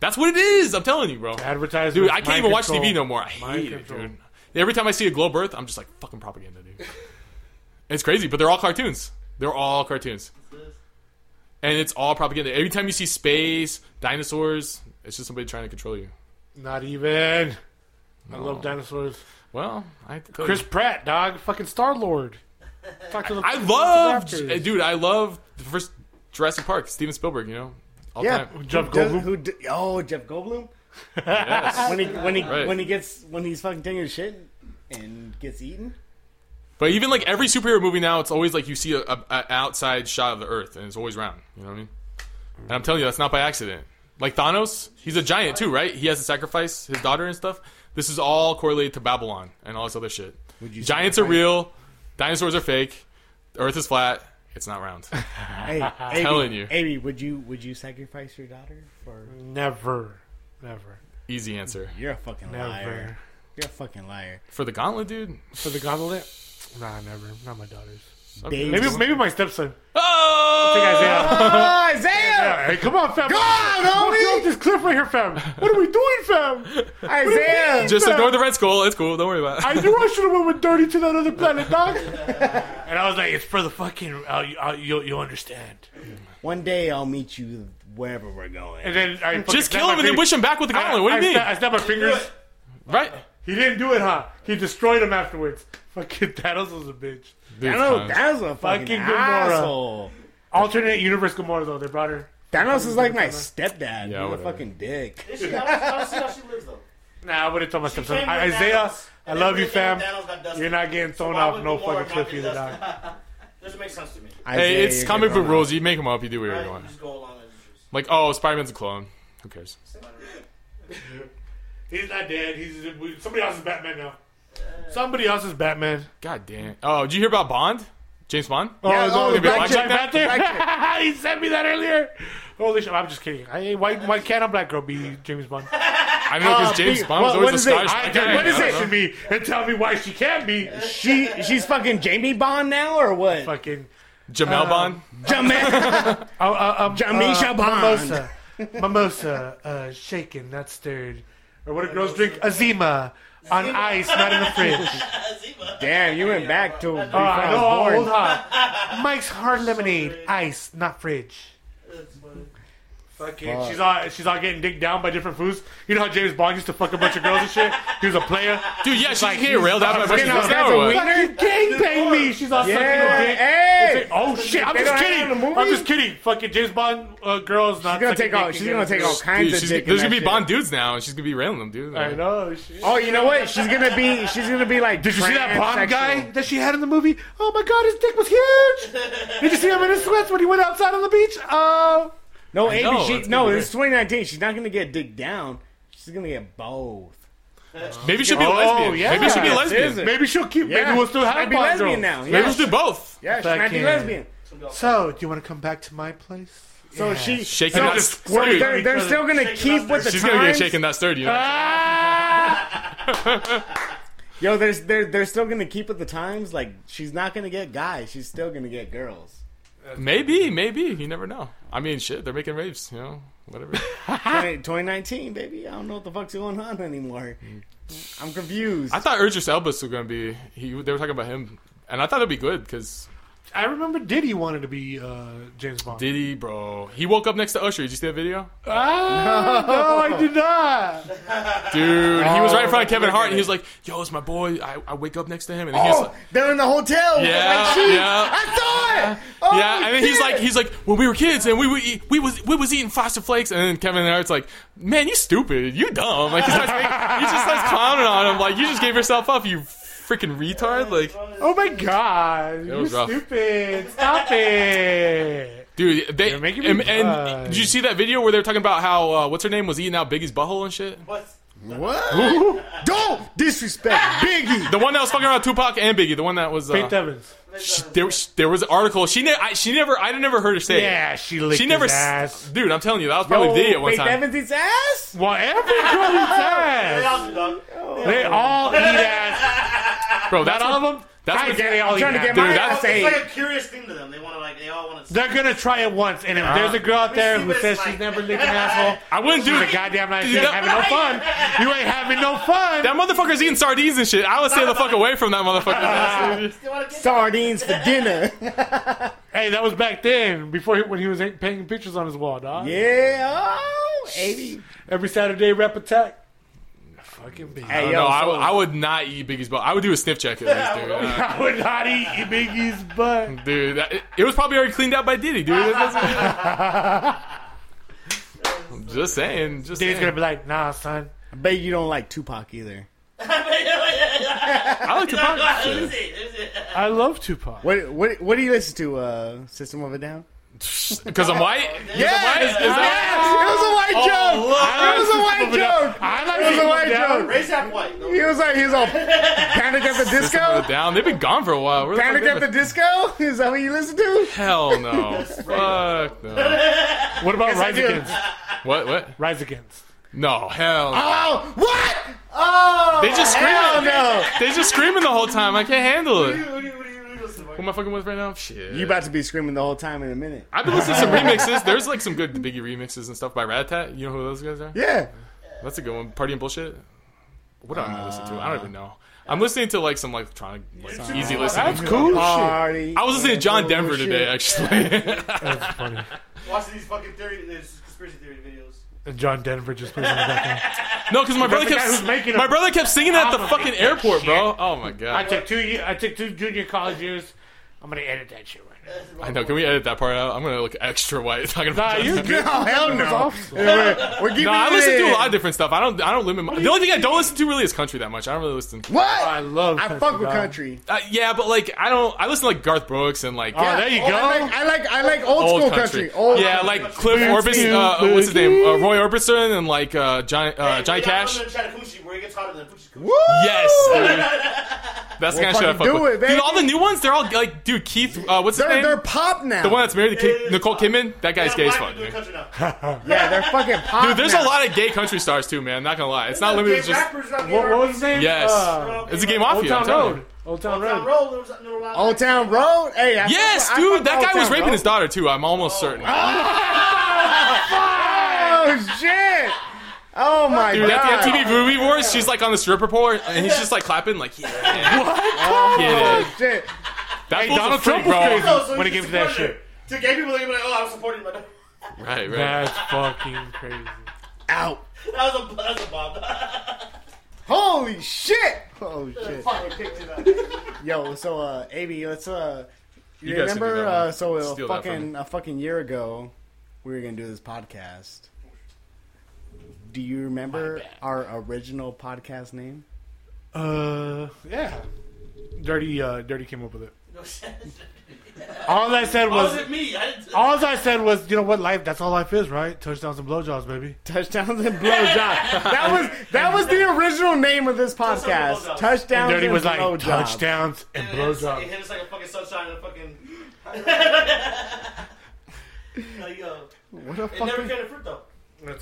That's what it is. I'm telling you, bro.
advertisements.
Dude, I can't
mind
even watch
control.
TV no more. I
Mind
hate it,
control.
dude. Every time I see a globe Earth, I'm just like fucking propaganda, dude. it's crazy, but they're all cartoons. They're all cartoons. and it's all propaganda. Every time you see space, dinosaurs, it's just somebody trying to control you.
Not even. I love dinosaurs.
Well, I
Chris Pratt, dog, fucking Star Lord. Talk to the
I
fucking
love,
Raptors.
dude. I love the first Jurassic Park. Steven Spielberg, you know, all
Yeah.
time.
Jeff
Does-
Goldblum.
who d- oh, Jeff Goldblum?
Yes.
When he when he
Right.
when he gets when he's fucking taking a shit and gets eaten.
But even like every superhero movie now, it's always like you see a, a, a outside shot of the Earth, and it's always round. You know what I mean? And I'm telling you, that's not by accident. Like Thanos, he's a giant too, right? He has to sacrifice his daughter and stuff. This is all correlated to Babylon and all this other shit. Giants are real, dinosaurs are fake, the Earth is flat. It's not round.
Hey, Amy,
telling you.
Amy, would you would you sacrifice your daughter for?
Never. Never.
Easy answer
You're a fucking liar.
Never.
You're a fucking liar.
for the Gauntlet, dude.
For the gauntlet? Nah, never. Not my daughters.
Baby.
Maybe maybe my stepson.
Oh,
Hey, guys, yeah.
Oh, Isaiah!
Hey, come on, fam. Go
on,
What's
homie!
up with this cliff right here, fam? What are we doing, fam?
Isaiah!
just ignore the red skull. It's cool. Don't worry about it.
I knew I should have went with dirty to that other planet, dog. and I was like, it's for the fucking. Uh, you, uh, you'll, you'll understand.
One day I'll meet you wherever we're going.
And then I fucking snapped
Just kill
my
him and then
fingers.
wish him back with the
I,
Gauntlet. What do you
I
mean?
sna- I snapped my fingers.
right?
He didn't do it, huh? He destroyed him afterwards. Fucking Thanos was a bitch.
Dude,
Thanos,
Thanos.
Thanos is a fucking,
Fucking Gamora.
asshole.
Alternate universe Gamora though. They brought her.
Thanos is like my stepdad.
Yeah,
Yeah, what a
whatever.
fucking dick.
Did she? I don't see how she lives though.
Nah, I would have told my
She
stepson.
came with
I- Isaiah,
Thanos,
I
and
love
then
you,
freaking
fam.
Thanos got dusted.
You're not getting thrown
Why
off
would
no
Gamora
fucking
not
cliff
get
either, dog.
dusted? Doesn't make sense to me.
Isaiah,
Hey, it's
you're
comic
grown
book
up.
rules. You make them up. You do where you're
Right?
going.
You just go along as you choose.
Like, oh, Spider Man's a clone. Who cares?
He's not dead. He's we- somebody else's Batman now. Somebody else's Batman.
God damn. Oh, did you hear about Bond? James Bond?
Yeah, oh, the
the
black
Black
chick-
Panther? he sent me that earlier. Holy shit! I'm just kidding. I, why, why can't a black girl be James Bond?
I don't know because
Uh,
James
Pete,
Bond was
what- what
always
is
a
it?
Scottish.
I-
I can't-
what is
I
it
don't
to
know.
me and tell me why she can't be?
She she's fucking Jamie Bond now or what?
Fucking
Uh,
Jamel Bond?
Jama-
oh, uh, um,
Jamisha
uh,
Bond.
mimosa, mimosa, uh, shaken, not stirred, or what do girls drink? Azima on ice, not in the fridge.
Damn, you went back to before
Oh, I know,
I was
old
born.
hot. Mike's hard lemonade, ice, not fridge. Fucking, she's all she's all getting digged down by different foods. You know how James Bond used to fuck a bunch of girls and shit. He was a player.
Dude, yeah, she's getting railed out by a bunch of
fucking
girls
out
now
there
or what?
with-
Fucking gangbang me. She's all sucking
Yeah,
a dick.
hey!
Oh shit! I'm
They don't have
just
it in the
kidding.
movie?
I'm just kidding. Fucking James Bond uh, girls
She's
not.
gonna
sucking
take all.
dick
She's
together.
gonna take all
Dude,
kinds
she's,
of dick.
there's
in
gonna
that
be
shit.
Bond dudes now, and she's gonna be railing them, dude.
I know. Shit.
Oh, you know what? She's gonna be. She's gonna be like.
Did you see that Bond
transsexual.
guy that she had in the movie? Oh my god, his dick was huge. Did you see him in his sweats when he went outside on the beach? Oh.
No, Amy.
know,
she,
that's
no,
gonna be
this is 2019. She's not gonna get dick down. She's gonna get both.
Maybe she'll be a
Oh,
lesbian.
yeah.
Maybe she'll be a
Yes,
lesbian.
is it?
Maybe she'll keep.
Yeah.
Maybe we'll still
She
have
might be
Bond
lesbian
girls.
now. Yeah,
Maybe she'll do both.
yeah she might be
Fucking-
lesbian.
So, do you want to come back to my place?
So she.
Shaking
so
that
Well,
sturdy.
they're, they're
Shaking
still gonna keep with the
She's
times. Uh,
gonna get shaken that sturdy. You know?
Yo, there's they're they're still gonna keep with the times. Like she's not gonna get guys. She's still gonna get girls.
Maybe, maybe. You never know. I mean, shit, they're making raves, you know, whatever.
20- 2019, baby. I don't know what the fuck's going on anymore. I'm confused.
I thought Ursus Elbus was going to be. He, they were talking about him, and I thought it'd be good because
I remember Diddy wanted to be uh, James Bond.
Diddy, bro, he woke up next to Usher. Did you see that video,
Ah, no, I did not.
dude? he was right in front of Kevin
look at
Hart, and he
it.
was like, "Yo, it's my boy." I, I wake up next to him, and then he's
Oh.
like,
Oh, they're in the hotel. with
Yeah,
the white sheets.
yeah.
I saw it. Oh,
"Yeah," and then he's
shit.
like, "He's like, when we were kids, and we were eat, we was we was eating Frosted Flakes," and then Kevin Hart's like, "Man, you stupid, you dumb." Like he, starts making- he just starts clowning on him, like you just gave yourself up, you freaking retard. Like,
Oh my god,
was
you're
rough.
stupid. Stop it.
dude, they
You're making me
and, and
cry.
did you see that video where they were talking about how uh, what's her name was eating out Biggie's butthole and shit?
what? Don't disrespect Biggie.
The one that was fucking around Tupac and Biggie. The one that was.
Faith
Uh,
Evans.
she, there, was- there was an article. She ne- I, she never. I never heard her say. it.
Yeah, she licked
She never.
his
s-
ass.
Dude, I'm telling you, that was probably
Yo,
the at one
Faith
time.
Evans eats ass.
Well, every girl eats ass. They all eat ass.
Bro, that's
Not all
what,
of them.
that's
I
what-
get it. All
I'm
eat
trying to
ass.
get
Dude,
my
that's-
ass
It's
ate.
like a curious thing to them. They want to like. They all want to.
They're gonna try it once, and if there's a girl out there
see
who
what
says
it's
she's
like.
never licked an asshole,
Uh-huh. I wouldn't do
she's
it.
a goddamn nice. You
Dude,
ain't
that-
having no fun. You ain't having no fun.
That motherfucker's eating sardines and shit. I would stay the fuck away from that motherfucker.
They want to get.
Sardines for dinner.
Hey, that was back then, before he, when he was painting pictures on his wall, dog.
Yeah, oh, 80.
Every Saturday, rep attack. Fucking big.
I don't
yo,
know. I,
so-
would- I would not eat Biggie's butt. I would do a sniff check at least, dude. Uh,
I would not eat Biggie's butt.
dude, that, it, it was probably already cleaned out by Diddy, dude. It doesn't- just saying. Just
Diddy's
saying.
gonna be like, nah, son.
I bet you don't like Tupac either.
I like to
Let's
fuck-
see, let's see.
I love Tupac.
What what what do you listen to? Uh, System of a Down.
Because I'm white?
Yeah,
Is that-
it was a white joke. it was a white joke.
I like
It was a
System
white
of a Down.
joke.
Raise that white. No,
He was like he was on Panic at the
They're
Disco.
down. They've been gone for a while. Where the
Panic
fuck
at the
they been-
Disco. Is that what you listen to?
Hell no. Fuck no.
What about
I
Rise
do.
Against?
What? What?
Rise Against.
No. Hell. No.
Oh, what? Oh,
They just screaming.
Hell no.
They just screaming the whole time. I can't handle it. Who
What do you- what do you- what do you listen to?
am I fucking with right now? Shit.
You about to be screaming the whole time in a minute.
I've been listening to some remixes. There's like some good Biggie remixes and stuff by Rat Tat. You know who those guys are?
Yeah.
That's a good one. Party and bullshit. What am I gonna listen to? I don't even
Uh,
know. I'm listening to like some electronic, like, easy listening.
cool.
Party.
I was listening to John Denver
Bullshit.
today, actually.
Watching these fucking theory, these conspiracy theory videos.
And John Denver just plays in the background.
no, because my brother
the guy who's
kept
making
my
them.
brother kept singing that at the
I'ma
fucking
make that
airport,
shit.
bro. Oh my
I
god.
took two. ye- I took two junior college years. I'm gonna edit that shit right now.
I know. Can we edit that part out? I'm gonna look extra white talking about.
Nah,
John
you're
Denver.
good.
Oh hell
It's
no.
awful.
We're keeping
No, I
it
listen to a
in.
lot of different stuff. I don't. I don't limit. My, the only thing I don't listen to really is country that much. I don't really listen.
What?
I love.
I
country,
fuck with
dog.
country.
Uh, yeah, but like I don't. I listen to like Garth Brooks and like
Oh, there you go.
I like I like, I like old,
old
school
country.
country. Old
yeah,
country.
like Cliff Orbis. Uh, what's his name? Uh, Roy Orbison and like uh, Johnny uh,
Hey,
Johnny
we got
Cash.
one in Chattahoochee where it gets hotter than Poochie's coochie.
Woo!
Yes, dude. That's the kind of shit I
fucking
fuck
do
with.
it, baby.
Dude, all the new ones, they're all like, dude, Keith. Uh, what's his
They're
name?
they're pop now.
the one that's married to Ki-
Yeah,
Nicole Kidman. That guy's
Yeah,
gay as fuck.
black
dude.
people do country now.
yeah, they're fucking pop.
Dude, there's
now.
a lot of gay country stars too, man. Not gonna lie, it's not
Gay
limited to just.
rappers not gay
What, what was his
rappers.
name?
Yes.
Uh,
It's a gay
Old
mafia. I'm
Town
telling you.
Road. Old Town
Old Town
Road.
Road, there was no rap.
Old Town Road. Hey, I
Yes,
fuck- I
dude,
fuck
that
Old
guy was
Town
raping
Road.
his daughter too. I'm almost certain.
Oh shit! Oh my
Dude,
god!
at the MTV Movie Awards, she's like on the stripper pole, and he's just like clapping, like, yeah. What? Get it.
Oh, Shit.
That fool's
Donald
a freak,
Trump was
bro.
crazy.
No, so
When it
you
came to that
support her.
shit.
To gay people, they're gonna be like, oh, I'm supporting my daughter.
Right, right.
That's fucking crazy.
Out.
That was a, that was a bomb.
Holy shit! Oh shit!
Fucking picked it up.
Yo, so uh, AB, let's uh, you,
You guys can do
remember
that one.
uh, so a
Steal that from
fucking a fucking year ago, we were gonna do this podcast. Do you remember our original podcast name?
Uh, yeah. Dirty, uh, Dirty came up with it.
No shit.
All I said
Why was
was,
it me? I didn't.
all I said was, you know what, life, that's all life is, right? Touchdowns and blowjobs, baby.
Touchdowns and blowjobs. That was that was the original name of this podcast.
Touchdowns
Touchdowns
and blowjobs.
Dirty
and
was like,
blowjobs.
touchdowns and
It hit us- It
blowjobs.
hit us like a fucking sunshine and a fucking. like, uh,
What the
it
fuck?
never came to fruit though.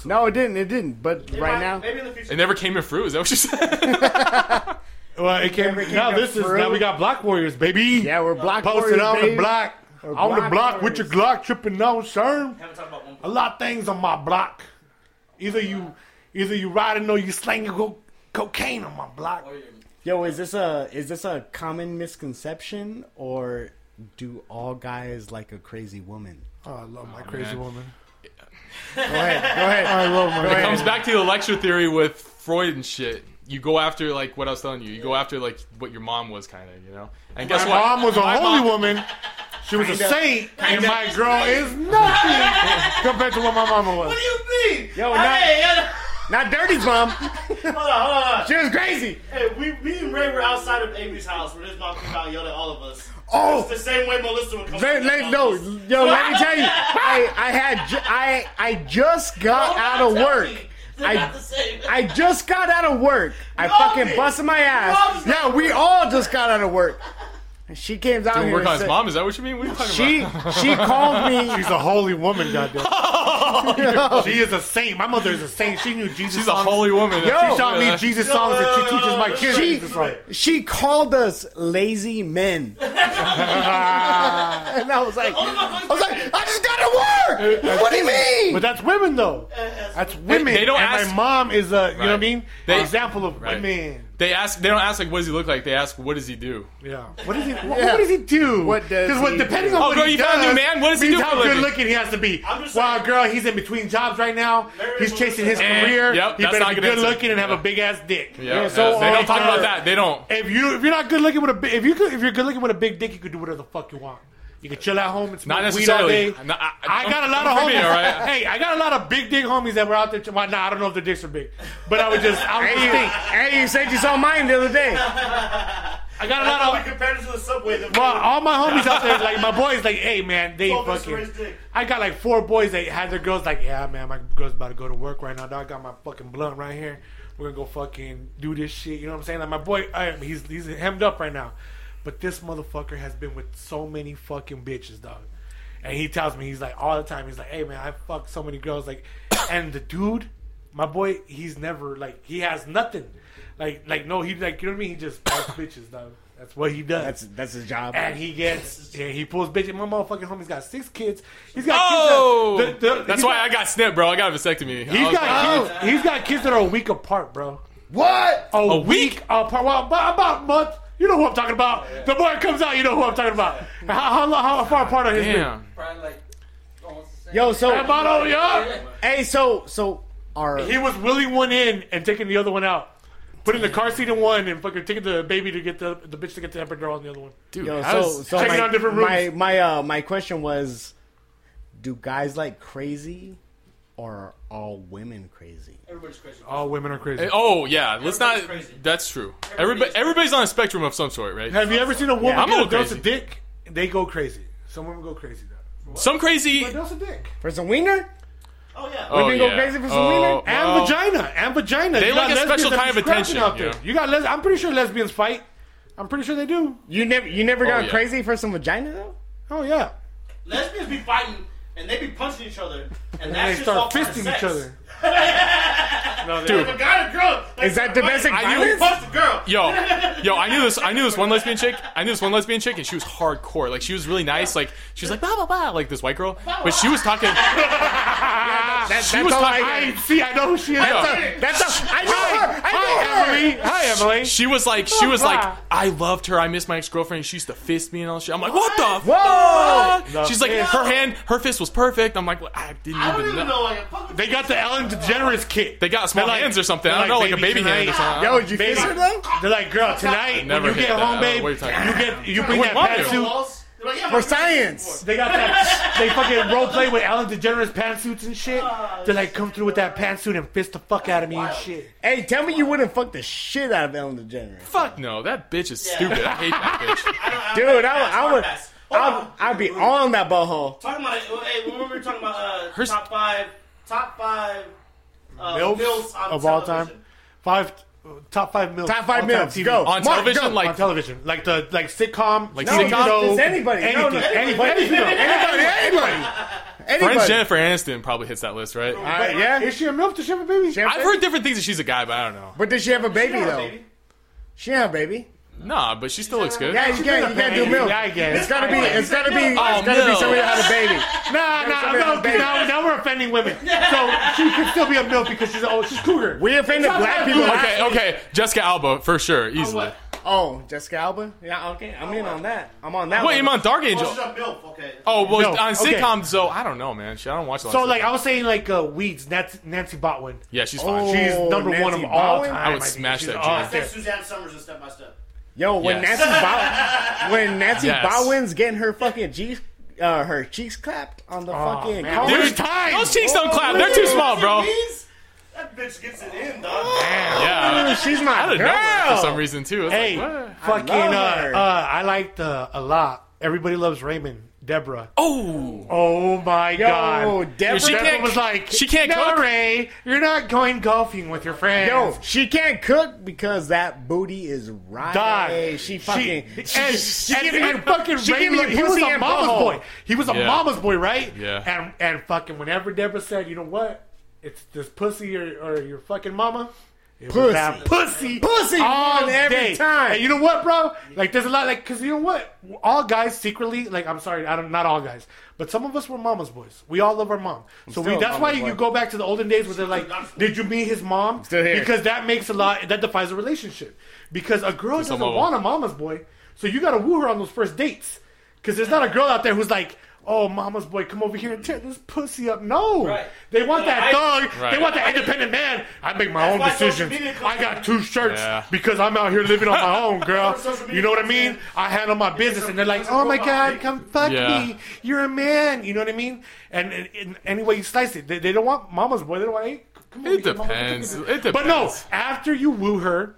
No, it didn't. It didn't. But
It
right
might-
now,
maybe in the future.
It never came to fruit. Is that what you said?
Well, it came,
came
now
to
this is,
fruit.
now we got Block Warriors, baby.
yeah, we're block
Posted
warriors,
on
baby.
the block.
Or
on the
block
block with your
warriors.
Glock, tripping on CERN.
haven't talked about one.
a lot of things on my block. Either you, either you riding or you slanging co- cocaine on my block.
Or your-
Yo, is this a is this a common misconception or do all guys like a crazy woman?
Oh, I love my crazy
man.
woman.
Go ahead, go
I
ahead.
love my.
Go
crazy-
ahead.
comes back to the lecture theory with Freud and shit. You go after like what I was telling you. You go after like what your mom was, kind of, you know. And guess
My
what?
mom was a
My
holy
mom-
woman. She was a saint, and my girl is nothing compared to what my mama was.
What do you mean?
Yo,
hey,
not,
yeah,
not Dirty's mom.
no- hold on, hold on, hold on.
She was crazy.
Hey, we, me and Ray were outside of Amy's house where his mom came out and yelled at all of us.
Oh.
It's the same way Melissa would come.
Let,
out
let,
and
no,
yell at us.
yo, let me tell you, I, I had, ju- I, I just got
Don't
out of
tell
work.
me. They're not the
I,
same.
I just got out of work. I
No,
fucking
bitch.
busted my ass.
Mom's
Yeah, we all just got out of work. And She came down
Doing
here.
work
and
on his
said-
mom. Is that what you mean? What are you talking
She, she called me.
She's a holy woman, goddamn. She is a saint. My mother is a saint. She knew Jesus.
Oh. She's a
songs.
holy woman.
Yo.
She taught me Jesus songs, and she teaches my kids
She-
Jesus songs.
She called us lazy men. and I was like, I was like, I just gotta work. What do you
But
mean?
that's women, though. That's women.
they don't
and
ask-
my mom is a, you know what I
Right.
mean?
They-
example of
Right.
women.
They ask. They don't ask like, what does he look like? They ask, what does he do?
Yeah. What does he? What,
Yeah.
what does he do?
What does
Because what
he
depending
do?
on
Oh,
what
girl,
he
you
does,
found a new man? What does he
means
do
how
for a
good
living?
looking he has to be.
I'm just
Wow,
saying-
girl, he's in between jobs right now.
Very
He's
well
chasing his
said.
career.
Eh, Yep,
he
that's
better
not
be
a good
good
answer.
looking and have a big ass dick.
Yeah.
so
they
on
don't talk about
the-
that. They don't.
If you if you're not good looking with a big if you could, if you're good looking with a big dick, you can do whatever the fuck you want. You can chill at home and smoke
Not
weed
necessarily.
all day.
No, I-
I, got a lot
I'm
of
for
homies.
me, all right?
Hey, I got a lot of big dick homies that were out there. Ch- well, nah, I don't know if their dicks are big, but I would just I would
Hey,
just
you,
think.
hey, you said you saw mine the other day.
I got a
I thought
lot
we
of.
compared it to the subway. The
Well, all my homies out there, like my boys, like, hey man, they
Twelve is
fucking.
raised dick.
I got like four boys that had their girls like, yeah man, my girl's about to go to work right now. Dog, I got my fucking blunt right here. We're gonna go fucking do this shit. You know what I'm saying? Like my boy, I, he's he's hemmed up right now, but this motherfucker has been with so many fucking bitches, dog. And he tells me he's like all the time. He's like, hey man, I fucked so many girls. Like, and the dude, my boy, he's never like he has nothing. Like like no, he like you know what I mean? He just fucks bitches, dog. That's what he does.
That's that's his job.
And he gets, yeah, he pulls bitch. My motherfucking homie's got six kids. He's got
Oh,
kids. That, the- the-
that's
he's
why
got-
I got snipped, bro. I got a vasectomy. I
He's
was like,
got kids. He's got kids that are a week apart, bro.
what?
A,
week?
week? apart. Well, about, about a month. You know who I'm talking about. The boy comes out. You know who I'm talking about. How, how, lo- how far apart are his?
damn.
Probably like almost the same.
Yo,
been?
so
About oh yeah.
hey, so so our
He was wheeling one in and taking the other one out. Putting the car seat in one and fucking taking the baby to get the the bitch to get the epidural on the other one.
dude,
yo,
how
so
does-
so
Checking
my,
out different
my
rooms.
my uh my question was, do guys like crazy, or are all women crazy?
everybody's crazy.
All women are crazy.
oh yeah, let's not.
Everybody's crazy.
That's true. Everybody, everybody's on a spectrum of some sort, right?
Have you ever seen a woman
Yeah, I'm
get
a
a
little
dose of
crazy.
dick? They go crazy. Some women go crazy. Though.
Some crazy.
A dose of dick
For some wiener?
Oh yeah.
Oh,
Women go
yeah.
crazy for some
Oh,
women?
and
well,
vagina and vagina.
They
You got
like a
lesbians
special
that
kind
be
of
scratching
attention,
out there.
yeah.
You got les- I'm pretty sure lesbians fight. I'm pretty sure they do.
You never you never got
yeah.
crazy for some vagina though?
Oh yeah,
Lesbians be fighting and they be punching each other and
and
that's
they
just all
start
part of
fisting
sex.
each other.
If a guy and a girl, like,
Is that domestic
I knew-
violence?
punch the girl.
Yo, yo, I knew this. I knew this one lesbian chick. I knew this one lesbian chick, and she was hardcore. Like she was really nice. Like she was like blah blah blah, like this white girl. But she was talking.
That, that's
was
all
talking-
I,
I see. I know who she is.
Yeah.
I that's all, I know her. I know
Hi
her.
Emily. Hi Emily.
She was like, she was like, I loved her. I miss my ex girlfriend. She used to fist me and all shit. I'm like, what the
Whoa!
fuck? She's like, her hand, her fist was perfect. I'm like, well, I didn't
I
even,
don't even
know.
know. Like, fuck with
They got the Ellen DeGeneres kit.
They got small
They're like-
hands or something.
they're
I don't know, like a baby
tonight.
hand or something.
Yo, did you
Baby.
kiss her though?
They're like, girl, tonight when
never
you
hit
get
that.
home,
I don't
babe,
know
you
what you're talking
get you bring that
Wait, what?
the
pantsuit.
walls. They're like, yeah,
For
but-
science.
They got that. they fucking role play with Ellen DeGeneres pantsuits and shit. They like come through with that pantsuit and fist the fuck out of me and shit.
Hey, tell me you wouldn't fuck the shit out of Ellen DeGeneres.
Fuck no, that bitch is stupid. I hate that
I don't- I don't-
Dude, I, I would
Pass. Hold
I'd,
on.
I'd be on that butthole.
Talking about hey, when we were talking about uh,
Her s-
top five, top five uh,
Milfs
milfs on
of all
television.
time? Five, top five milfs.
Top five
all time
milfs,
TV.
go.
bitch. On
Mark,
television,
go.
like,
on television, like the like sitcom,
Like
no,
sitcom?
show,
Just anybody.
anything,
No, no,
anybody,
anybody.
anybody.
Anybody, anybody, anybody.
Friends Jennifer Aniston probably hits that list, right?
All right, yeah.
Is she a milf? Does she have a baby?
She have
I've
baby?
heard different things that she's a guy, but I don't know.
But did she have a baby
Yeah,
though?
baby.
She didn't have a baby.
Nah, but she still looks good.
Yeah, you can't. You can't do milk.
Yeah, I guess.
It's gotta be. It's gotta be. It's
Oh,
gotta be
milk.
somebody that had a baby.
Nah, nah,
somebody
no,
has a baby.
now, now we're offending women. So she could still be a milf because she's oh she's cougar.
We offended black people. last
Okay,
week.
okay, Jessica Alba for sure, easily.
Oh, Jessica Alba. Yeah, okay. I'm in on that. I'm on that.
Wait,
one.
I'm on Dark
Oh,
Angel.
she's a milf. Okay.
Oh well,
No,
on
okay.
sitcoms though, I don't know, man. Shit, I don't watch a lot.
So
of
like
sitcoms.
I was saying like uh, weeds. Nancy, Nancy Botwin.
yeah, she's fine.
Oh.
She's number one of
Nancy
all
Botwin?
time.
I
would
think.
smash
She's
that
all
chick.
That's
time.
Suzanne Summers and Step by Step.
Yo, when
Yes.
Nancy Bow- when Nancy
Yes.
Bowens getting her fucking G- uh, her cheeks clapped on the fucking
Oh, man.
couch.
Dude,
Dude,
First time.
Those cheeks don't clap. They're too small, Oh,
Oh,
bro.
Please? That bitch gets it in, dog.
Yeah.
she's
Out
my
of nowhere
girl.
for some reason too. It's
Hey,
like, what?
fucking
love
uh,
her.
uh, I liked uh, a lot. Everybody loves Raymond. Deborah.
oh,
Oh my
Yo,
god.
Deborah.
She
Deborah
can't-
was like,
she can't
no,
cook."
Ray, you're not going golfing with your friends.
Yo, she can't cook because that booty is right.
Dog.
She fucking.
and, and-
giving
and
you-
fucking
she
Raymond,
giving you
he was
pussy
a
and
mama's
butthole.
boy. He was a
Yeah.
mama's boy, right?
Yeah.
And and fucking whenever Deborah said, you know what, it's this pussy or, or your fucking mama, It
Pussy.
was that pussy,
Pussy
all
won every
day.
time.
And you know what, bro? Like, there's a lot, like, cause you know what? All guys secretly, like, I'm sorry, I don't, not all guys, but some of us were mama's boys. We all love our mom, so we.
still a
That's why
mama's
you
boy.
go back to the olden days where they're like, "Did you meet his mom?"
still here.
Because that makes a lot. That defines a relationship. Because a girl doesn't
mama.
want a mama's boy, so you gotta woo her on those first dates. Because there's not a girl out there who's like. Oh, mama's boy, come over here and tear this pussy up. No,
Right.
they want that
I-
thug. They
Right.
want that independent man. I make my own
why social
decisions.
media comes
I got two shirts
Yeah.
because I'm out here living on my own, girl.
That's why social media
You know what I
comes
mean?
in.
I handle my business, and they're like,
doesn't
"Oh my
go
god,
by.
come fuck
Yeah.
me. You're a man." You know what I mean? And, and, and any way you slice it, they, they don't want mama's boy. They don't want. Hey, come on,
It
get mama's boy,
depends.
come
It
here."
depends.
But no, after you woo her,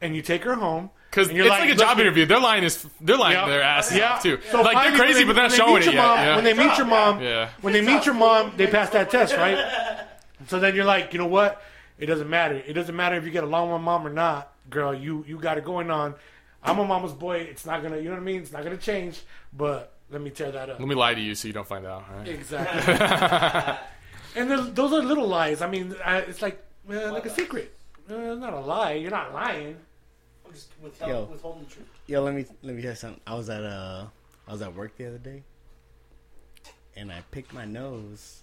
and you take her home,
Because
and
it's like, a
"Look
job
here."
interview. They're lying is they're lying
Yeah.
their asses
Yeah.
off too.
So
like
finally,
they're crazy,
when
but
they- when
they're not
they
showing
meet
it
your mom-
yet. Yeah.
When they meet your mom,
Yeah.
when they meet your mom, they pass that test, right? so then you're like, you know what? It doesn't matter. It doesn't matter if you get along with mom or not, girl. You you got it going on. I'm a mama's boy. It's not gonna, you know what I mean? It's not gonna change. But let me tear that up.
Let me lie to you so you don't find out. all right?
Exactly. and the, those are little lies. I mean, I, it's like uh, like a secret. Uh, not a lie. You're not lying.
I'm just
Yo.
withheld, withholding the truth.
Yo, let me let me tell you something. I was at uh I was at work the other day and I picked my nose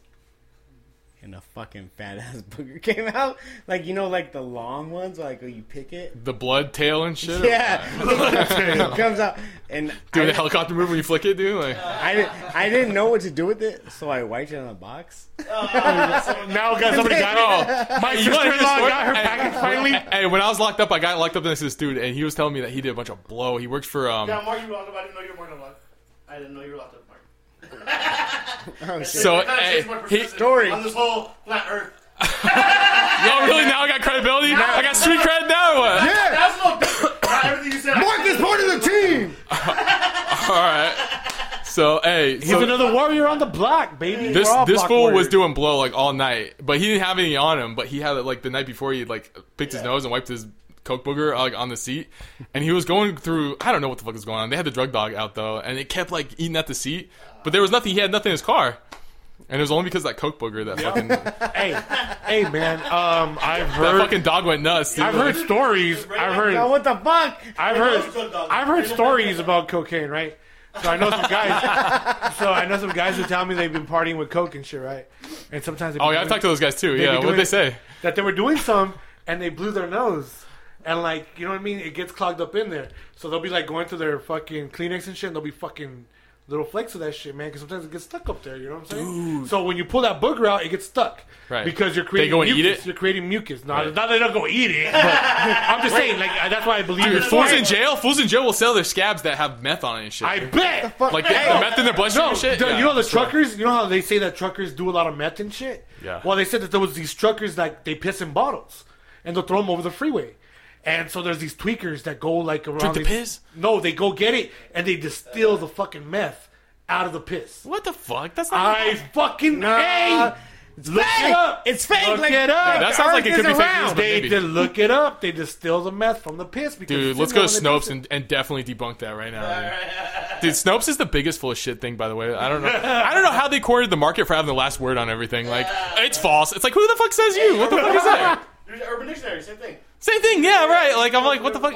and a fucking fat ass booger came out. Like you know like the long ones like where you pick it.
The blood tail and shit.
Yeah. it comes out and
Doing
I,
the helicopter move when you flick it, dude. Like,
I didn't I didn't know what to do with it, so I wiped it on a box.
Now, guys, somebody got it.
oh,
My
you wanna hear the
sister-in-law
story?
got her
Hey,
package finally.
Hey, when I was locked up, I got locked up next to this dude, and he was telling me that he did a bunch of blow. He worked for um,
Yeah, Mark, you were locked up. I didn't know you were Mark up. I didn't know you were locked up, Mark.
Oh shit.
So,
It kinda
hey,
changed my
he-
perspective
Story.
on this whole flat Earth.
Yo, really? Now I got credibility. I got street cred now. Or what?
Yeah!
That's a little different. Not everything you said. I
Mark
said
is part of the team!
All right. So, hey,
He's
so
another warrior on the block, baby.
this
We're all
this
block
fool was
warriors.
doing blow like all night, but he didn't have any on him. But he had it like the night before. He like picked his nose and wiped his coke booger like on the seat, and he was going through. I don't know what the fuck was going on. They had the drug dog out though, and it kept like eating at the seat. But there was nothing. He had nothing in his car, and it was only because of that coke booger that fucking that
Hey, hey, man. Um, I've heard.
fucking dog went nuts. Dude.
I've heard stories. I've
Yo,
heard.
what the fuck?
I've heard. I've heard stories about cocaine, right? So I know some guys. so I know some guys who tell me they've been partying with coke and shit, right? And sometimes.
Oh yeah, I talked to those guys too.
be
Yeah,
doing-
what'd they say?
that they were doing some and they blew their nose. And like, you know what I mean? It gets clogged up in there. So they'll be like going to their fucking Kleenex and shit and they'll be fucking little flakes of that shit, man, because sometimes it gets stuck up there, you know what I'm saying? So when you pull that booger out, it gets stuck.
Right.
Because you're
They
creating
go and eat
mucus.
it?
You're creating mucus. Not, not they don't go eat it, but I'm just saying, like I- that's why I believe
Dude,
in
fools in
stories.
jail. Fools in jail will sell their scabs that have meth on it and shit.
I bet
like the, the meth in their bloodstream
No,
and shit.
the-
Yeah.
you know the truckers. You know how they say that truckers do a lot of meth and shit.
Yeah.
Well, they said that there was these truckers like they piss in bottles, and they'll throw them over the freeway, and so there's these tweakers that go like around.
the
these-
piss?
No, they go get it and they distill the fucking meth out of the piss.
What the fuck? That's not.
I fucking hey, look
fake!
it up.
It's fake,
Look
like-
it up.
that sounds like it
Earth
could
is
be fake
around.
news, Oh, but
They
maybe.
did look it up. They distill the meth from the piss. Because
Dude,
it's
let's
in
go
there
to
when they
Snopes
piss it.
and, and definitely debunk that right now. Dude. dude, Snopes is the biggest full of shit thing, by the way. I don't know. I don't know how they cornered the market for having the last word on everything. Like, it's false. It's like, who the fuck says you? What the fuck is that?
There's Urban Dictionary, same thing.
Same thing, yeah, right. Like, I'm like, what the fuck?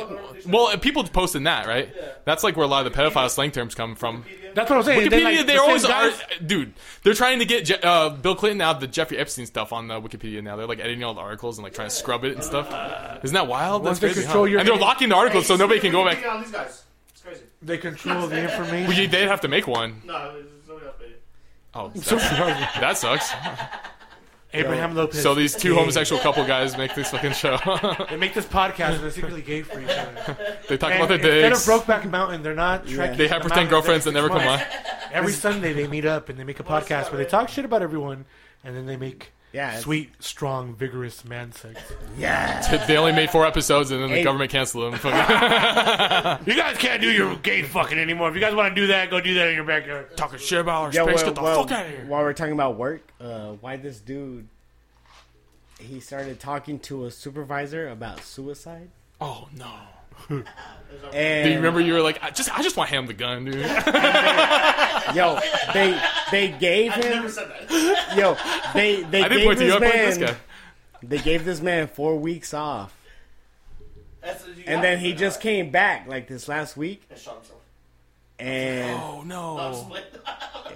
Well, people posting that, right? That's like where a lot of the pedophile slang terms come from.
That's what I'm saying.
Wikipedia,
like,
they
the same
always
guys-
are. Dude, they're trying to get Je- uh, Bill Clinton out of the Jeffrey Epstein stuff on uh, Wikipedia now. They're like editing all the articles and like trying to scrub it and stuff. Isn't that wild?
Once
That's
they
crazy.
control
huh?
your
and they're
name-
locking the articles so nobody can go back.
On these guys. It's crazy.
They control the information.
Well, you- They'd have to make one.
No, there's nobody else made it.
Oh, that, that sucks.
Abraham Lopez.
So these two homosexual couple guys make this fucking show.
they make this podcast and they're secretly gay for each other.
they talk
And
about their
instead of
dicks.
Brokeback Mountain, they're not trekking.
They have
the mountain
pretend girlfriends that
every
never
six
come on.
months. Every Sunday they meet up and they make a podcast where they talk shit about everyone and then they make
Yeah, it's-
sweet, strong, vigorous man sex.
Yeah.
They only made four episodes and then the
Hey.
government canceled them. Fucking-
You guys can't do your gay fucking anymore. If you guys want to do that, go do that in your backyard. Talking shit about our
Yo,
space.
well,
Get the
well,
fuck out of here.
While we're talking about work, uh, why this dude he started talking to a supervisor about suicide.
oh no!
And
Do you remember you were like, I just, I just want him the gun, dude.
yo, they they gave him
Never said that.
yo, they they
I didn't
gave
point to
this
you. I
man
pointed to this guy.
They gave this man four weeks off,
That's what you
and
got
then
for
he
that.
just came back like this last week,
And shot himself.
and
Oh no!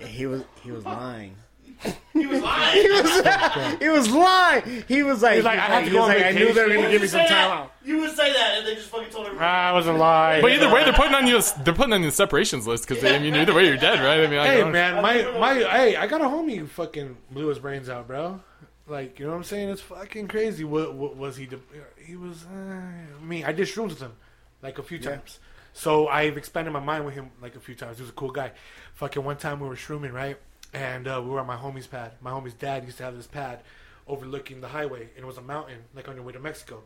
he was he was lying.
he was lying.
He was, he was lying. He was like,
He's
he was
like, I have
like-
to
he
go
was
on
like, I knew they were going
vacation.
to give me some
You say
time
that-
out.
You would say that, and they just fucking told everyone.
I wasn't lying.
But either way, they're putting on you. They're putting on you the separations list because I mean, either way, you're dead, right? I mean, like,
Hey man, my my hey, I got a homie who fucking blew his brains out, bro. Like you know what I'm saying? It's fucking crazy. What, what was he? De- he was. Uh, I mean, I did shrooms with him, like a few times. So I've expanded my mind with him like a few times. He was a cool guy. Fucking one time we were shrooming, right? And uh, we were on my homie's pad. My homie's dad used to have this pad overlooking the highway, and it was a mountain, like on your way to Mexico.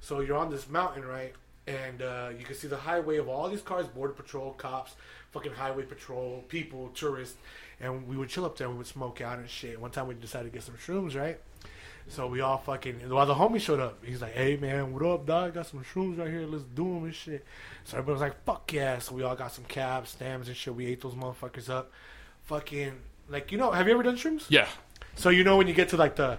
So you're on this mountain, right? And uh, you can see the highway of all these cars, border patrol, cops, fucking highway patrol, people, tourists. And we would chill up there. We would smoke out and shit. One time we decided to get some shrooms, right? So we all fucking. While the homie showed up, he's like, "Hey man, what up, dog? Got some shrooms right here. Let's do them and shit." So everybody was like, "Fuck yeah!" So we all got some cabs, stams, and shit. We ate those motherfuckers up. Fucking like you know, have you ever done shrooms?
yeah,
So you know when you get to like the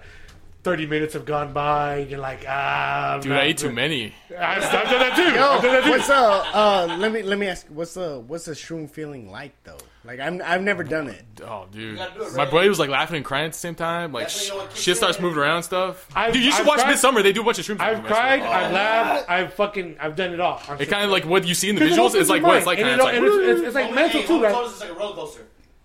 thirty minutes have gone by, you're like, ah, I'm
dude,
not
I ate too
good."
many.
I've I've done that too. I've done that
Yo,
too.
Oh. what's up? Uh, let me let me ask. you, What's the what's the shroom feeling like though? Like I'm I've never done it.
Oh, dude,
gotta do it,
my
right?
buddy was like laughing and crying at the same time. Like
That's when
sh-
you know what kicks
shit starts
in.
moving around and stuff.
I've-
dude, you should
I've
watch
cried-
Midsummer. They do a bunch of shrooms.
I've
afterwards.
cried, I've laughed, I've fucking, I've done it all. I'm
It
sure.
kind of like what you see in the
'Cause it
visuals
opens
is like
your
what it's
mind,
like.
and
Kind
it-
of like,
and it's, it's, it's like
Homie-
mental
hey,
too,
homie
right?
told us It's like a roller coaster.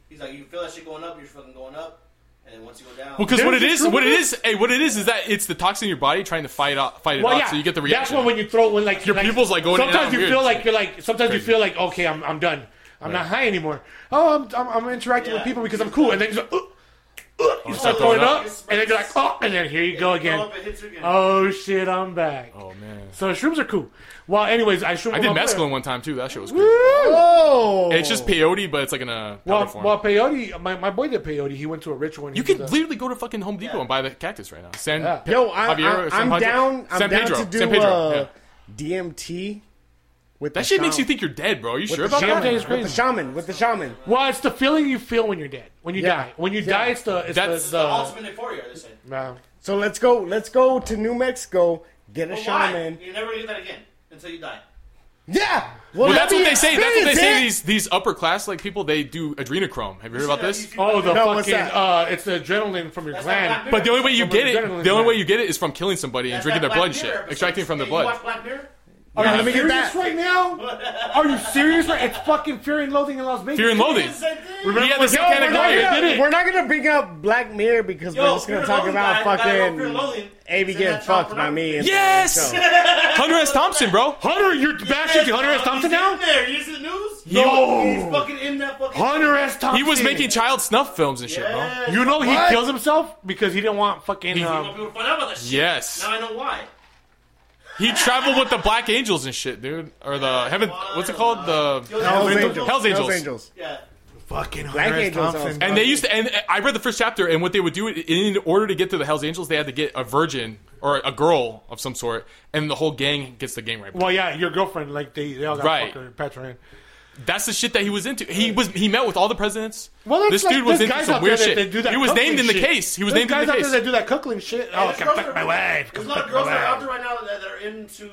He's like, you feel that shit going up, you're fucking going up, and then once you go down,
because what it
There's
is,
a
what it
shroom-
is, hey, what it is is that it's the toxin in your body trying to fight out, fight it
Well,
off,
yeah,
so you get the
That's
reaction.
when when you throw when like
Your
like,
pupils, like, going in and
Sometimes
out
you
weird
feel
and
like
shit.
you're like. Sometimes you
Crazy.
feel like okay, I'm I'm done. I'm not high anymore. Oh, I'm I'm, I'm interacting with
Yeah.
people because I'm cool, and then you just, uh, uh, you start
Oh, throwing
throwing up,
up.
and then you're like oh, and then here you go
you throw
again.
up, it hits you again.
Oh shit, I'm back.
oh man,
So shrooms are cool. Well, anyways, I shroom.
I did mescaline one time too. That shit was cool.
Oh,
It's just peyote, but it's like in a powder
Well,
form.
well, peyote. My, my boy did peyote. He went to a ritual. And
you
he
could
did the-
literally go to fucking Home Depot and buy the cactus right now. San
Yeah.
Pe-
yo, I,
Javier,
I,
San
I'm
Pedro-
down. I'm
San
down
Pedro,
to do
San Pedro,
uh,
yeah.
DMT. With
That
the
shit makes
shaman-
you think you're dead, bro. Are you
with
sure
the
about
shaman,
that?
DMT is
With the
crazy.
shaman, with the shaman.
Well, it's the feeling you feel when you're dead. When you
Yeah.
die. When you die, it's the it's
That's-
the, uh,
the
the,
ultimate euphoria. They say.
Nah.
So let's go. Let's go to New Mexico. Get a
But
shaman.
why? You're never gonna get that again until you die.
Yeah.
Well, that's what they say. That's what they say.
These.
These these upper class like people they do adrenochrome. Have you heard about this?
Oh, the
No, what's
fucking
that?
uh, it's the adrenaline from your
That's
gland.
not
But the only way you
Adrenaline,
get it,
yeah.
the only way you get it is from killing somebody and
That's
drinking
that
their blood and
Black
shit,
Mirror episode.
extracting from their
Hey,
blood.
You watch Black Mirror?
Are
Let
you
me get
serious
that.
right now? Are you serious? Right? It's fucking Fear and Loathing in Las Vegas.
Fear and loathing.
It's the same thing.
He had the same kind of
we're not
diet.
gonna- did it.
We're not gonna bring up Black Mirror because
Yo,
we're just gonna
Fear
talk
and Loathing
about
guy- guy wrote Fear and
fucking
Loathing.
AB
He's in
getting
that child
fucked by me. and-
Yes!
So-
Hunter S. Thompson, bro.
Hunter, you're bashing Hunter S.
He's
Thompson
in
now?
there. You see the news? He's
No.
fucking in that fucking.
Hunter S. Thompson.
He was making child snuff films and shit, bro.
Yeah.
You know he
What?
kills himself because he didn't want fucking.
You
Um,
want people to find out about that shit.
Yes.
Now I know why.
He traveled with the Black Angels and shit, dude. Or the heaven. What's it called? The
Hell's
Hell's
Angels.
Hell's Angels.
Yeah.
fucking
Black
Hunter S.
Angels sounds
Thompson.
good.
And they used to, and I read the first chapter, and what they would do in order to get to the Hell's Angels, they had to get a virgin or a girl of some sort, and the whole gang gets the gang raped.
Well, yeah, your girlfriend, like they, they all got
Right.
fucking Petra in.
That's the shit that he was into. He was he met with all the presidents.
Well, that's
this
like,
dude was
there's
into
guys
some
out there
weird
that-
shit.
that do that
he was named
cuckling
in the
shit.
case. He was
There's
named in
guys
the
out
case.
there that do that cuckling shit. Oh,
there's
come
girls
fuck
that-
my wife. Come
There's a lot
fuck my
of girls that are out
wife.
there right now that, that are into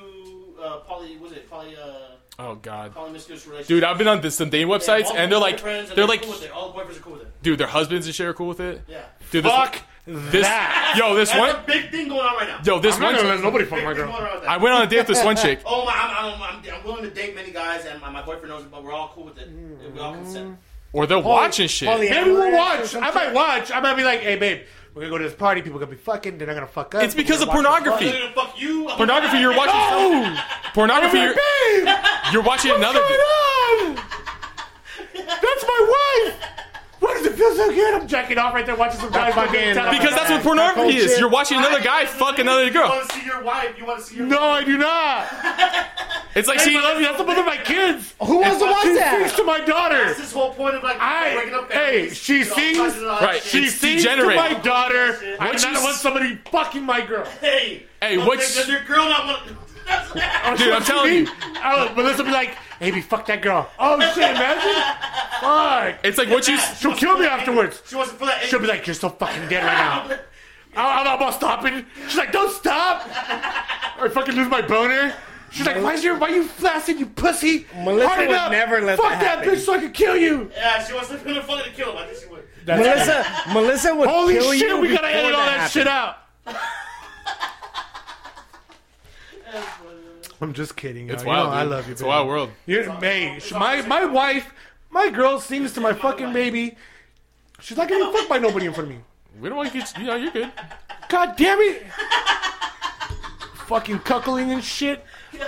uh, poly. Was it poly? Uh,
oh god,
polymiscuous relationships.
dude, I've been on this, some dating
They have
websites,
multiple
and they're like,
boyfriends and
they're like,
cool with it. all the boyfriends are cool with it.
dude, their husbands and shit are cool with it.
Yeah.
Dude, this,
Fuck
this,
that.
yo, this
That's
one,
a big thing going on right now.
yo, this
I'm not
one.
gonna let nobody fuck
big
my
thing going
girl.
on with that.
I went on a date with this one chick.
Oh my! I'm, I'm, I'm, I'm willing to date many guys, and my, my boyfriend knows, it, but we're all cool with it. We all consent.
Or they'll watch and shit.
Polyamory
Maybe we'll
or
watch.
some
I
shit.
might watch. I might be like, hey, babe, we're gonna go to this party. People gonna be fucking. They're not gonna fuck up.
It's because
We're
of
gonna watch this
I'm
pornography.
gonna fuck you. I'm
Pornography,
gonna-
you're watching. Pornography, you're,
fucking- Babe,
you're watching another.
what's going on? That's my wife. Why does it feel so good? I'm jacking off right there watching some guys fucking.
fucking-
Because that's what pornography is. You're watching another guy fuck another
You
girl.
want to see your wife? You want to see your?
No, I do not.
It's like
Hey,
seeing.
I love you. That's the mother of my kids.
Who wants to watch
She sings
that?
to my daughter.
That's this whole point of like
I-
breaking up.
hey,
families,
she
you know,
sings-
all kinds of other
right,
shit.
she-
She sings to
degenerate.
my daughter. I
What
do
you
not want
s-
somebody fucking my girl.
Hey,
Hey,
don't
what's-
think that your girl not want?
Dude, I'm telling you.
Oh, Melissa be like, "Baby, fuck that girl." Oh shit, imagine. fuck.
It's like what you.
She'll kill me afterwards.
She wants to feel that.
She'll be like, "You're so fucking dead right now." I, I'm not about stopping. She's like, don't stop. I fucking lose my boner. She's like, why is your, why you flaccid, you pussy?
Melissa
Hard
would
up.
never let
Fuck
that
that
happen.
bitch so I can kill you.
Yeah, she wants to put a fucking kill him. I think she would.
That's
Melissa, Melissa would
Holy
kill
shit,
you
we gotta
before
edit all that
happened.
shit out. I'm just kidding.
It's
y'all. You
wild.
know
dude.
I love you.
It's a
baby.
wild world.
You're, mate, sh- my my wife, my girl sings to my fucking baby. She's not getting fucked by nobody in front of me.
We don't want you. Yeah, you're good.
God damn it! fucking cuckling and shit.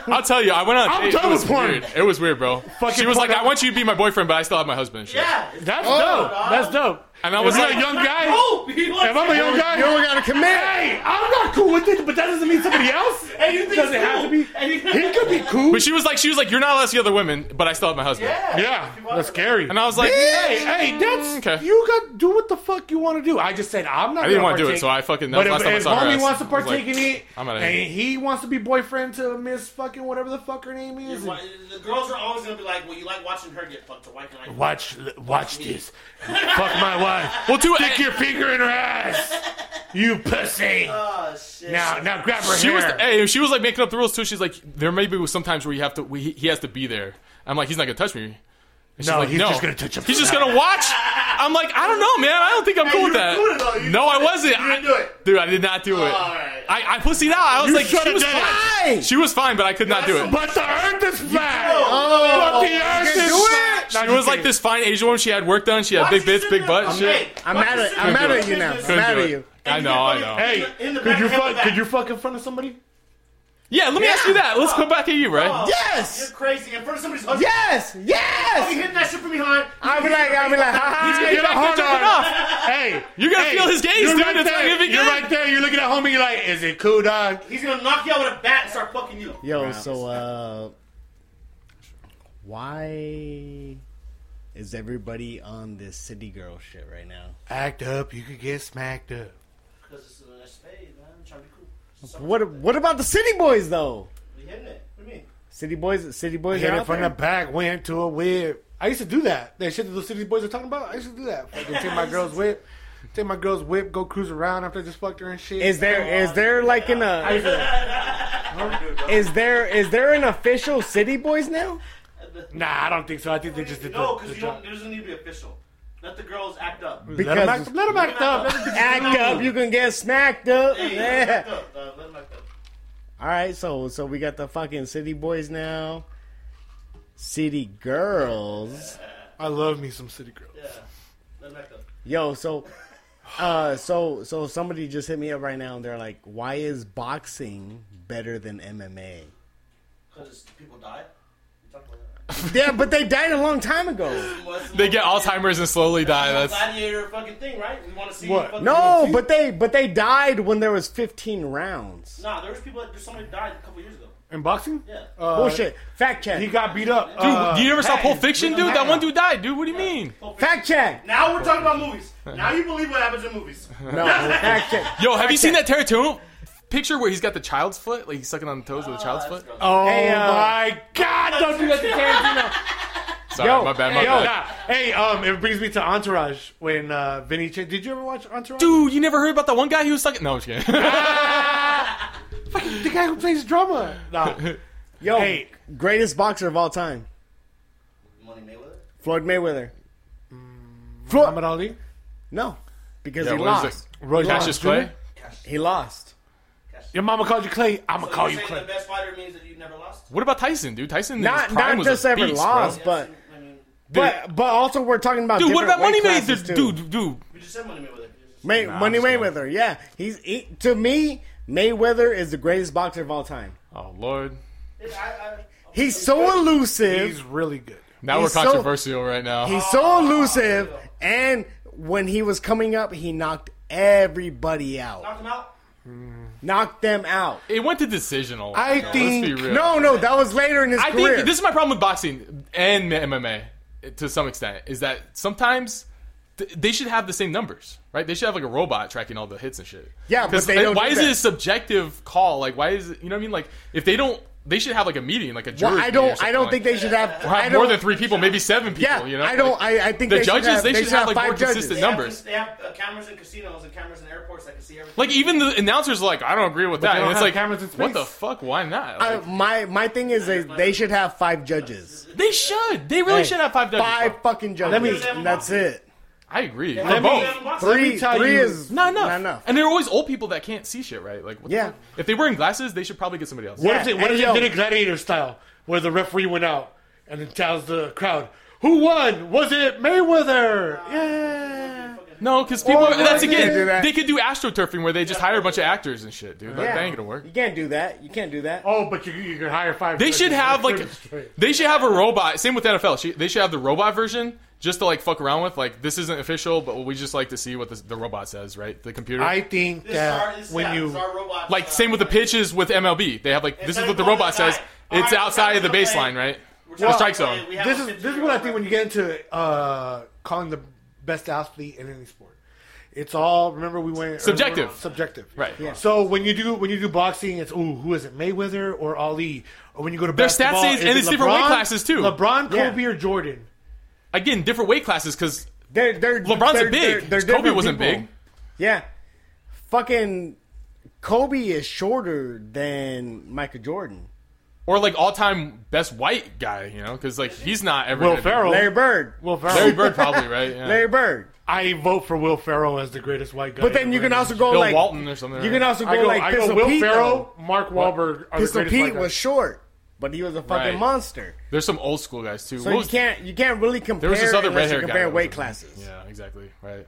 I'll tell you. I went on. a
I'm
date.
done
it was
with porn.
weird. It was weird, bro.
Fucking
she was like,
porn.
"I want you to be my boyfriend, but I still have my husband." And shit.
Yeah. it's
That's
Oh,
dope. That's dope.
And I was
If you're
like,
a young guy.
Hope he wants
If I'm a young guy,
You don't gotta commit.
Oh, Hey, I'm not cool with it, but that doesn't mean somebody else.
And you think
doesn't
it's
have to
cool.
be.
And you-
He could be cool.
But she was like, she was like, "You're not allowed to see other women, but I still have my husband."
Yeah.
yeah,
If you want
that's
to-
scary.
And I was like,
hey, hey, that's
Mm, Okay.
you got do what the fuck you want to do. I just said I'm not.
I didn't
want to
do it, so I fucking. That
But
was
if,
last time I
if
saw her
homie
ass.
wants to
I was like,
partake in it,
I'm outta here.
and he wants to be boyfriend to Miss fucking whatever the fuck her name is. and-
The girls are always gonna be like, "Well, you like watching her get fucked, so why can't I?"
Watch, watch this. fuck my wife.
Well, eh, too.
Stick your finger in her ass. You pussy.
Oh shit!
Now, now grab her
she
hair.
was hey, she was like making up the rules too. She's like, there may be sometimes where you have to, we, he has to be there. I'm like, he's not gonna touch me. And she's
no,
like,
he's
no.
just gonna touch him.
He's just gonna watch. I'm like, I don't know, man. I don't think I'm cool
you
with
were
that.
doing it, though. You
no, I wasn't.
You didn't do it.
I, dude, I did not do it.
Alright.
I, I pussied out. I was like,
shoulda
she was
done it.
fine. She was fine, but I could not do it.
But the earth is flat.
Oh,
but the earth
can
is
do
flat.
it.
No,
She
I'm
was like
kidding.
this fine Asian woman. She had work done. She had big bits, big butt. and shit.
I'm mad at I'm mad at you now. I'm
Couldn't
mad
do
at
it.
you.
I know, I know.
Hey,
In the
could
back,
you
in the
fuck?
back.
Could you fuck in front of somebody?
Yeah, let me ask you that. Let's go back at you, right?
You're
Yes,
crazy in front of somebody's husband.
yes,
You
yes.
hitting that shit from behind.
I'll be like, I'll be like, ha ha.
You're
Get a
back there
hard
jerking
on.
off.
Hey,
You're gonna
hey,
feel his gaze,
you're
dude.
Right
It's not
there.
gonna be
You're
good.
right there. You're looking at homie. You're like, is it cool, dog?
He's gonna knock you out with a bat and start fucking you.
Yo, so uh, why is everybody on this city girl shit right now?
Act up. You could get smacked up.
Because it's an spade, man. I'm trying to be cool. It's something
What What about the city boys though?
You hitting it? What do you mean?
City boys, city boys
Hit
are
it
out
from
there?
the back. Went to a whip. I used to do that. That shit that those city boys are talking about. I used to do that. Fucking take my girl's whip. Take my girl's whip. Go cruise around after I just fucked her and shit.
Is there is there like an
I
a
used to-
is there is there an official city boys now?
nah, I don't think so. I think they just did
No,
the,
because
the
you don't.
job.
There doesn't need to be official. Let the girls act up.
Let them
Because
act, let 'em act up. Let 'em be-
act up, you can get smacked up.
Hey, let 'em
Yeah.
act up. dog. Let 'em act up.
All right, so so we got the fucking city boys now. City girls.
I love me some city girls.
Yeah. Let 'em act up.
Yo, so uh so so somebody just hit me up right now and they're like, "Why is boxing better than MMA?"
Because people die. You talk about
yeah, but they died a long time ago.
that. Well, that's the
They
whole
get Alzheimer's and slowly die. That's
gladiator fucking thing, right? We want to see
What?
fucking-
No, but they but they died when there was 15 rounds.
Nah, there was people. There's somebody that died a couple years ago.
In boxing?
Yeah.
Uh,
Bullshit. Fact
He
check.
got beat up. Uh, Dude,
Dude,
Uh,
do you ever saw Pulp Fiction, dude? That one dude died, dude. What do you mean?
Fact check.
Now we're talking about movies. Now you believe what happens in movies.
No, fact check.
Yo, have you seen that Terratoon picture where he's got the child's foot? Like he's sucking on the toes
Uh,
with a child's foot?
Oh
Hey, uh,
my God! Don't do that to Tarantino.
Sorry,
Yo,
my bad, my
Yo,
bad.
nah. hey, um, it brings me to Entourage when uh, Vinny. Ch- Did you ever watch Entourage?
Dude, you never heard about that one guy who was sucking? No, I'm just kidding.
the guy who plays drummer. Nah.
Yo,
Hey.
greatest boxer of all time,
Money Mayweather.
Floyd Mayweather.
Muhammad Ali.
No, because
Yeah,
he
what is
lost.
Roy
Cassius Clay?
He lost.
Your mama called you Clay. I'ma
So
call
you're
you
saying
Clay.
the best fighter means that you've never lost.
What about Tyson, dude? Tyson in
Not
his prime
not
was a
just ever
beast, bro.
lost, but
I mean,
but but also we're talking about
Dude, what about Money
Mayweather,
Mayweather? Dude, dude.
we just said Money Mayweather.
May, Money Mayweather. Yeah, he's he, to me Mayweather is the greatest boxer of all time.
Oh, Lord.
I, I,
He's so elusive.
He's really good.
Now
He's
we're
so-
controversial right now.
He's so elusive, and when he was coming up, he knocked everybody out,
knock him out.
knocked them out.
It went to decisional.
I
Let's
think-
be real.
No, no, that was later in his
I
career.
think this is my problem with boxing and MMA to some extent is that sometimes th- they should have the same numbers, right? They should have like a robot tracking all the hits and shit.
Yeah, but
'Cause,
they
uh,
don't
why
do
is
that.
it a subjective call? Like, why is it? You know what I mean? Like, if they don't They should have like a meeting, like a jury.
Well, I
meeting or
don't.
something
I don't
like
think they should have.
We'll have
I
more
don't-
than three people, maybe seven people.
Yeah,
you know,
I don't.
Like,
I, I think
the
they
judges
should have,
they, should have, like
five
more
judges.
consistent
have-
numbers.
They have uh, cameras in casinos and cameras in airports that can see everything.
Like even the announcers, are like I don't agree with
they
that.
don't
And it's
have
like,
cameras in
what
space.
the fuck? Why not?
I,
Like,
Uh, my my thing is they, they should have five judges.
they should. They really
Hey,
should have five judges.
Five fucking judges.
Let me-
and that's it.
I agree. For
Let me-
both.
Let
Three
me tell
three
you-
is
Not enough.
Not enough.
And there are always old people that can't see shit, right? Like, what the
Yeah.
fuck? If they were in glasses, they should probably get somebody else.
What
Yeah,
if they, what
and
if they
yo-
did it gladiator style, where the referee went out and then tells the crowd, "Who won? Was it Mayweather?" Yeah.
No, because people.
Well,
that's
they can't
again.
do that.
They could do astroturfing where they just hire a bunch of actors and shit, dude. Like,
Yeah.
That ain't gonna work.
You can't do that. You can't do that.
Oh, but you, you could hire five.
They
judges.
should have like. They should have a robot. Same with NFL. She, they should have the robot version just to like fuck around with. Like this isn't official, but we just like to see what this, the robot says, right? The computer.
I think
This
that
czar- this-
when
yeah,
you
czar robot,
like
uh,
same with the pitches with MLB. They have like this is what the robot says. It's outside of the baseline, right? The strike zone.
We have
this
a
is this is
50-year-old
what I think when you get into uh, calling the best athlete in any sport. It's all remember we went
Subjective.
remember- subjective,
Right. Yeah.
So when you do when you do boxing, it's ooh who is it Mayweather or Ali? Or when you go to
Their stats
basketball,
say-
is
and
it
it's different weight
LeBron-
classes, too.
LeBron,
Yeah.
Kobe, or Jordan.
Again, different weight classes because
They're, they're,
LeBron's
they're,
a big.
they're- they're
Kobe
different
wasn't
people.
big.
Yeah. Fucking Kobe is shorter than Michael Jordan.
Or like all time best white guy, you know, because like he's not ever.
Will
gonna be-
Ferrell.
Larry Bird.
Will Ferrell.
Larry Bird probably right. Yeah.
Larry Bird.
I vote for Will Ferrell as the greatest white guy.
But then you can also go
Bill
like
Walton or something.
You
right?
can also go,
I go,
like
I go
Pistol
Will
Pete.
Ferrell, Mark Wahlberg
though.
are the
Pistol
greatest
Pete
white
was
guys.
short, but he was a fucking
Right.
monster.
There's some old school guys too.
So
What
you
was-
can't you can't really compare.
There was this other
unless you
red hair guy.
compare
that was
weight
a-
classes.
Yeah, exactly. Right.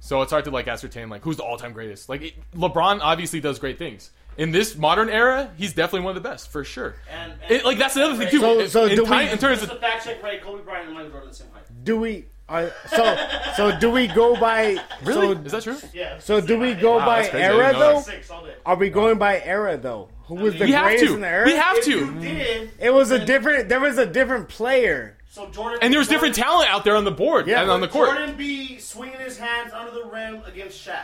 So it's hard to like ascertain like who's the all time greatest. Like it, LeBron obviously does great things. In this modern era, he's definitely one of the best for sure.
And- and-
it, like that's the other thing too.
So-
In-
so
in,
do
time-
we-
in terms
Just a
of
fact check, right? Kobe Bryant and Michael Jordan the same height.
Do we? Are, so so do we go by?
really
So,
is that true?
Yeah.
so do we go
Wow,
by
that's crazy. I didn't
era
know that.
though?
Six all day.
Are we going by era though? Who was the
We have
greatest
to.
in the era?
We have
If
to.
you did,
It was a different. There was a different player.
so Jordan
And there's
Jordan-
different talent out there on the board
Yeah,
and on the court.
Jordan B swinging his hands under the rim against Shaq.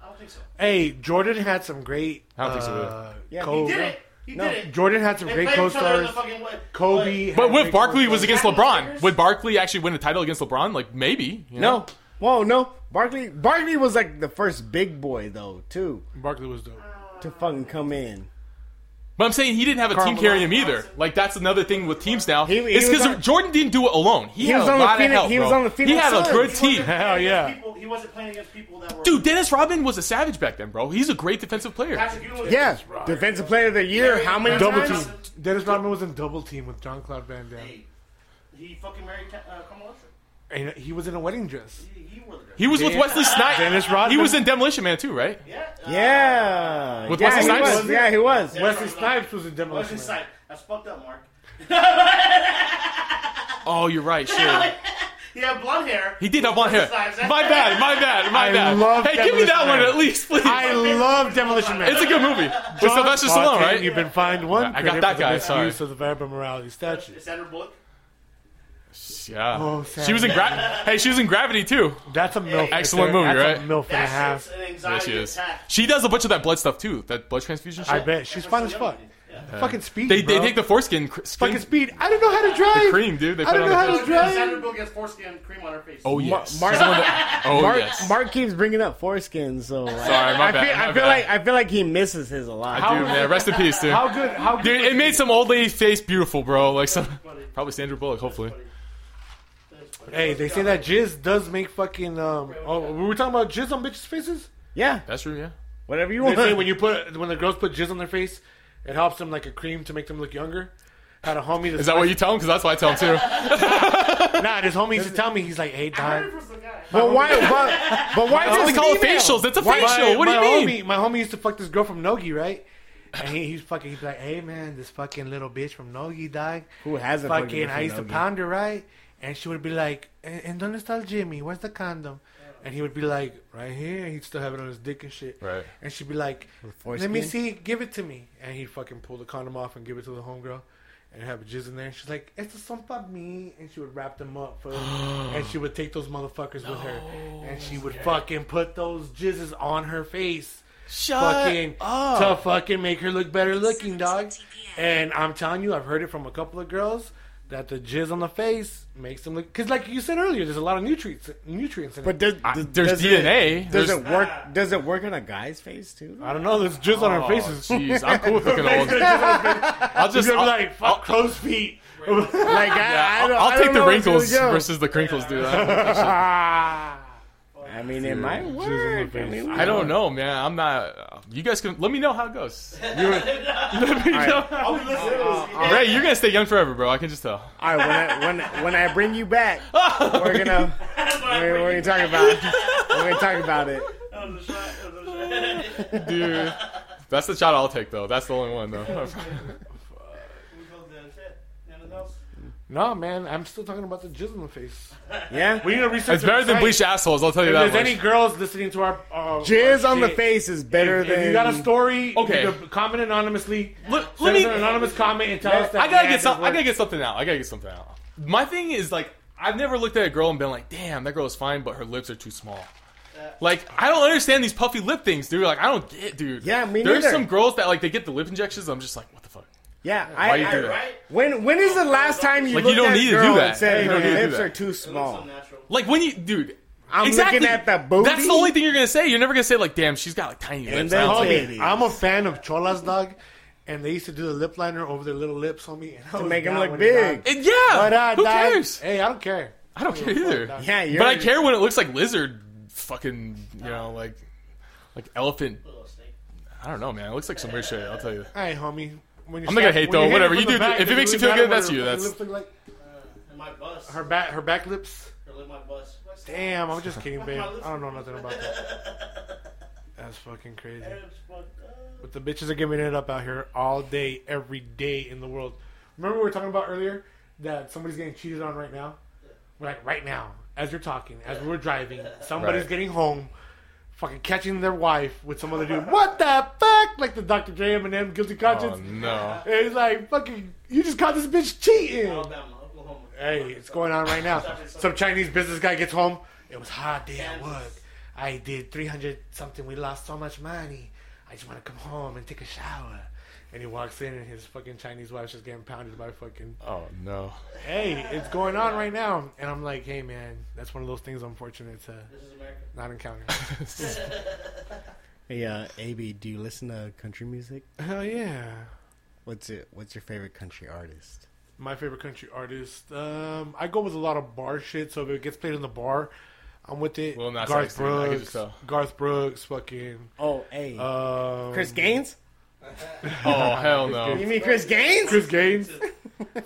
I don't think so.
Hey, Jordan had some great.
I don't think so, either.
Uh,
Yeah. He
co-
He did it. He
Oh, No,
did it.
Jordan had some
They
great
played each other
co-stars.
in the fucking way.
Kobe,
but
with
with Barkley was against
Lakers.
LeBron. Would Barkley actually win a title against LeBron? Like maybe. you know?
No. Whoa, no. Barkley. Barkley was like the first big boy though, too,
Barkley was dope.
to fucking come in.
But I'm saying he didn't have a team
Carmelo
carrying him either. Like that's another thing with teams now.
He- he
it's
was
because
on-
Jordan didn't do it alone. He,
He
had
was
a
on the
lot of
Phoenix-
help.
he was
bro.
on the
he
Phoenix
had a
Suns.
good
He
team.
Hell yeah.
People, he wasn't playing against people that were.
Dude, Dennis Rodman was a savage back then, bro. He's a great defensive player.
Patrick Ewing was-
Yeah, defensive player of the year. How many
Double
times?
team. Dennis Rodman was in double team with John Claude Van Damme,
Hey, He fucking married Ka- uh, Kamala. Wilson.
and he was in a wedding dress.
He, he wore the dress.
He was with Wesley Snipes.
Dennis Rodman.
He was in Demolition Man too, right?
Yeah. uh,
Yeah.
With
yeah,
Wesley
he
Snipes?
was. Yeah, he was.
Wesley Snipes was in
What's
demolition.
his
Man.
site? That's fucked up, Mark.
Oh, you're right. Sure.
He had blonde hair.
He did have one hair.
What's his name?
My bad. My bad. My
I
bad.
love
hey, give me
Demolition
that one
Man.
at least, please.
I love Demolition Man.
it's a good movie. With
John
Sylvester Stallone,
Fontaine,
right?
You've been fined one.
Yeah, I got
credit
that
for the
guy,
misuse
sorry.
of the Viber morality statue.
It's Sandra Bullock.
Yeah.
Oh,
she was in gra- Hey, she was in Gravity too.
That's a milf.
Excellent
right there. That's
movie, right?
A milf and a
That
half.
shit's an
Yeah, she
anxiety
is.
attack.
She does a bunch of that blood stuff too. That blood transfusion shit.
I bet she's fun as fuck.
Yeah.
Fucking speed.
They, they
bro.
take the foreskin. Cr- skin-
fucking speed. I don't know how to drive.
The cream, dude. They
I
put
don't know
on the-
how to
Sandra
drive.
Bullock has foreskin and cream on her face.
Oh yes.
Mark-
She's the one that- oh
Mark,
yes.
Mark keeps bringing up foreskins, so
Sorry, my
I
bad.
feel,
my
I feel
bad.
like I feel like he misses his a lot.
I do, man. Rest in peace, dude.
How good? How good?
Dude, it made some old lady face beautiful, bro. Like some, probably Sandra Bullock, hopefully.
Hey, they say that jizz does make fucking. Um, oh, we were talking about jizz on bitches' faces.
yeah,
That's true, yeah.
whatever you
They
want.
say when you put when the girls put jizz on their face, it helps them like a cream to make them look younger. Had a homie.
Is that what you tell him? Because that's what I tell him too.
Nah, this homie used to tell me he's like, hey, Don.
but why? But, but why is
That's what they
this
call it
female?
facials. That's a
My-
facial. What do
my
you mean?
Homie, my homie used to fuck this girl from Nogi, right? And he, he's fucking. He's like, hey man, this fucking little bitch from Nogi died.
Who hasn't fucking
fucking?
been
I used to
Nogi?
pound her right, and she would be like, "Eh, "And and don't install Jimmy. Where's the condom?" And he would be like, "Right here." He'd still have it on his dick and shit.
Right.
And she'd be like, "Let
foreskin?
me see. Give it to me." And he'd fucking pull the condom off and give it to the homegirl. And have jizz in there. And she's like, "It's a son for me," and she would wrap them up, for, and she would take those motherfuckers with her, and she would fucking put those jizzes on her face. Shut fucking to fucking make her look better looking, dog. And I'm telling you, I've heard it from a couple of girls that the jizz on the face makes them look because, like you said earlier, there's a lot of nutrients nutrients in
But
it.
does,
I-
does-
there's
does it-
DNA.
does
There's-
it work? Does it work on a guy's face too?
I don't know. There's jizz on
Oh,
our faces.
Jeez, I'm cool with looking old. I'll just
You're gonna
I'll,
be like "Ah, fuck crow's feet.
Like I, I
I'll,
don't,
I'll
I
take
don't
the
know what's
wrinkles
gonna go.
versus the crinkles, dude. I,
I mean, it might work. I mean,
I don't know, man. I'm not. You guys can let me know how it goes. You, let me know.
uh,
I'll be listening to this.
Ray, you're gonna stay young forever, bro. I can just tell.
All right, when I, when when I bring you back,
Oh,
we're gonna we're, we're gonna talk about we're gonna talk about it.
That was a shot. That was a shot.
dude. That's the shot I'll take though. That's the only one though.
We go to the shit. Anything else?
No, man, I'm still talking about the jizz on the face.
Yeah,
We need to research.
it's better
the
than
site.
bleached assholes. I'll tell you
If
that
there's
much.
any girls listening to our uh,
jizz
our
on the
shit,
face is better
If
than
you got a story,
Okay.
you can comment anonymously.
Look,
Send
let
us
me.
an anonymous comment and tell us that.
I gotta
yeah,
get
this
something. I
worked.
gotta get something out. I gotta get something out. My thing is like, I've never looked at a girl and been like, damn, that girl is fine, but her lips are too small. Like I don't understand these puffy lip things, dude. Like I don't get, dude.
Yeah, me
There's
neither.
some girls that like they get the lip injections. I'm just like, what the fuck?
yeah.
Why
I,
you do that?
I, when when is the last time you
Like, you
looked
don't
at a
need to
girl
do that.
and said
You don't
her
need to do
lips
that.
are too
Looks
small?
unnatural.
Like when you, dude.
I'm
exactly.
looking at the booty.
That's the only thing you're gonna say. You're never gonna say like, damn, she's got like tiny
And
lips.
then-
I don't-
Homie,
Titties.
I'm a fan of Cholas, dog, and they used to do the lip liner over their little lips, homie, and I was
make 'em
down
look
with
big.
it, dog.
And yeah.
But uh,
who
dog,
cares?
Hey, I don't care.
I don't care either.
Yeah, you're,
But I care when it looks like lizard, fucking, you know, like, like elephant.
Little snake.
I don't know, man. It looks like some weird shit. I'll tell you.
Hey, homie. When you're
I'm not gonna
strapped- when
hate, though.
you're hitting
Whatever.
from
You
the
do-
back,
if it
does
makes you
look
feel good,
matter
that's
what
you.
her- her
That's-
lips look like?
And my bus.
her back. Her back lips.
Or lick my bus.
Damn, I'm just kidding, babe. I don't know nothing about that. That's fucking crazy.
It's fucked up.
But the bitches are giving it up out here all day, every day in the world. Remember we were talking about earlier that somebody's getting cheated on right now? Like right now, as you're talking, as we're driving, somebody's
Right.
getting home, fucking catching their wife with some other dude. What the fuck? Like the Dr. J Eminem guilty
Oh
conscience.
no.
And It's like fucking, you just caught this bitch cheating.
Alabama, Oklahoma.
Hey, it's going on right now. Some Chinese business guy gets home. It was a hard day at work. I did 300 something. We lost so much money. I just want to come home and take a shower. And he walks in, and his fucking Chinese wife's just getting pounded by fucking.
Oh no.
Hey, it's going on right now. And I'm like, hey, man, that's one of those things I'm fortunate to
This is America.
not encounter.
Hey, uh, AB, do you listen to country music?
Hell yeah.
What's it? What's your favorite country artist?
My favorite country artist. Um, I go with a lot of bar shit, so if it gets played in the bar, I'm with it.
Lil Nas X,
Garth
dude. I can
Brooks.
just tell.
Garth Brooks, fucking.
Oh, hey,
Um,
Chris Gaines.
Oh hell no.
You mean Chris Gaines?
Chris Gaines.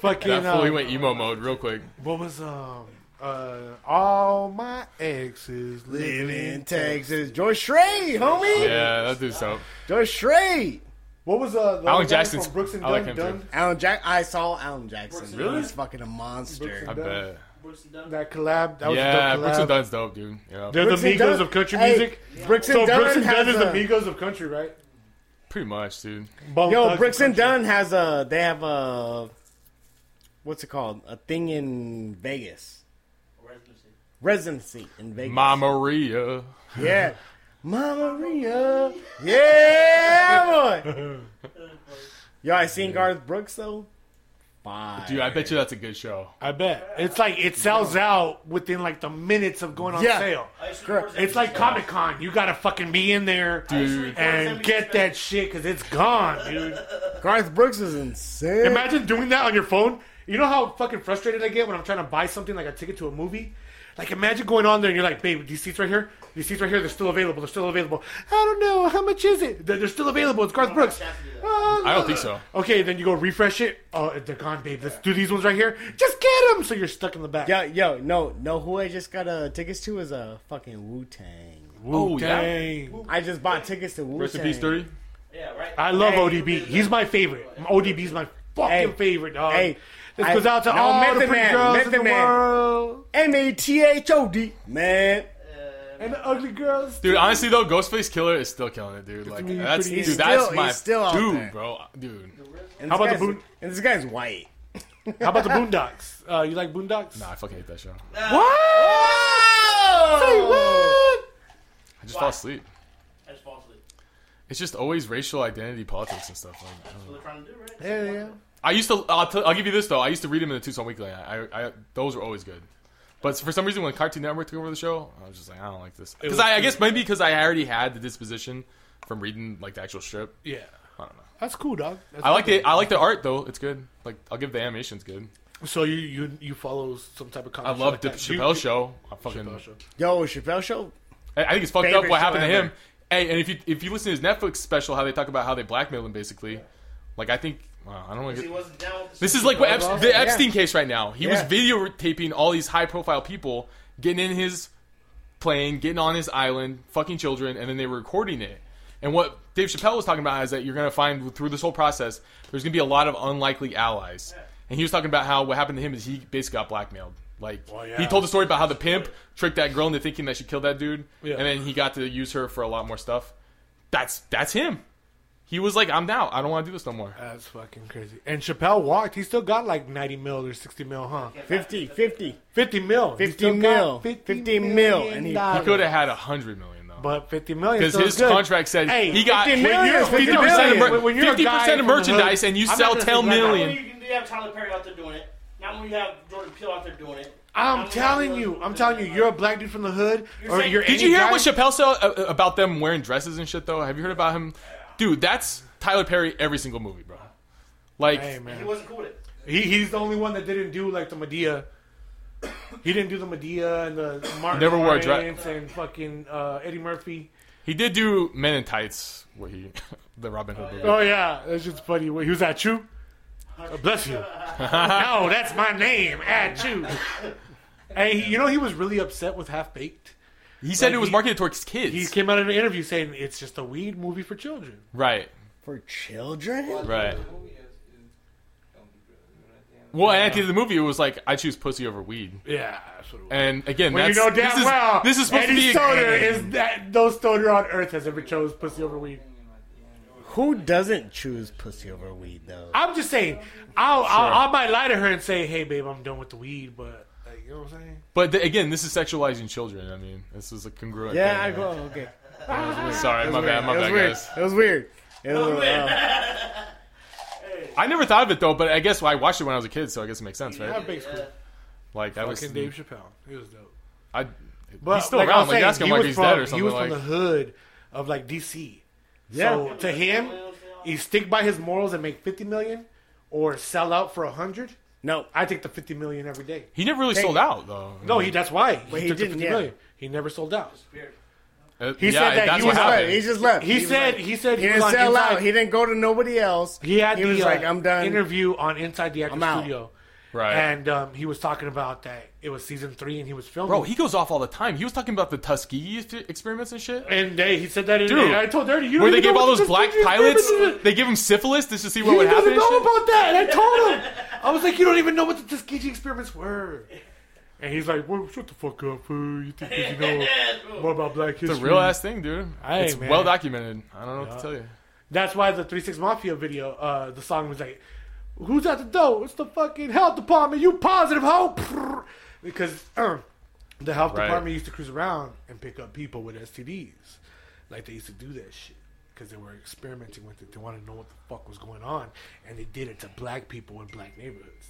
fucking.
That fully
uh,
went emo mode real quick.
What was um uh all my exes live in Texas.
George Strait, homie.
Yeah, that dude's dope.
George Strait.
What was uh the
Alan
other guy
Jackson's-
from Brooks and
I like
Dunn?
him too.
Dunn?
Alan Jack. I saw Alan Jackson.
Really?
He's fucking a monster.
I bet.
Brooks and Dunn.
That collab. That was
Yeah,
a dope collab.
Brooks and Dunn's dope, dude. Yeah,
They're
Brooks
the
and
Migos
Dunn-
of country
Hey,
music.
Brooks and
so
Dunn
Brooks and Dunn
has
is the
a-
Migos of country, right?
pretty much, dude.
Bone Thugs
Yo,
of
Brooks and
country.
Dunn has a. They have a. What's it called? A thing in Vegas.
Residency.
Residency in Vegas.
Ma Maria.
Yeah. Mama Maria. Yeah, boy. Yo, I seen Garth Brooks though. Bye.
Dude, I bet you that's a good show.
I bet it's like it sells out within like the minutes of going on
Yeah.
sale.
I used to
Correct.
record
It's like Comic Con. You gotta fucking be in there
Dude.
and get that shit because it's gone, dude.
Garth Brooks is insane.
Imagine doing that on your phone. You know how fucking frustrated I get when I'm trying to buy something like a ticket to a movie? Like imagine going on there and you're like, babe, these seats right here, these seats right here, they're still available, they're still available. I don't know, how much is it? They're, they're still available. It's Garth Brooks. Uh,
I don't think so.
Okay, then you go refresh it. Oh, they're gone, babe. Let's do these ones right here. Just get them, so you're stuck in the back.
Yo, yo, no, no. Who I just got uh, tickets to is a fucking Wu Tang.
Oh, yeah.
Dang.
I just bought tickets to Wu
Rest in
Tang.
peace, Dirty.
Yeah, right.
I love ODB. He's my favorite. ODB's my fucking
Hey.
favorite dog.
Hey.
this
I-
goes out to
No,
all the
Method
pretty
Man,
girls in
Method
the
Man.
world
M A T H O D man.
and the ugly girls.
Dude, honestly though, Ghostface Killer is still killing it, dude. Like
really
that's
pretty
dude,
easy.
that's
Still-
my
he's still out
dude,
there.
bro. Dude,
And this
How about the
guy's-
boot-
And this guy's white.
How about the Boondocks? Uh, you like Boondocks?
nah, I fucking hate that show.
What? Say what? Oh!
I just fall asleep.
I just fall asleep.
It's just always racial identity politics and stuff. Like, I don't know.
What they're trying to do, right?
Yeah, yeah.
I used to. I'll, tell- I'll give you this though. I used to read them in the Tucson Weekly. I, I, I those were always good. But for some reason, when Cartoon Network took over the show, I was just like, I don't like this. Because
was
I, I
too-
guess maybe because I already had the disposition from reading like the actual strip.
Yeah.
I don't know.
That's cool, dog. That's
I like
cool.
the I like the art though. It's good. Like I'll give the animations good.
So you you you follow some type of
I
comic
love
like
the
that.
Chappelle
You-
Show. I fucking.
Chappelle show.
Yo, Chappelle show.
I I think it's fucked
Favorite
up what
show
happened to
ever.
him. Hey, and if you if you listen to his Netflix special, how they talk about how they blackmailed him basically, like I think wow, I don't want to
He
get.
wasn't down with the
This is like what Epst-
Well,
the
yeah.
Epstein case right now. He was
Yeah.
videotaping all these high profile people getting in his plane, getting on his island, fucking children, and then they were recording it. And what Dave Chappelle was talking about is that you're going to find through this whole process, there's going to be a lot of unlikely allies. And he was talking about how what happened to him is he basically got blackmailed. Like he
yeah.
told the story about how the pimp tricked that girl into thinking that she killed that dude,
Yeah.
and then he got to use her for a lot more stuff. That's that's him. He was like, "I'm out. I don't want to do this no more."
That's fucking crazy. And Chappelle walked. He still got like ninety mil or sixty mil, huh?
50, 50.
Fifty mil. He
50
still got
mil. 50 mil. And he-
He
dollars.
could have had a hundred million though.
But fifty million
Because
still
his
is good.
contract said
Hey,
he got
50 million is
50
50
percent of,
million.
mer-
When you're a
50%
guy
of
from the
merchandise,
hood,
and you
I'm
sell
not gonna think like
10
that.
Now when
million.
you, you have Tyler Perry out there doing it. Now when you have Jordan Peele out there doing it. Now
I'm
we
telling
have-
you, I'm telling you, you're a black dude from the hood,
You're
or
saying-
you're.
Did
any
you hear
guy-
what Chappelle said uh, about them wearing dresses and shit though? Have you heard about him? Dude, that's Tyler Perry every single movie, bro. Like,
Hey
He
man,
wasn't cool with it.
he, he's the only one that didn't do like the Medea. He didn't do the Medea and the Martin
Never wore a dra-
Lawrence and fucking uh, Eddie Murphy.
he did do Men in Tights, where he the Robin Hood movie.
Oh yeah, that's just funny. He was at you. Uh, bless you. no, that's my name. At you. Hey, you know he was really upset with Half Baked.
He said
Like,
it was
he-
marketed towards
He
kids.
came out in an interview saying it's just a weed movie for children.
Right,
For children?
right. Well, and at the end of the movie, it was like I choose pussy over weed.
Yeah, that's what it was.
And again,
Well, you
that's,
know damn
this is,
well
this is supposed
Eddie
to be a-
Stoner is that no stoner on earth has ever chose pussy over weed.
Who doesn't choose pussy over weed, though?
I'm just saying, I'll, I'll I might lie to her and say, hey babe, I'm done with the weed, but like, you know what I'm saying?
But th- again, this is sexualizing children. I mean, this is a congruent.
Yeah, I
thing,
go,
right?
okay.
Sorry, my bad, my
it was
bad,
weird.
guys.
It was weird. It was, uh,
I never thought of it though, but I guess I watched it when I was a kid, so I guess it makes sense, right?
Half Baked's cool.
Like I was,
Fucking Dave Chappelle, he was dope.
I,
But
he's still
like I
around.
was
Like
saying,
ask him
he
like
was
he's
from,
dead or
He
something.
was from
Like,
the hood of like DC.
Yeah.
So to him, he stick by his morals and make fifty million, or sell out for a hundred.
no.
I take the fifty million every day.
he never really
Hey.
sold out though.
No, he. That's why he,
he
took the
didn't,
50
yeah.
million. He never sold out.
Uh,
he
yeah,
said that
that's
he
what
was-
happened.
He just left.
He,
was
said.
like-
he said
he,
he, was
didn't
on
sell
Inside-
out. He didn't go to nobody else.
He had
He
the
was
uh,
like, I'm done.
interview on Inside the Actors
I'm out.
Studio,
right,
and um, he was talking about that it was season three, and he was filming.
bro, he goes off all the time. He was talking about the Tuskegee ex- experiments and shit.
and they, he said that. In,
Dude.
and I told Dirty, you
Where
don't
they
even
gave
know
all
what
those
this
black
fucking
pilots,
experiment is.
they give them syphilis just to see what
He
would happen.
doesn't
and
know
shit.
about that. And I told him. I was like, you don't even know what the Tuskegee experiments were. And he's like, well, shut the fuck up, fool. You think you know more about black history?
It's a real ass thing, dude.
Hey,
it's
man.
well documented. I don't know what to tell you.
That's why the Three Six Mafia video, uh, the song was like, "Who's at the door? It's the fucking health department. You positive hoe?" Prrr. Because uh, the health
Right.
department used to cruise around and pick up people with STDs, like they used to do that shit because they were experimenting with it. They wanted to know what the fuck was going on, and they did it to black people in black neighborhoods.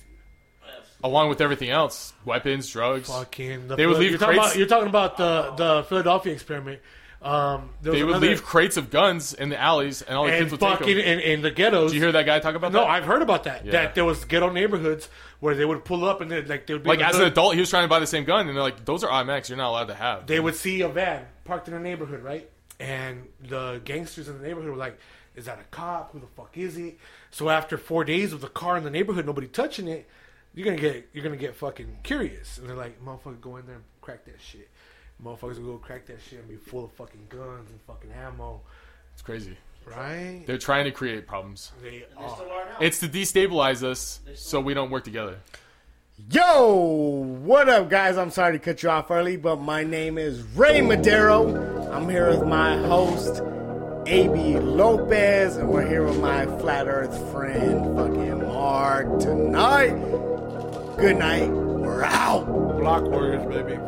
Along with everything else, weapons, drugs.
Fucking, the
They would
Phila-
leave
You're talking,
crates-
about, you're talking about the the Philadelphia experiment. Um, there was
They would
another-
leave crates of guns in the alleys, and all the
and
kids would take them.
fucking in, in the ghettos.
Do you hear that guy talk about
No,
that?
I've heard about that.
Yeah.
That there was ghetto neighborhoods where they would pull up and they like they would be
like
in the
as an
hood.
adult, he was trying to buy the same gun, and they're like, "Those are IMX. You're not allowed to have."
they would see a van parked in a neighborhood, right? And the gangsters in the neighborhood were like, "Is that a cop? Who the fuck is it?" So after four days of the car in the neighborhood, nobody touching it, you're gonna get you're gonna get fucking curious, and they're like, "Motherfucker, go in there and crack that shit." Motherfuckers will go crack that shit and be full of fucking guns and fucking ammo,
it's crazy.
right?
They're trying to create problems.
They
They
are.
still are now.
It's to destabilize us, so we don't work together.
Yo, what up, guys? I'm sorry to cut you off early, but my name is Ray Madero. I'm here with my host, AB Lopez, and we're here with my flat earth friend, fucking Mark, tonight. Good night. We're out.
Block warriors, baby.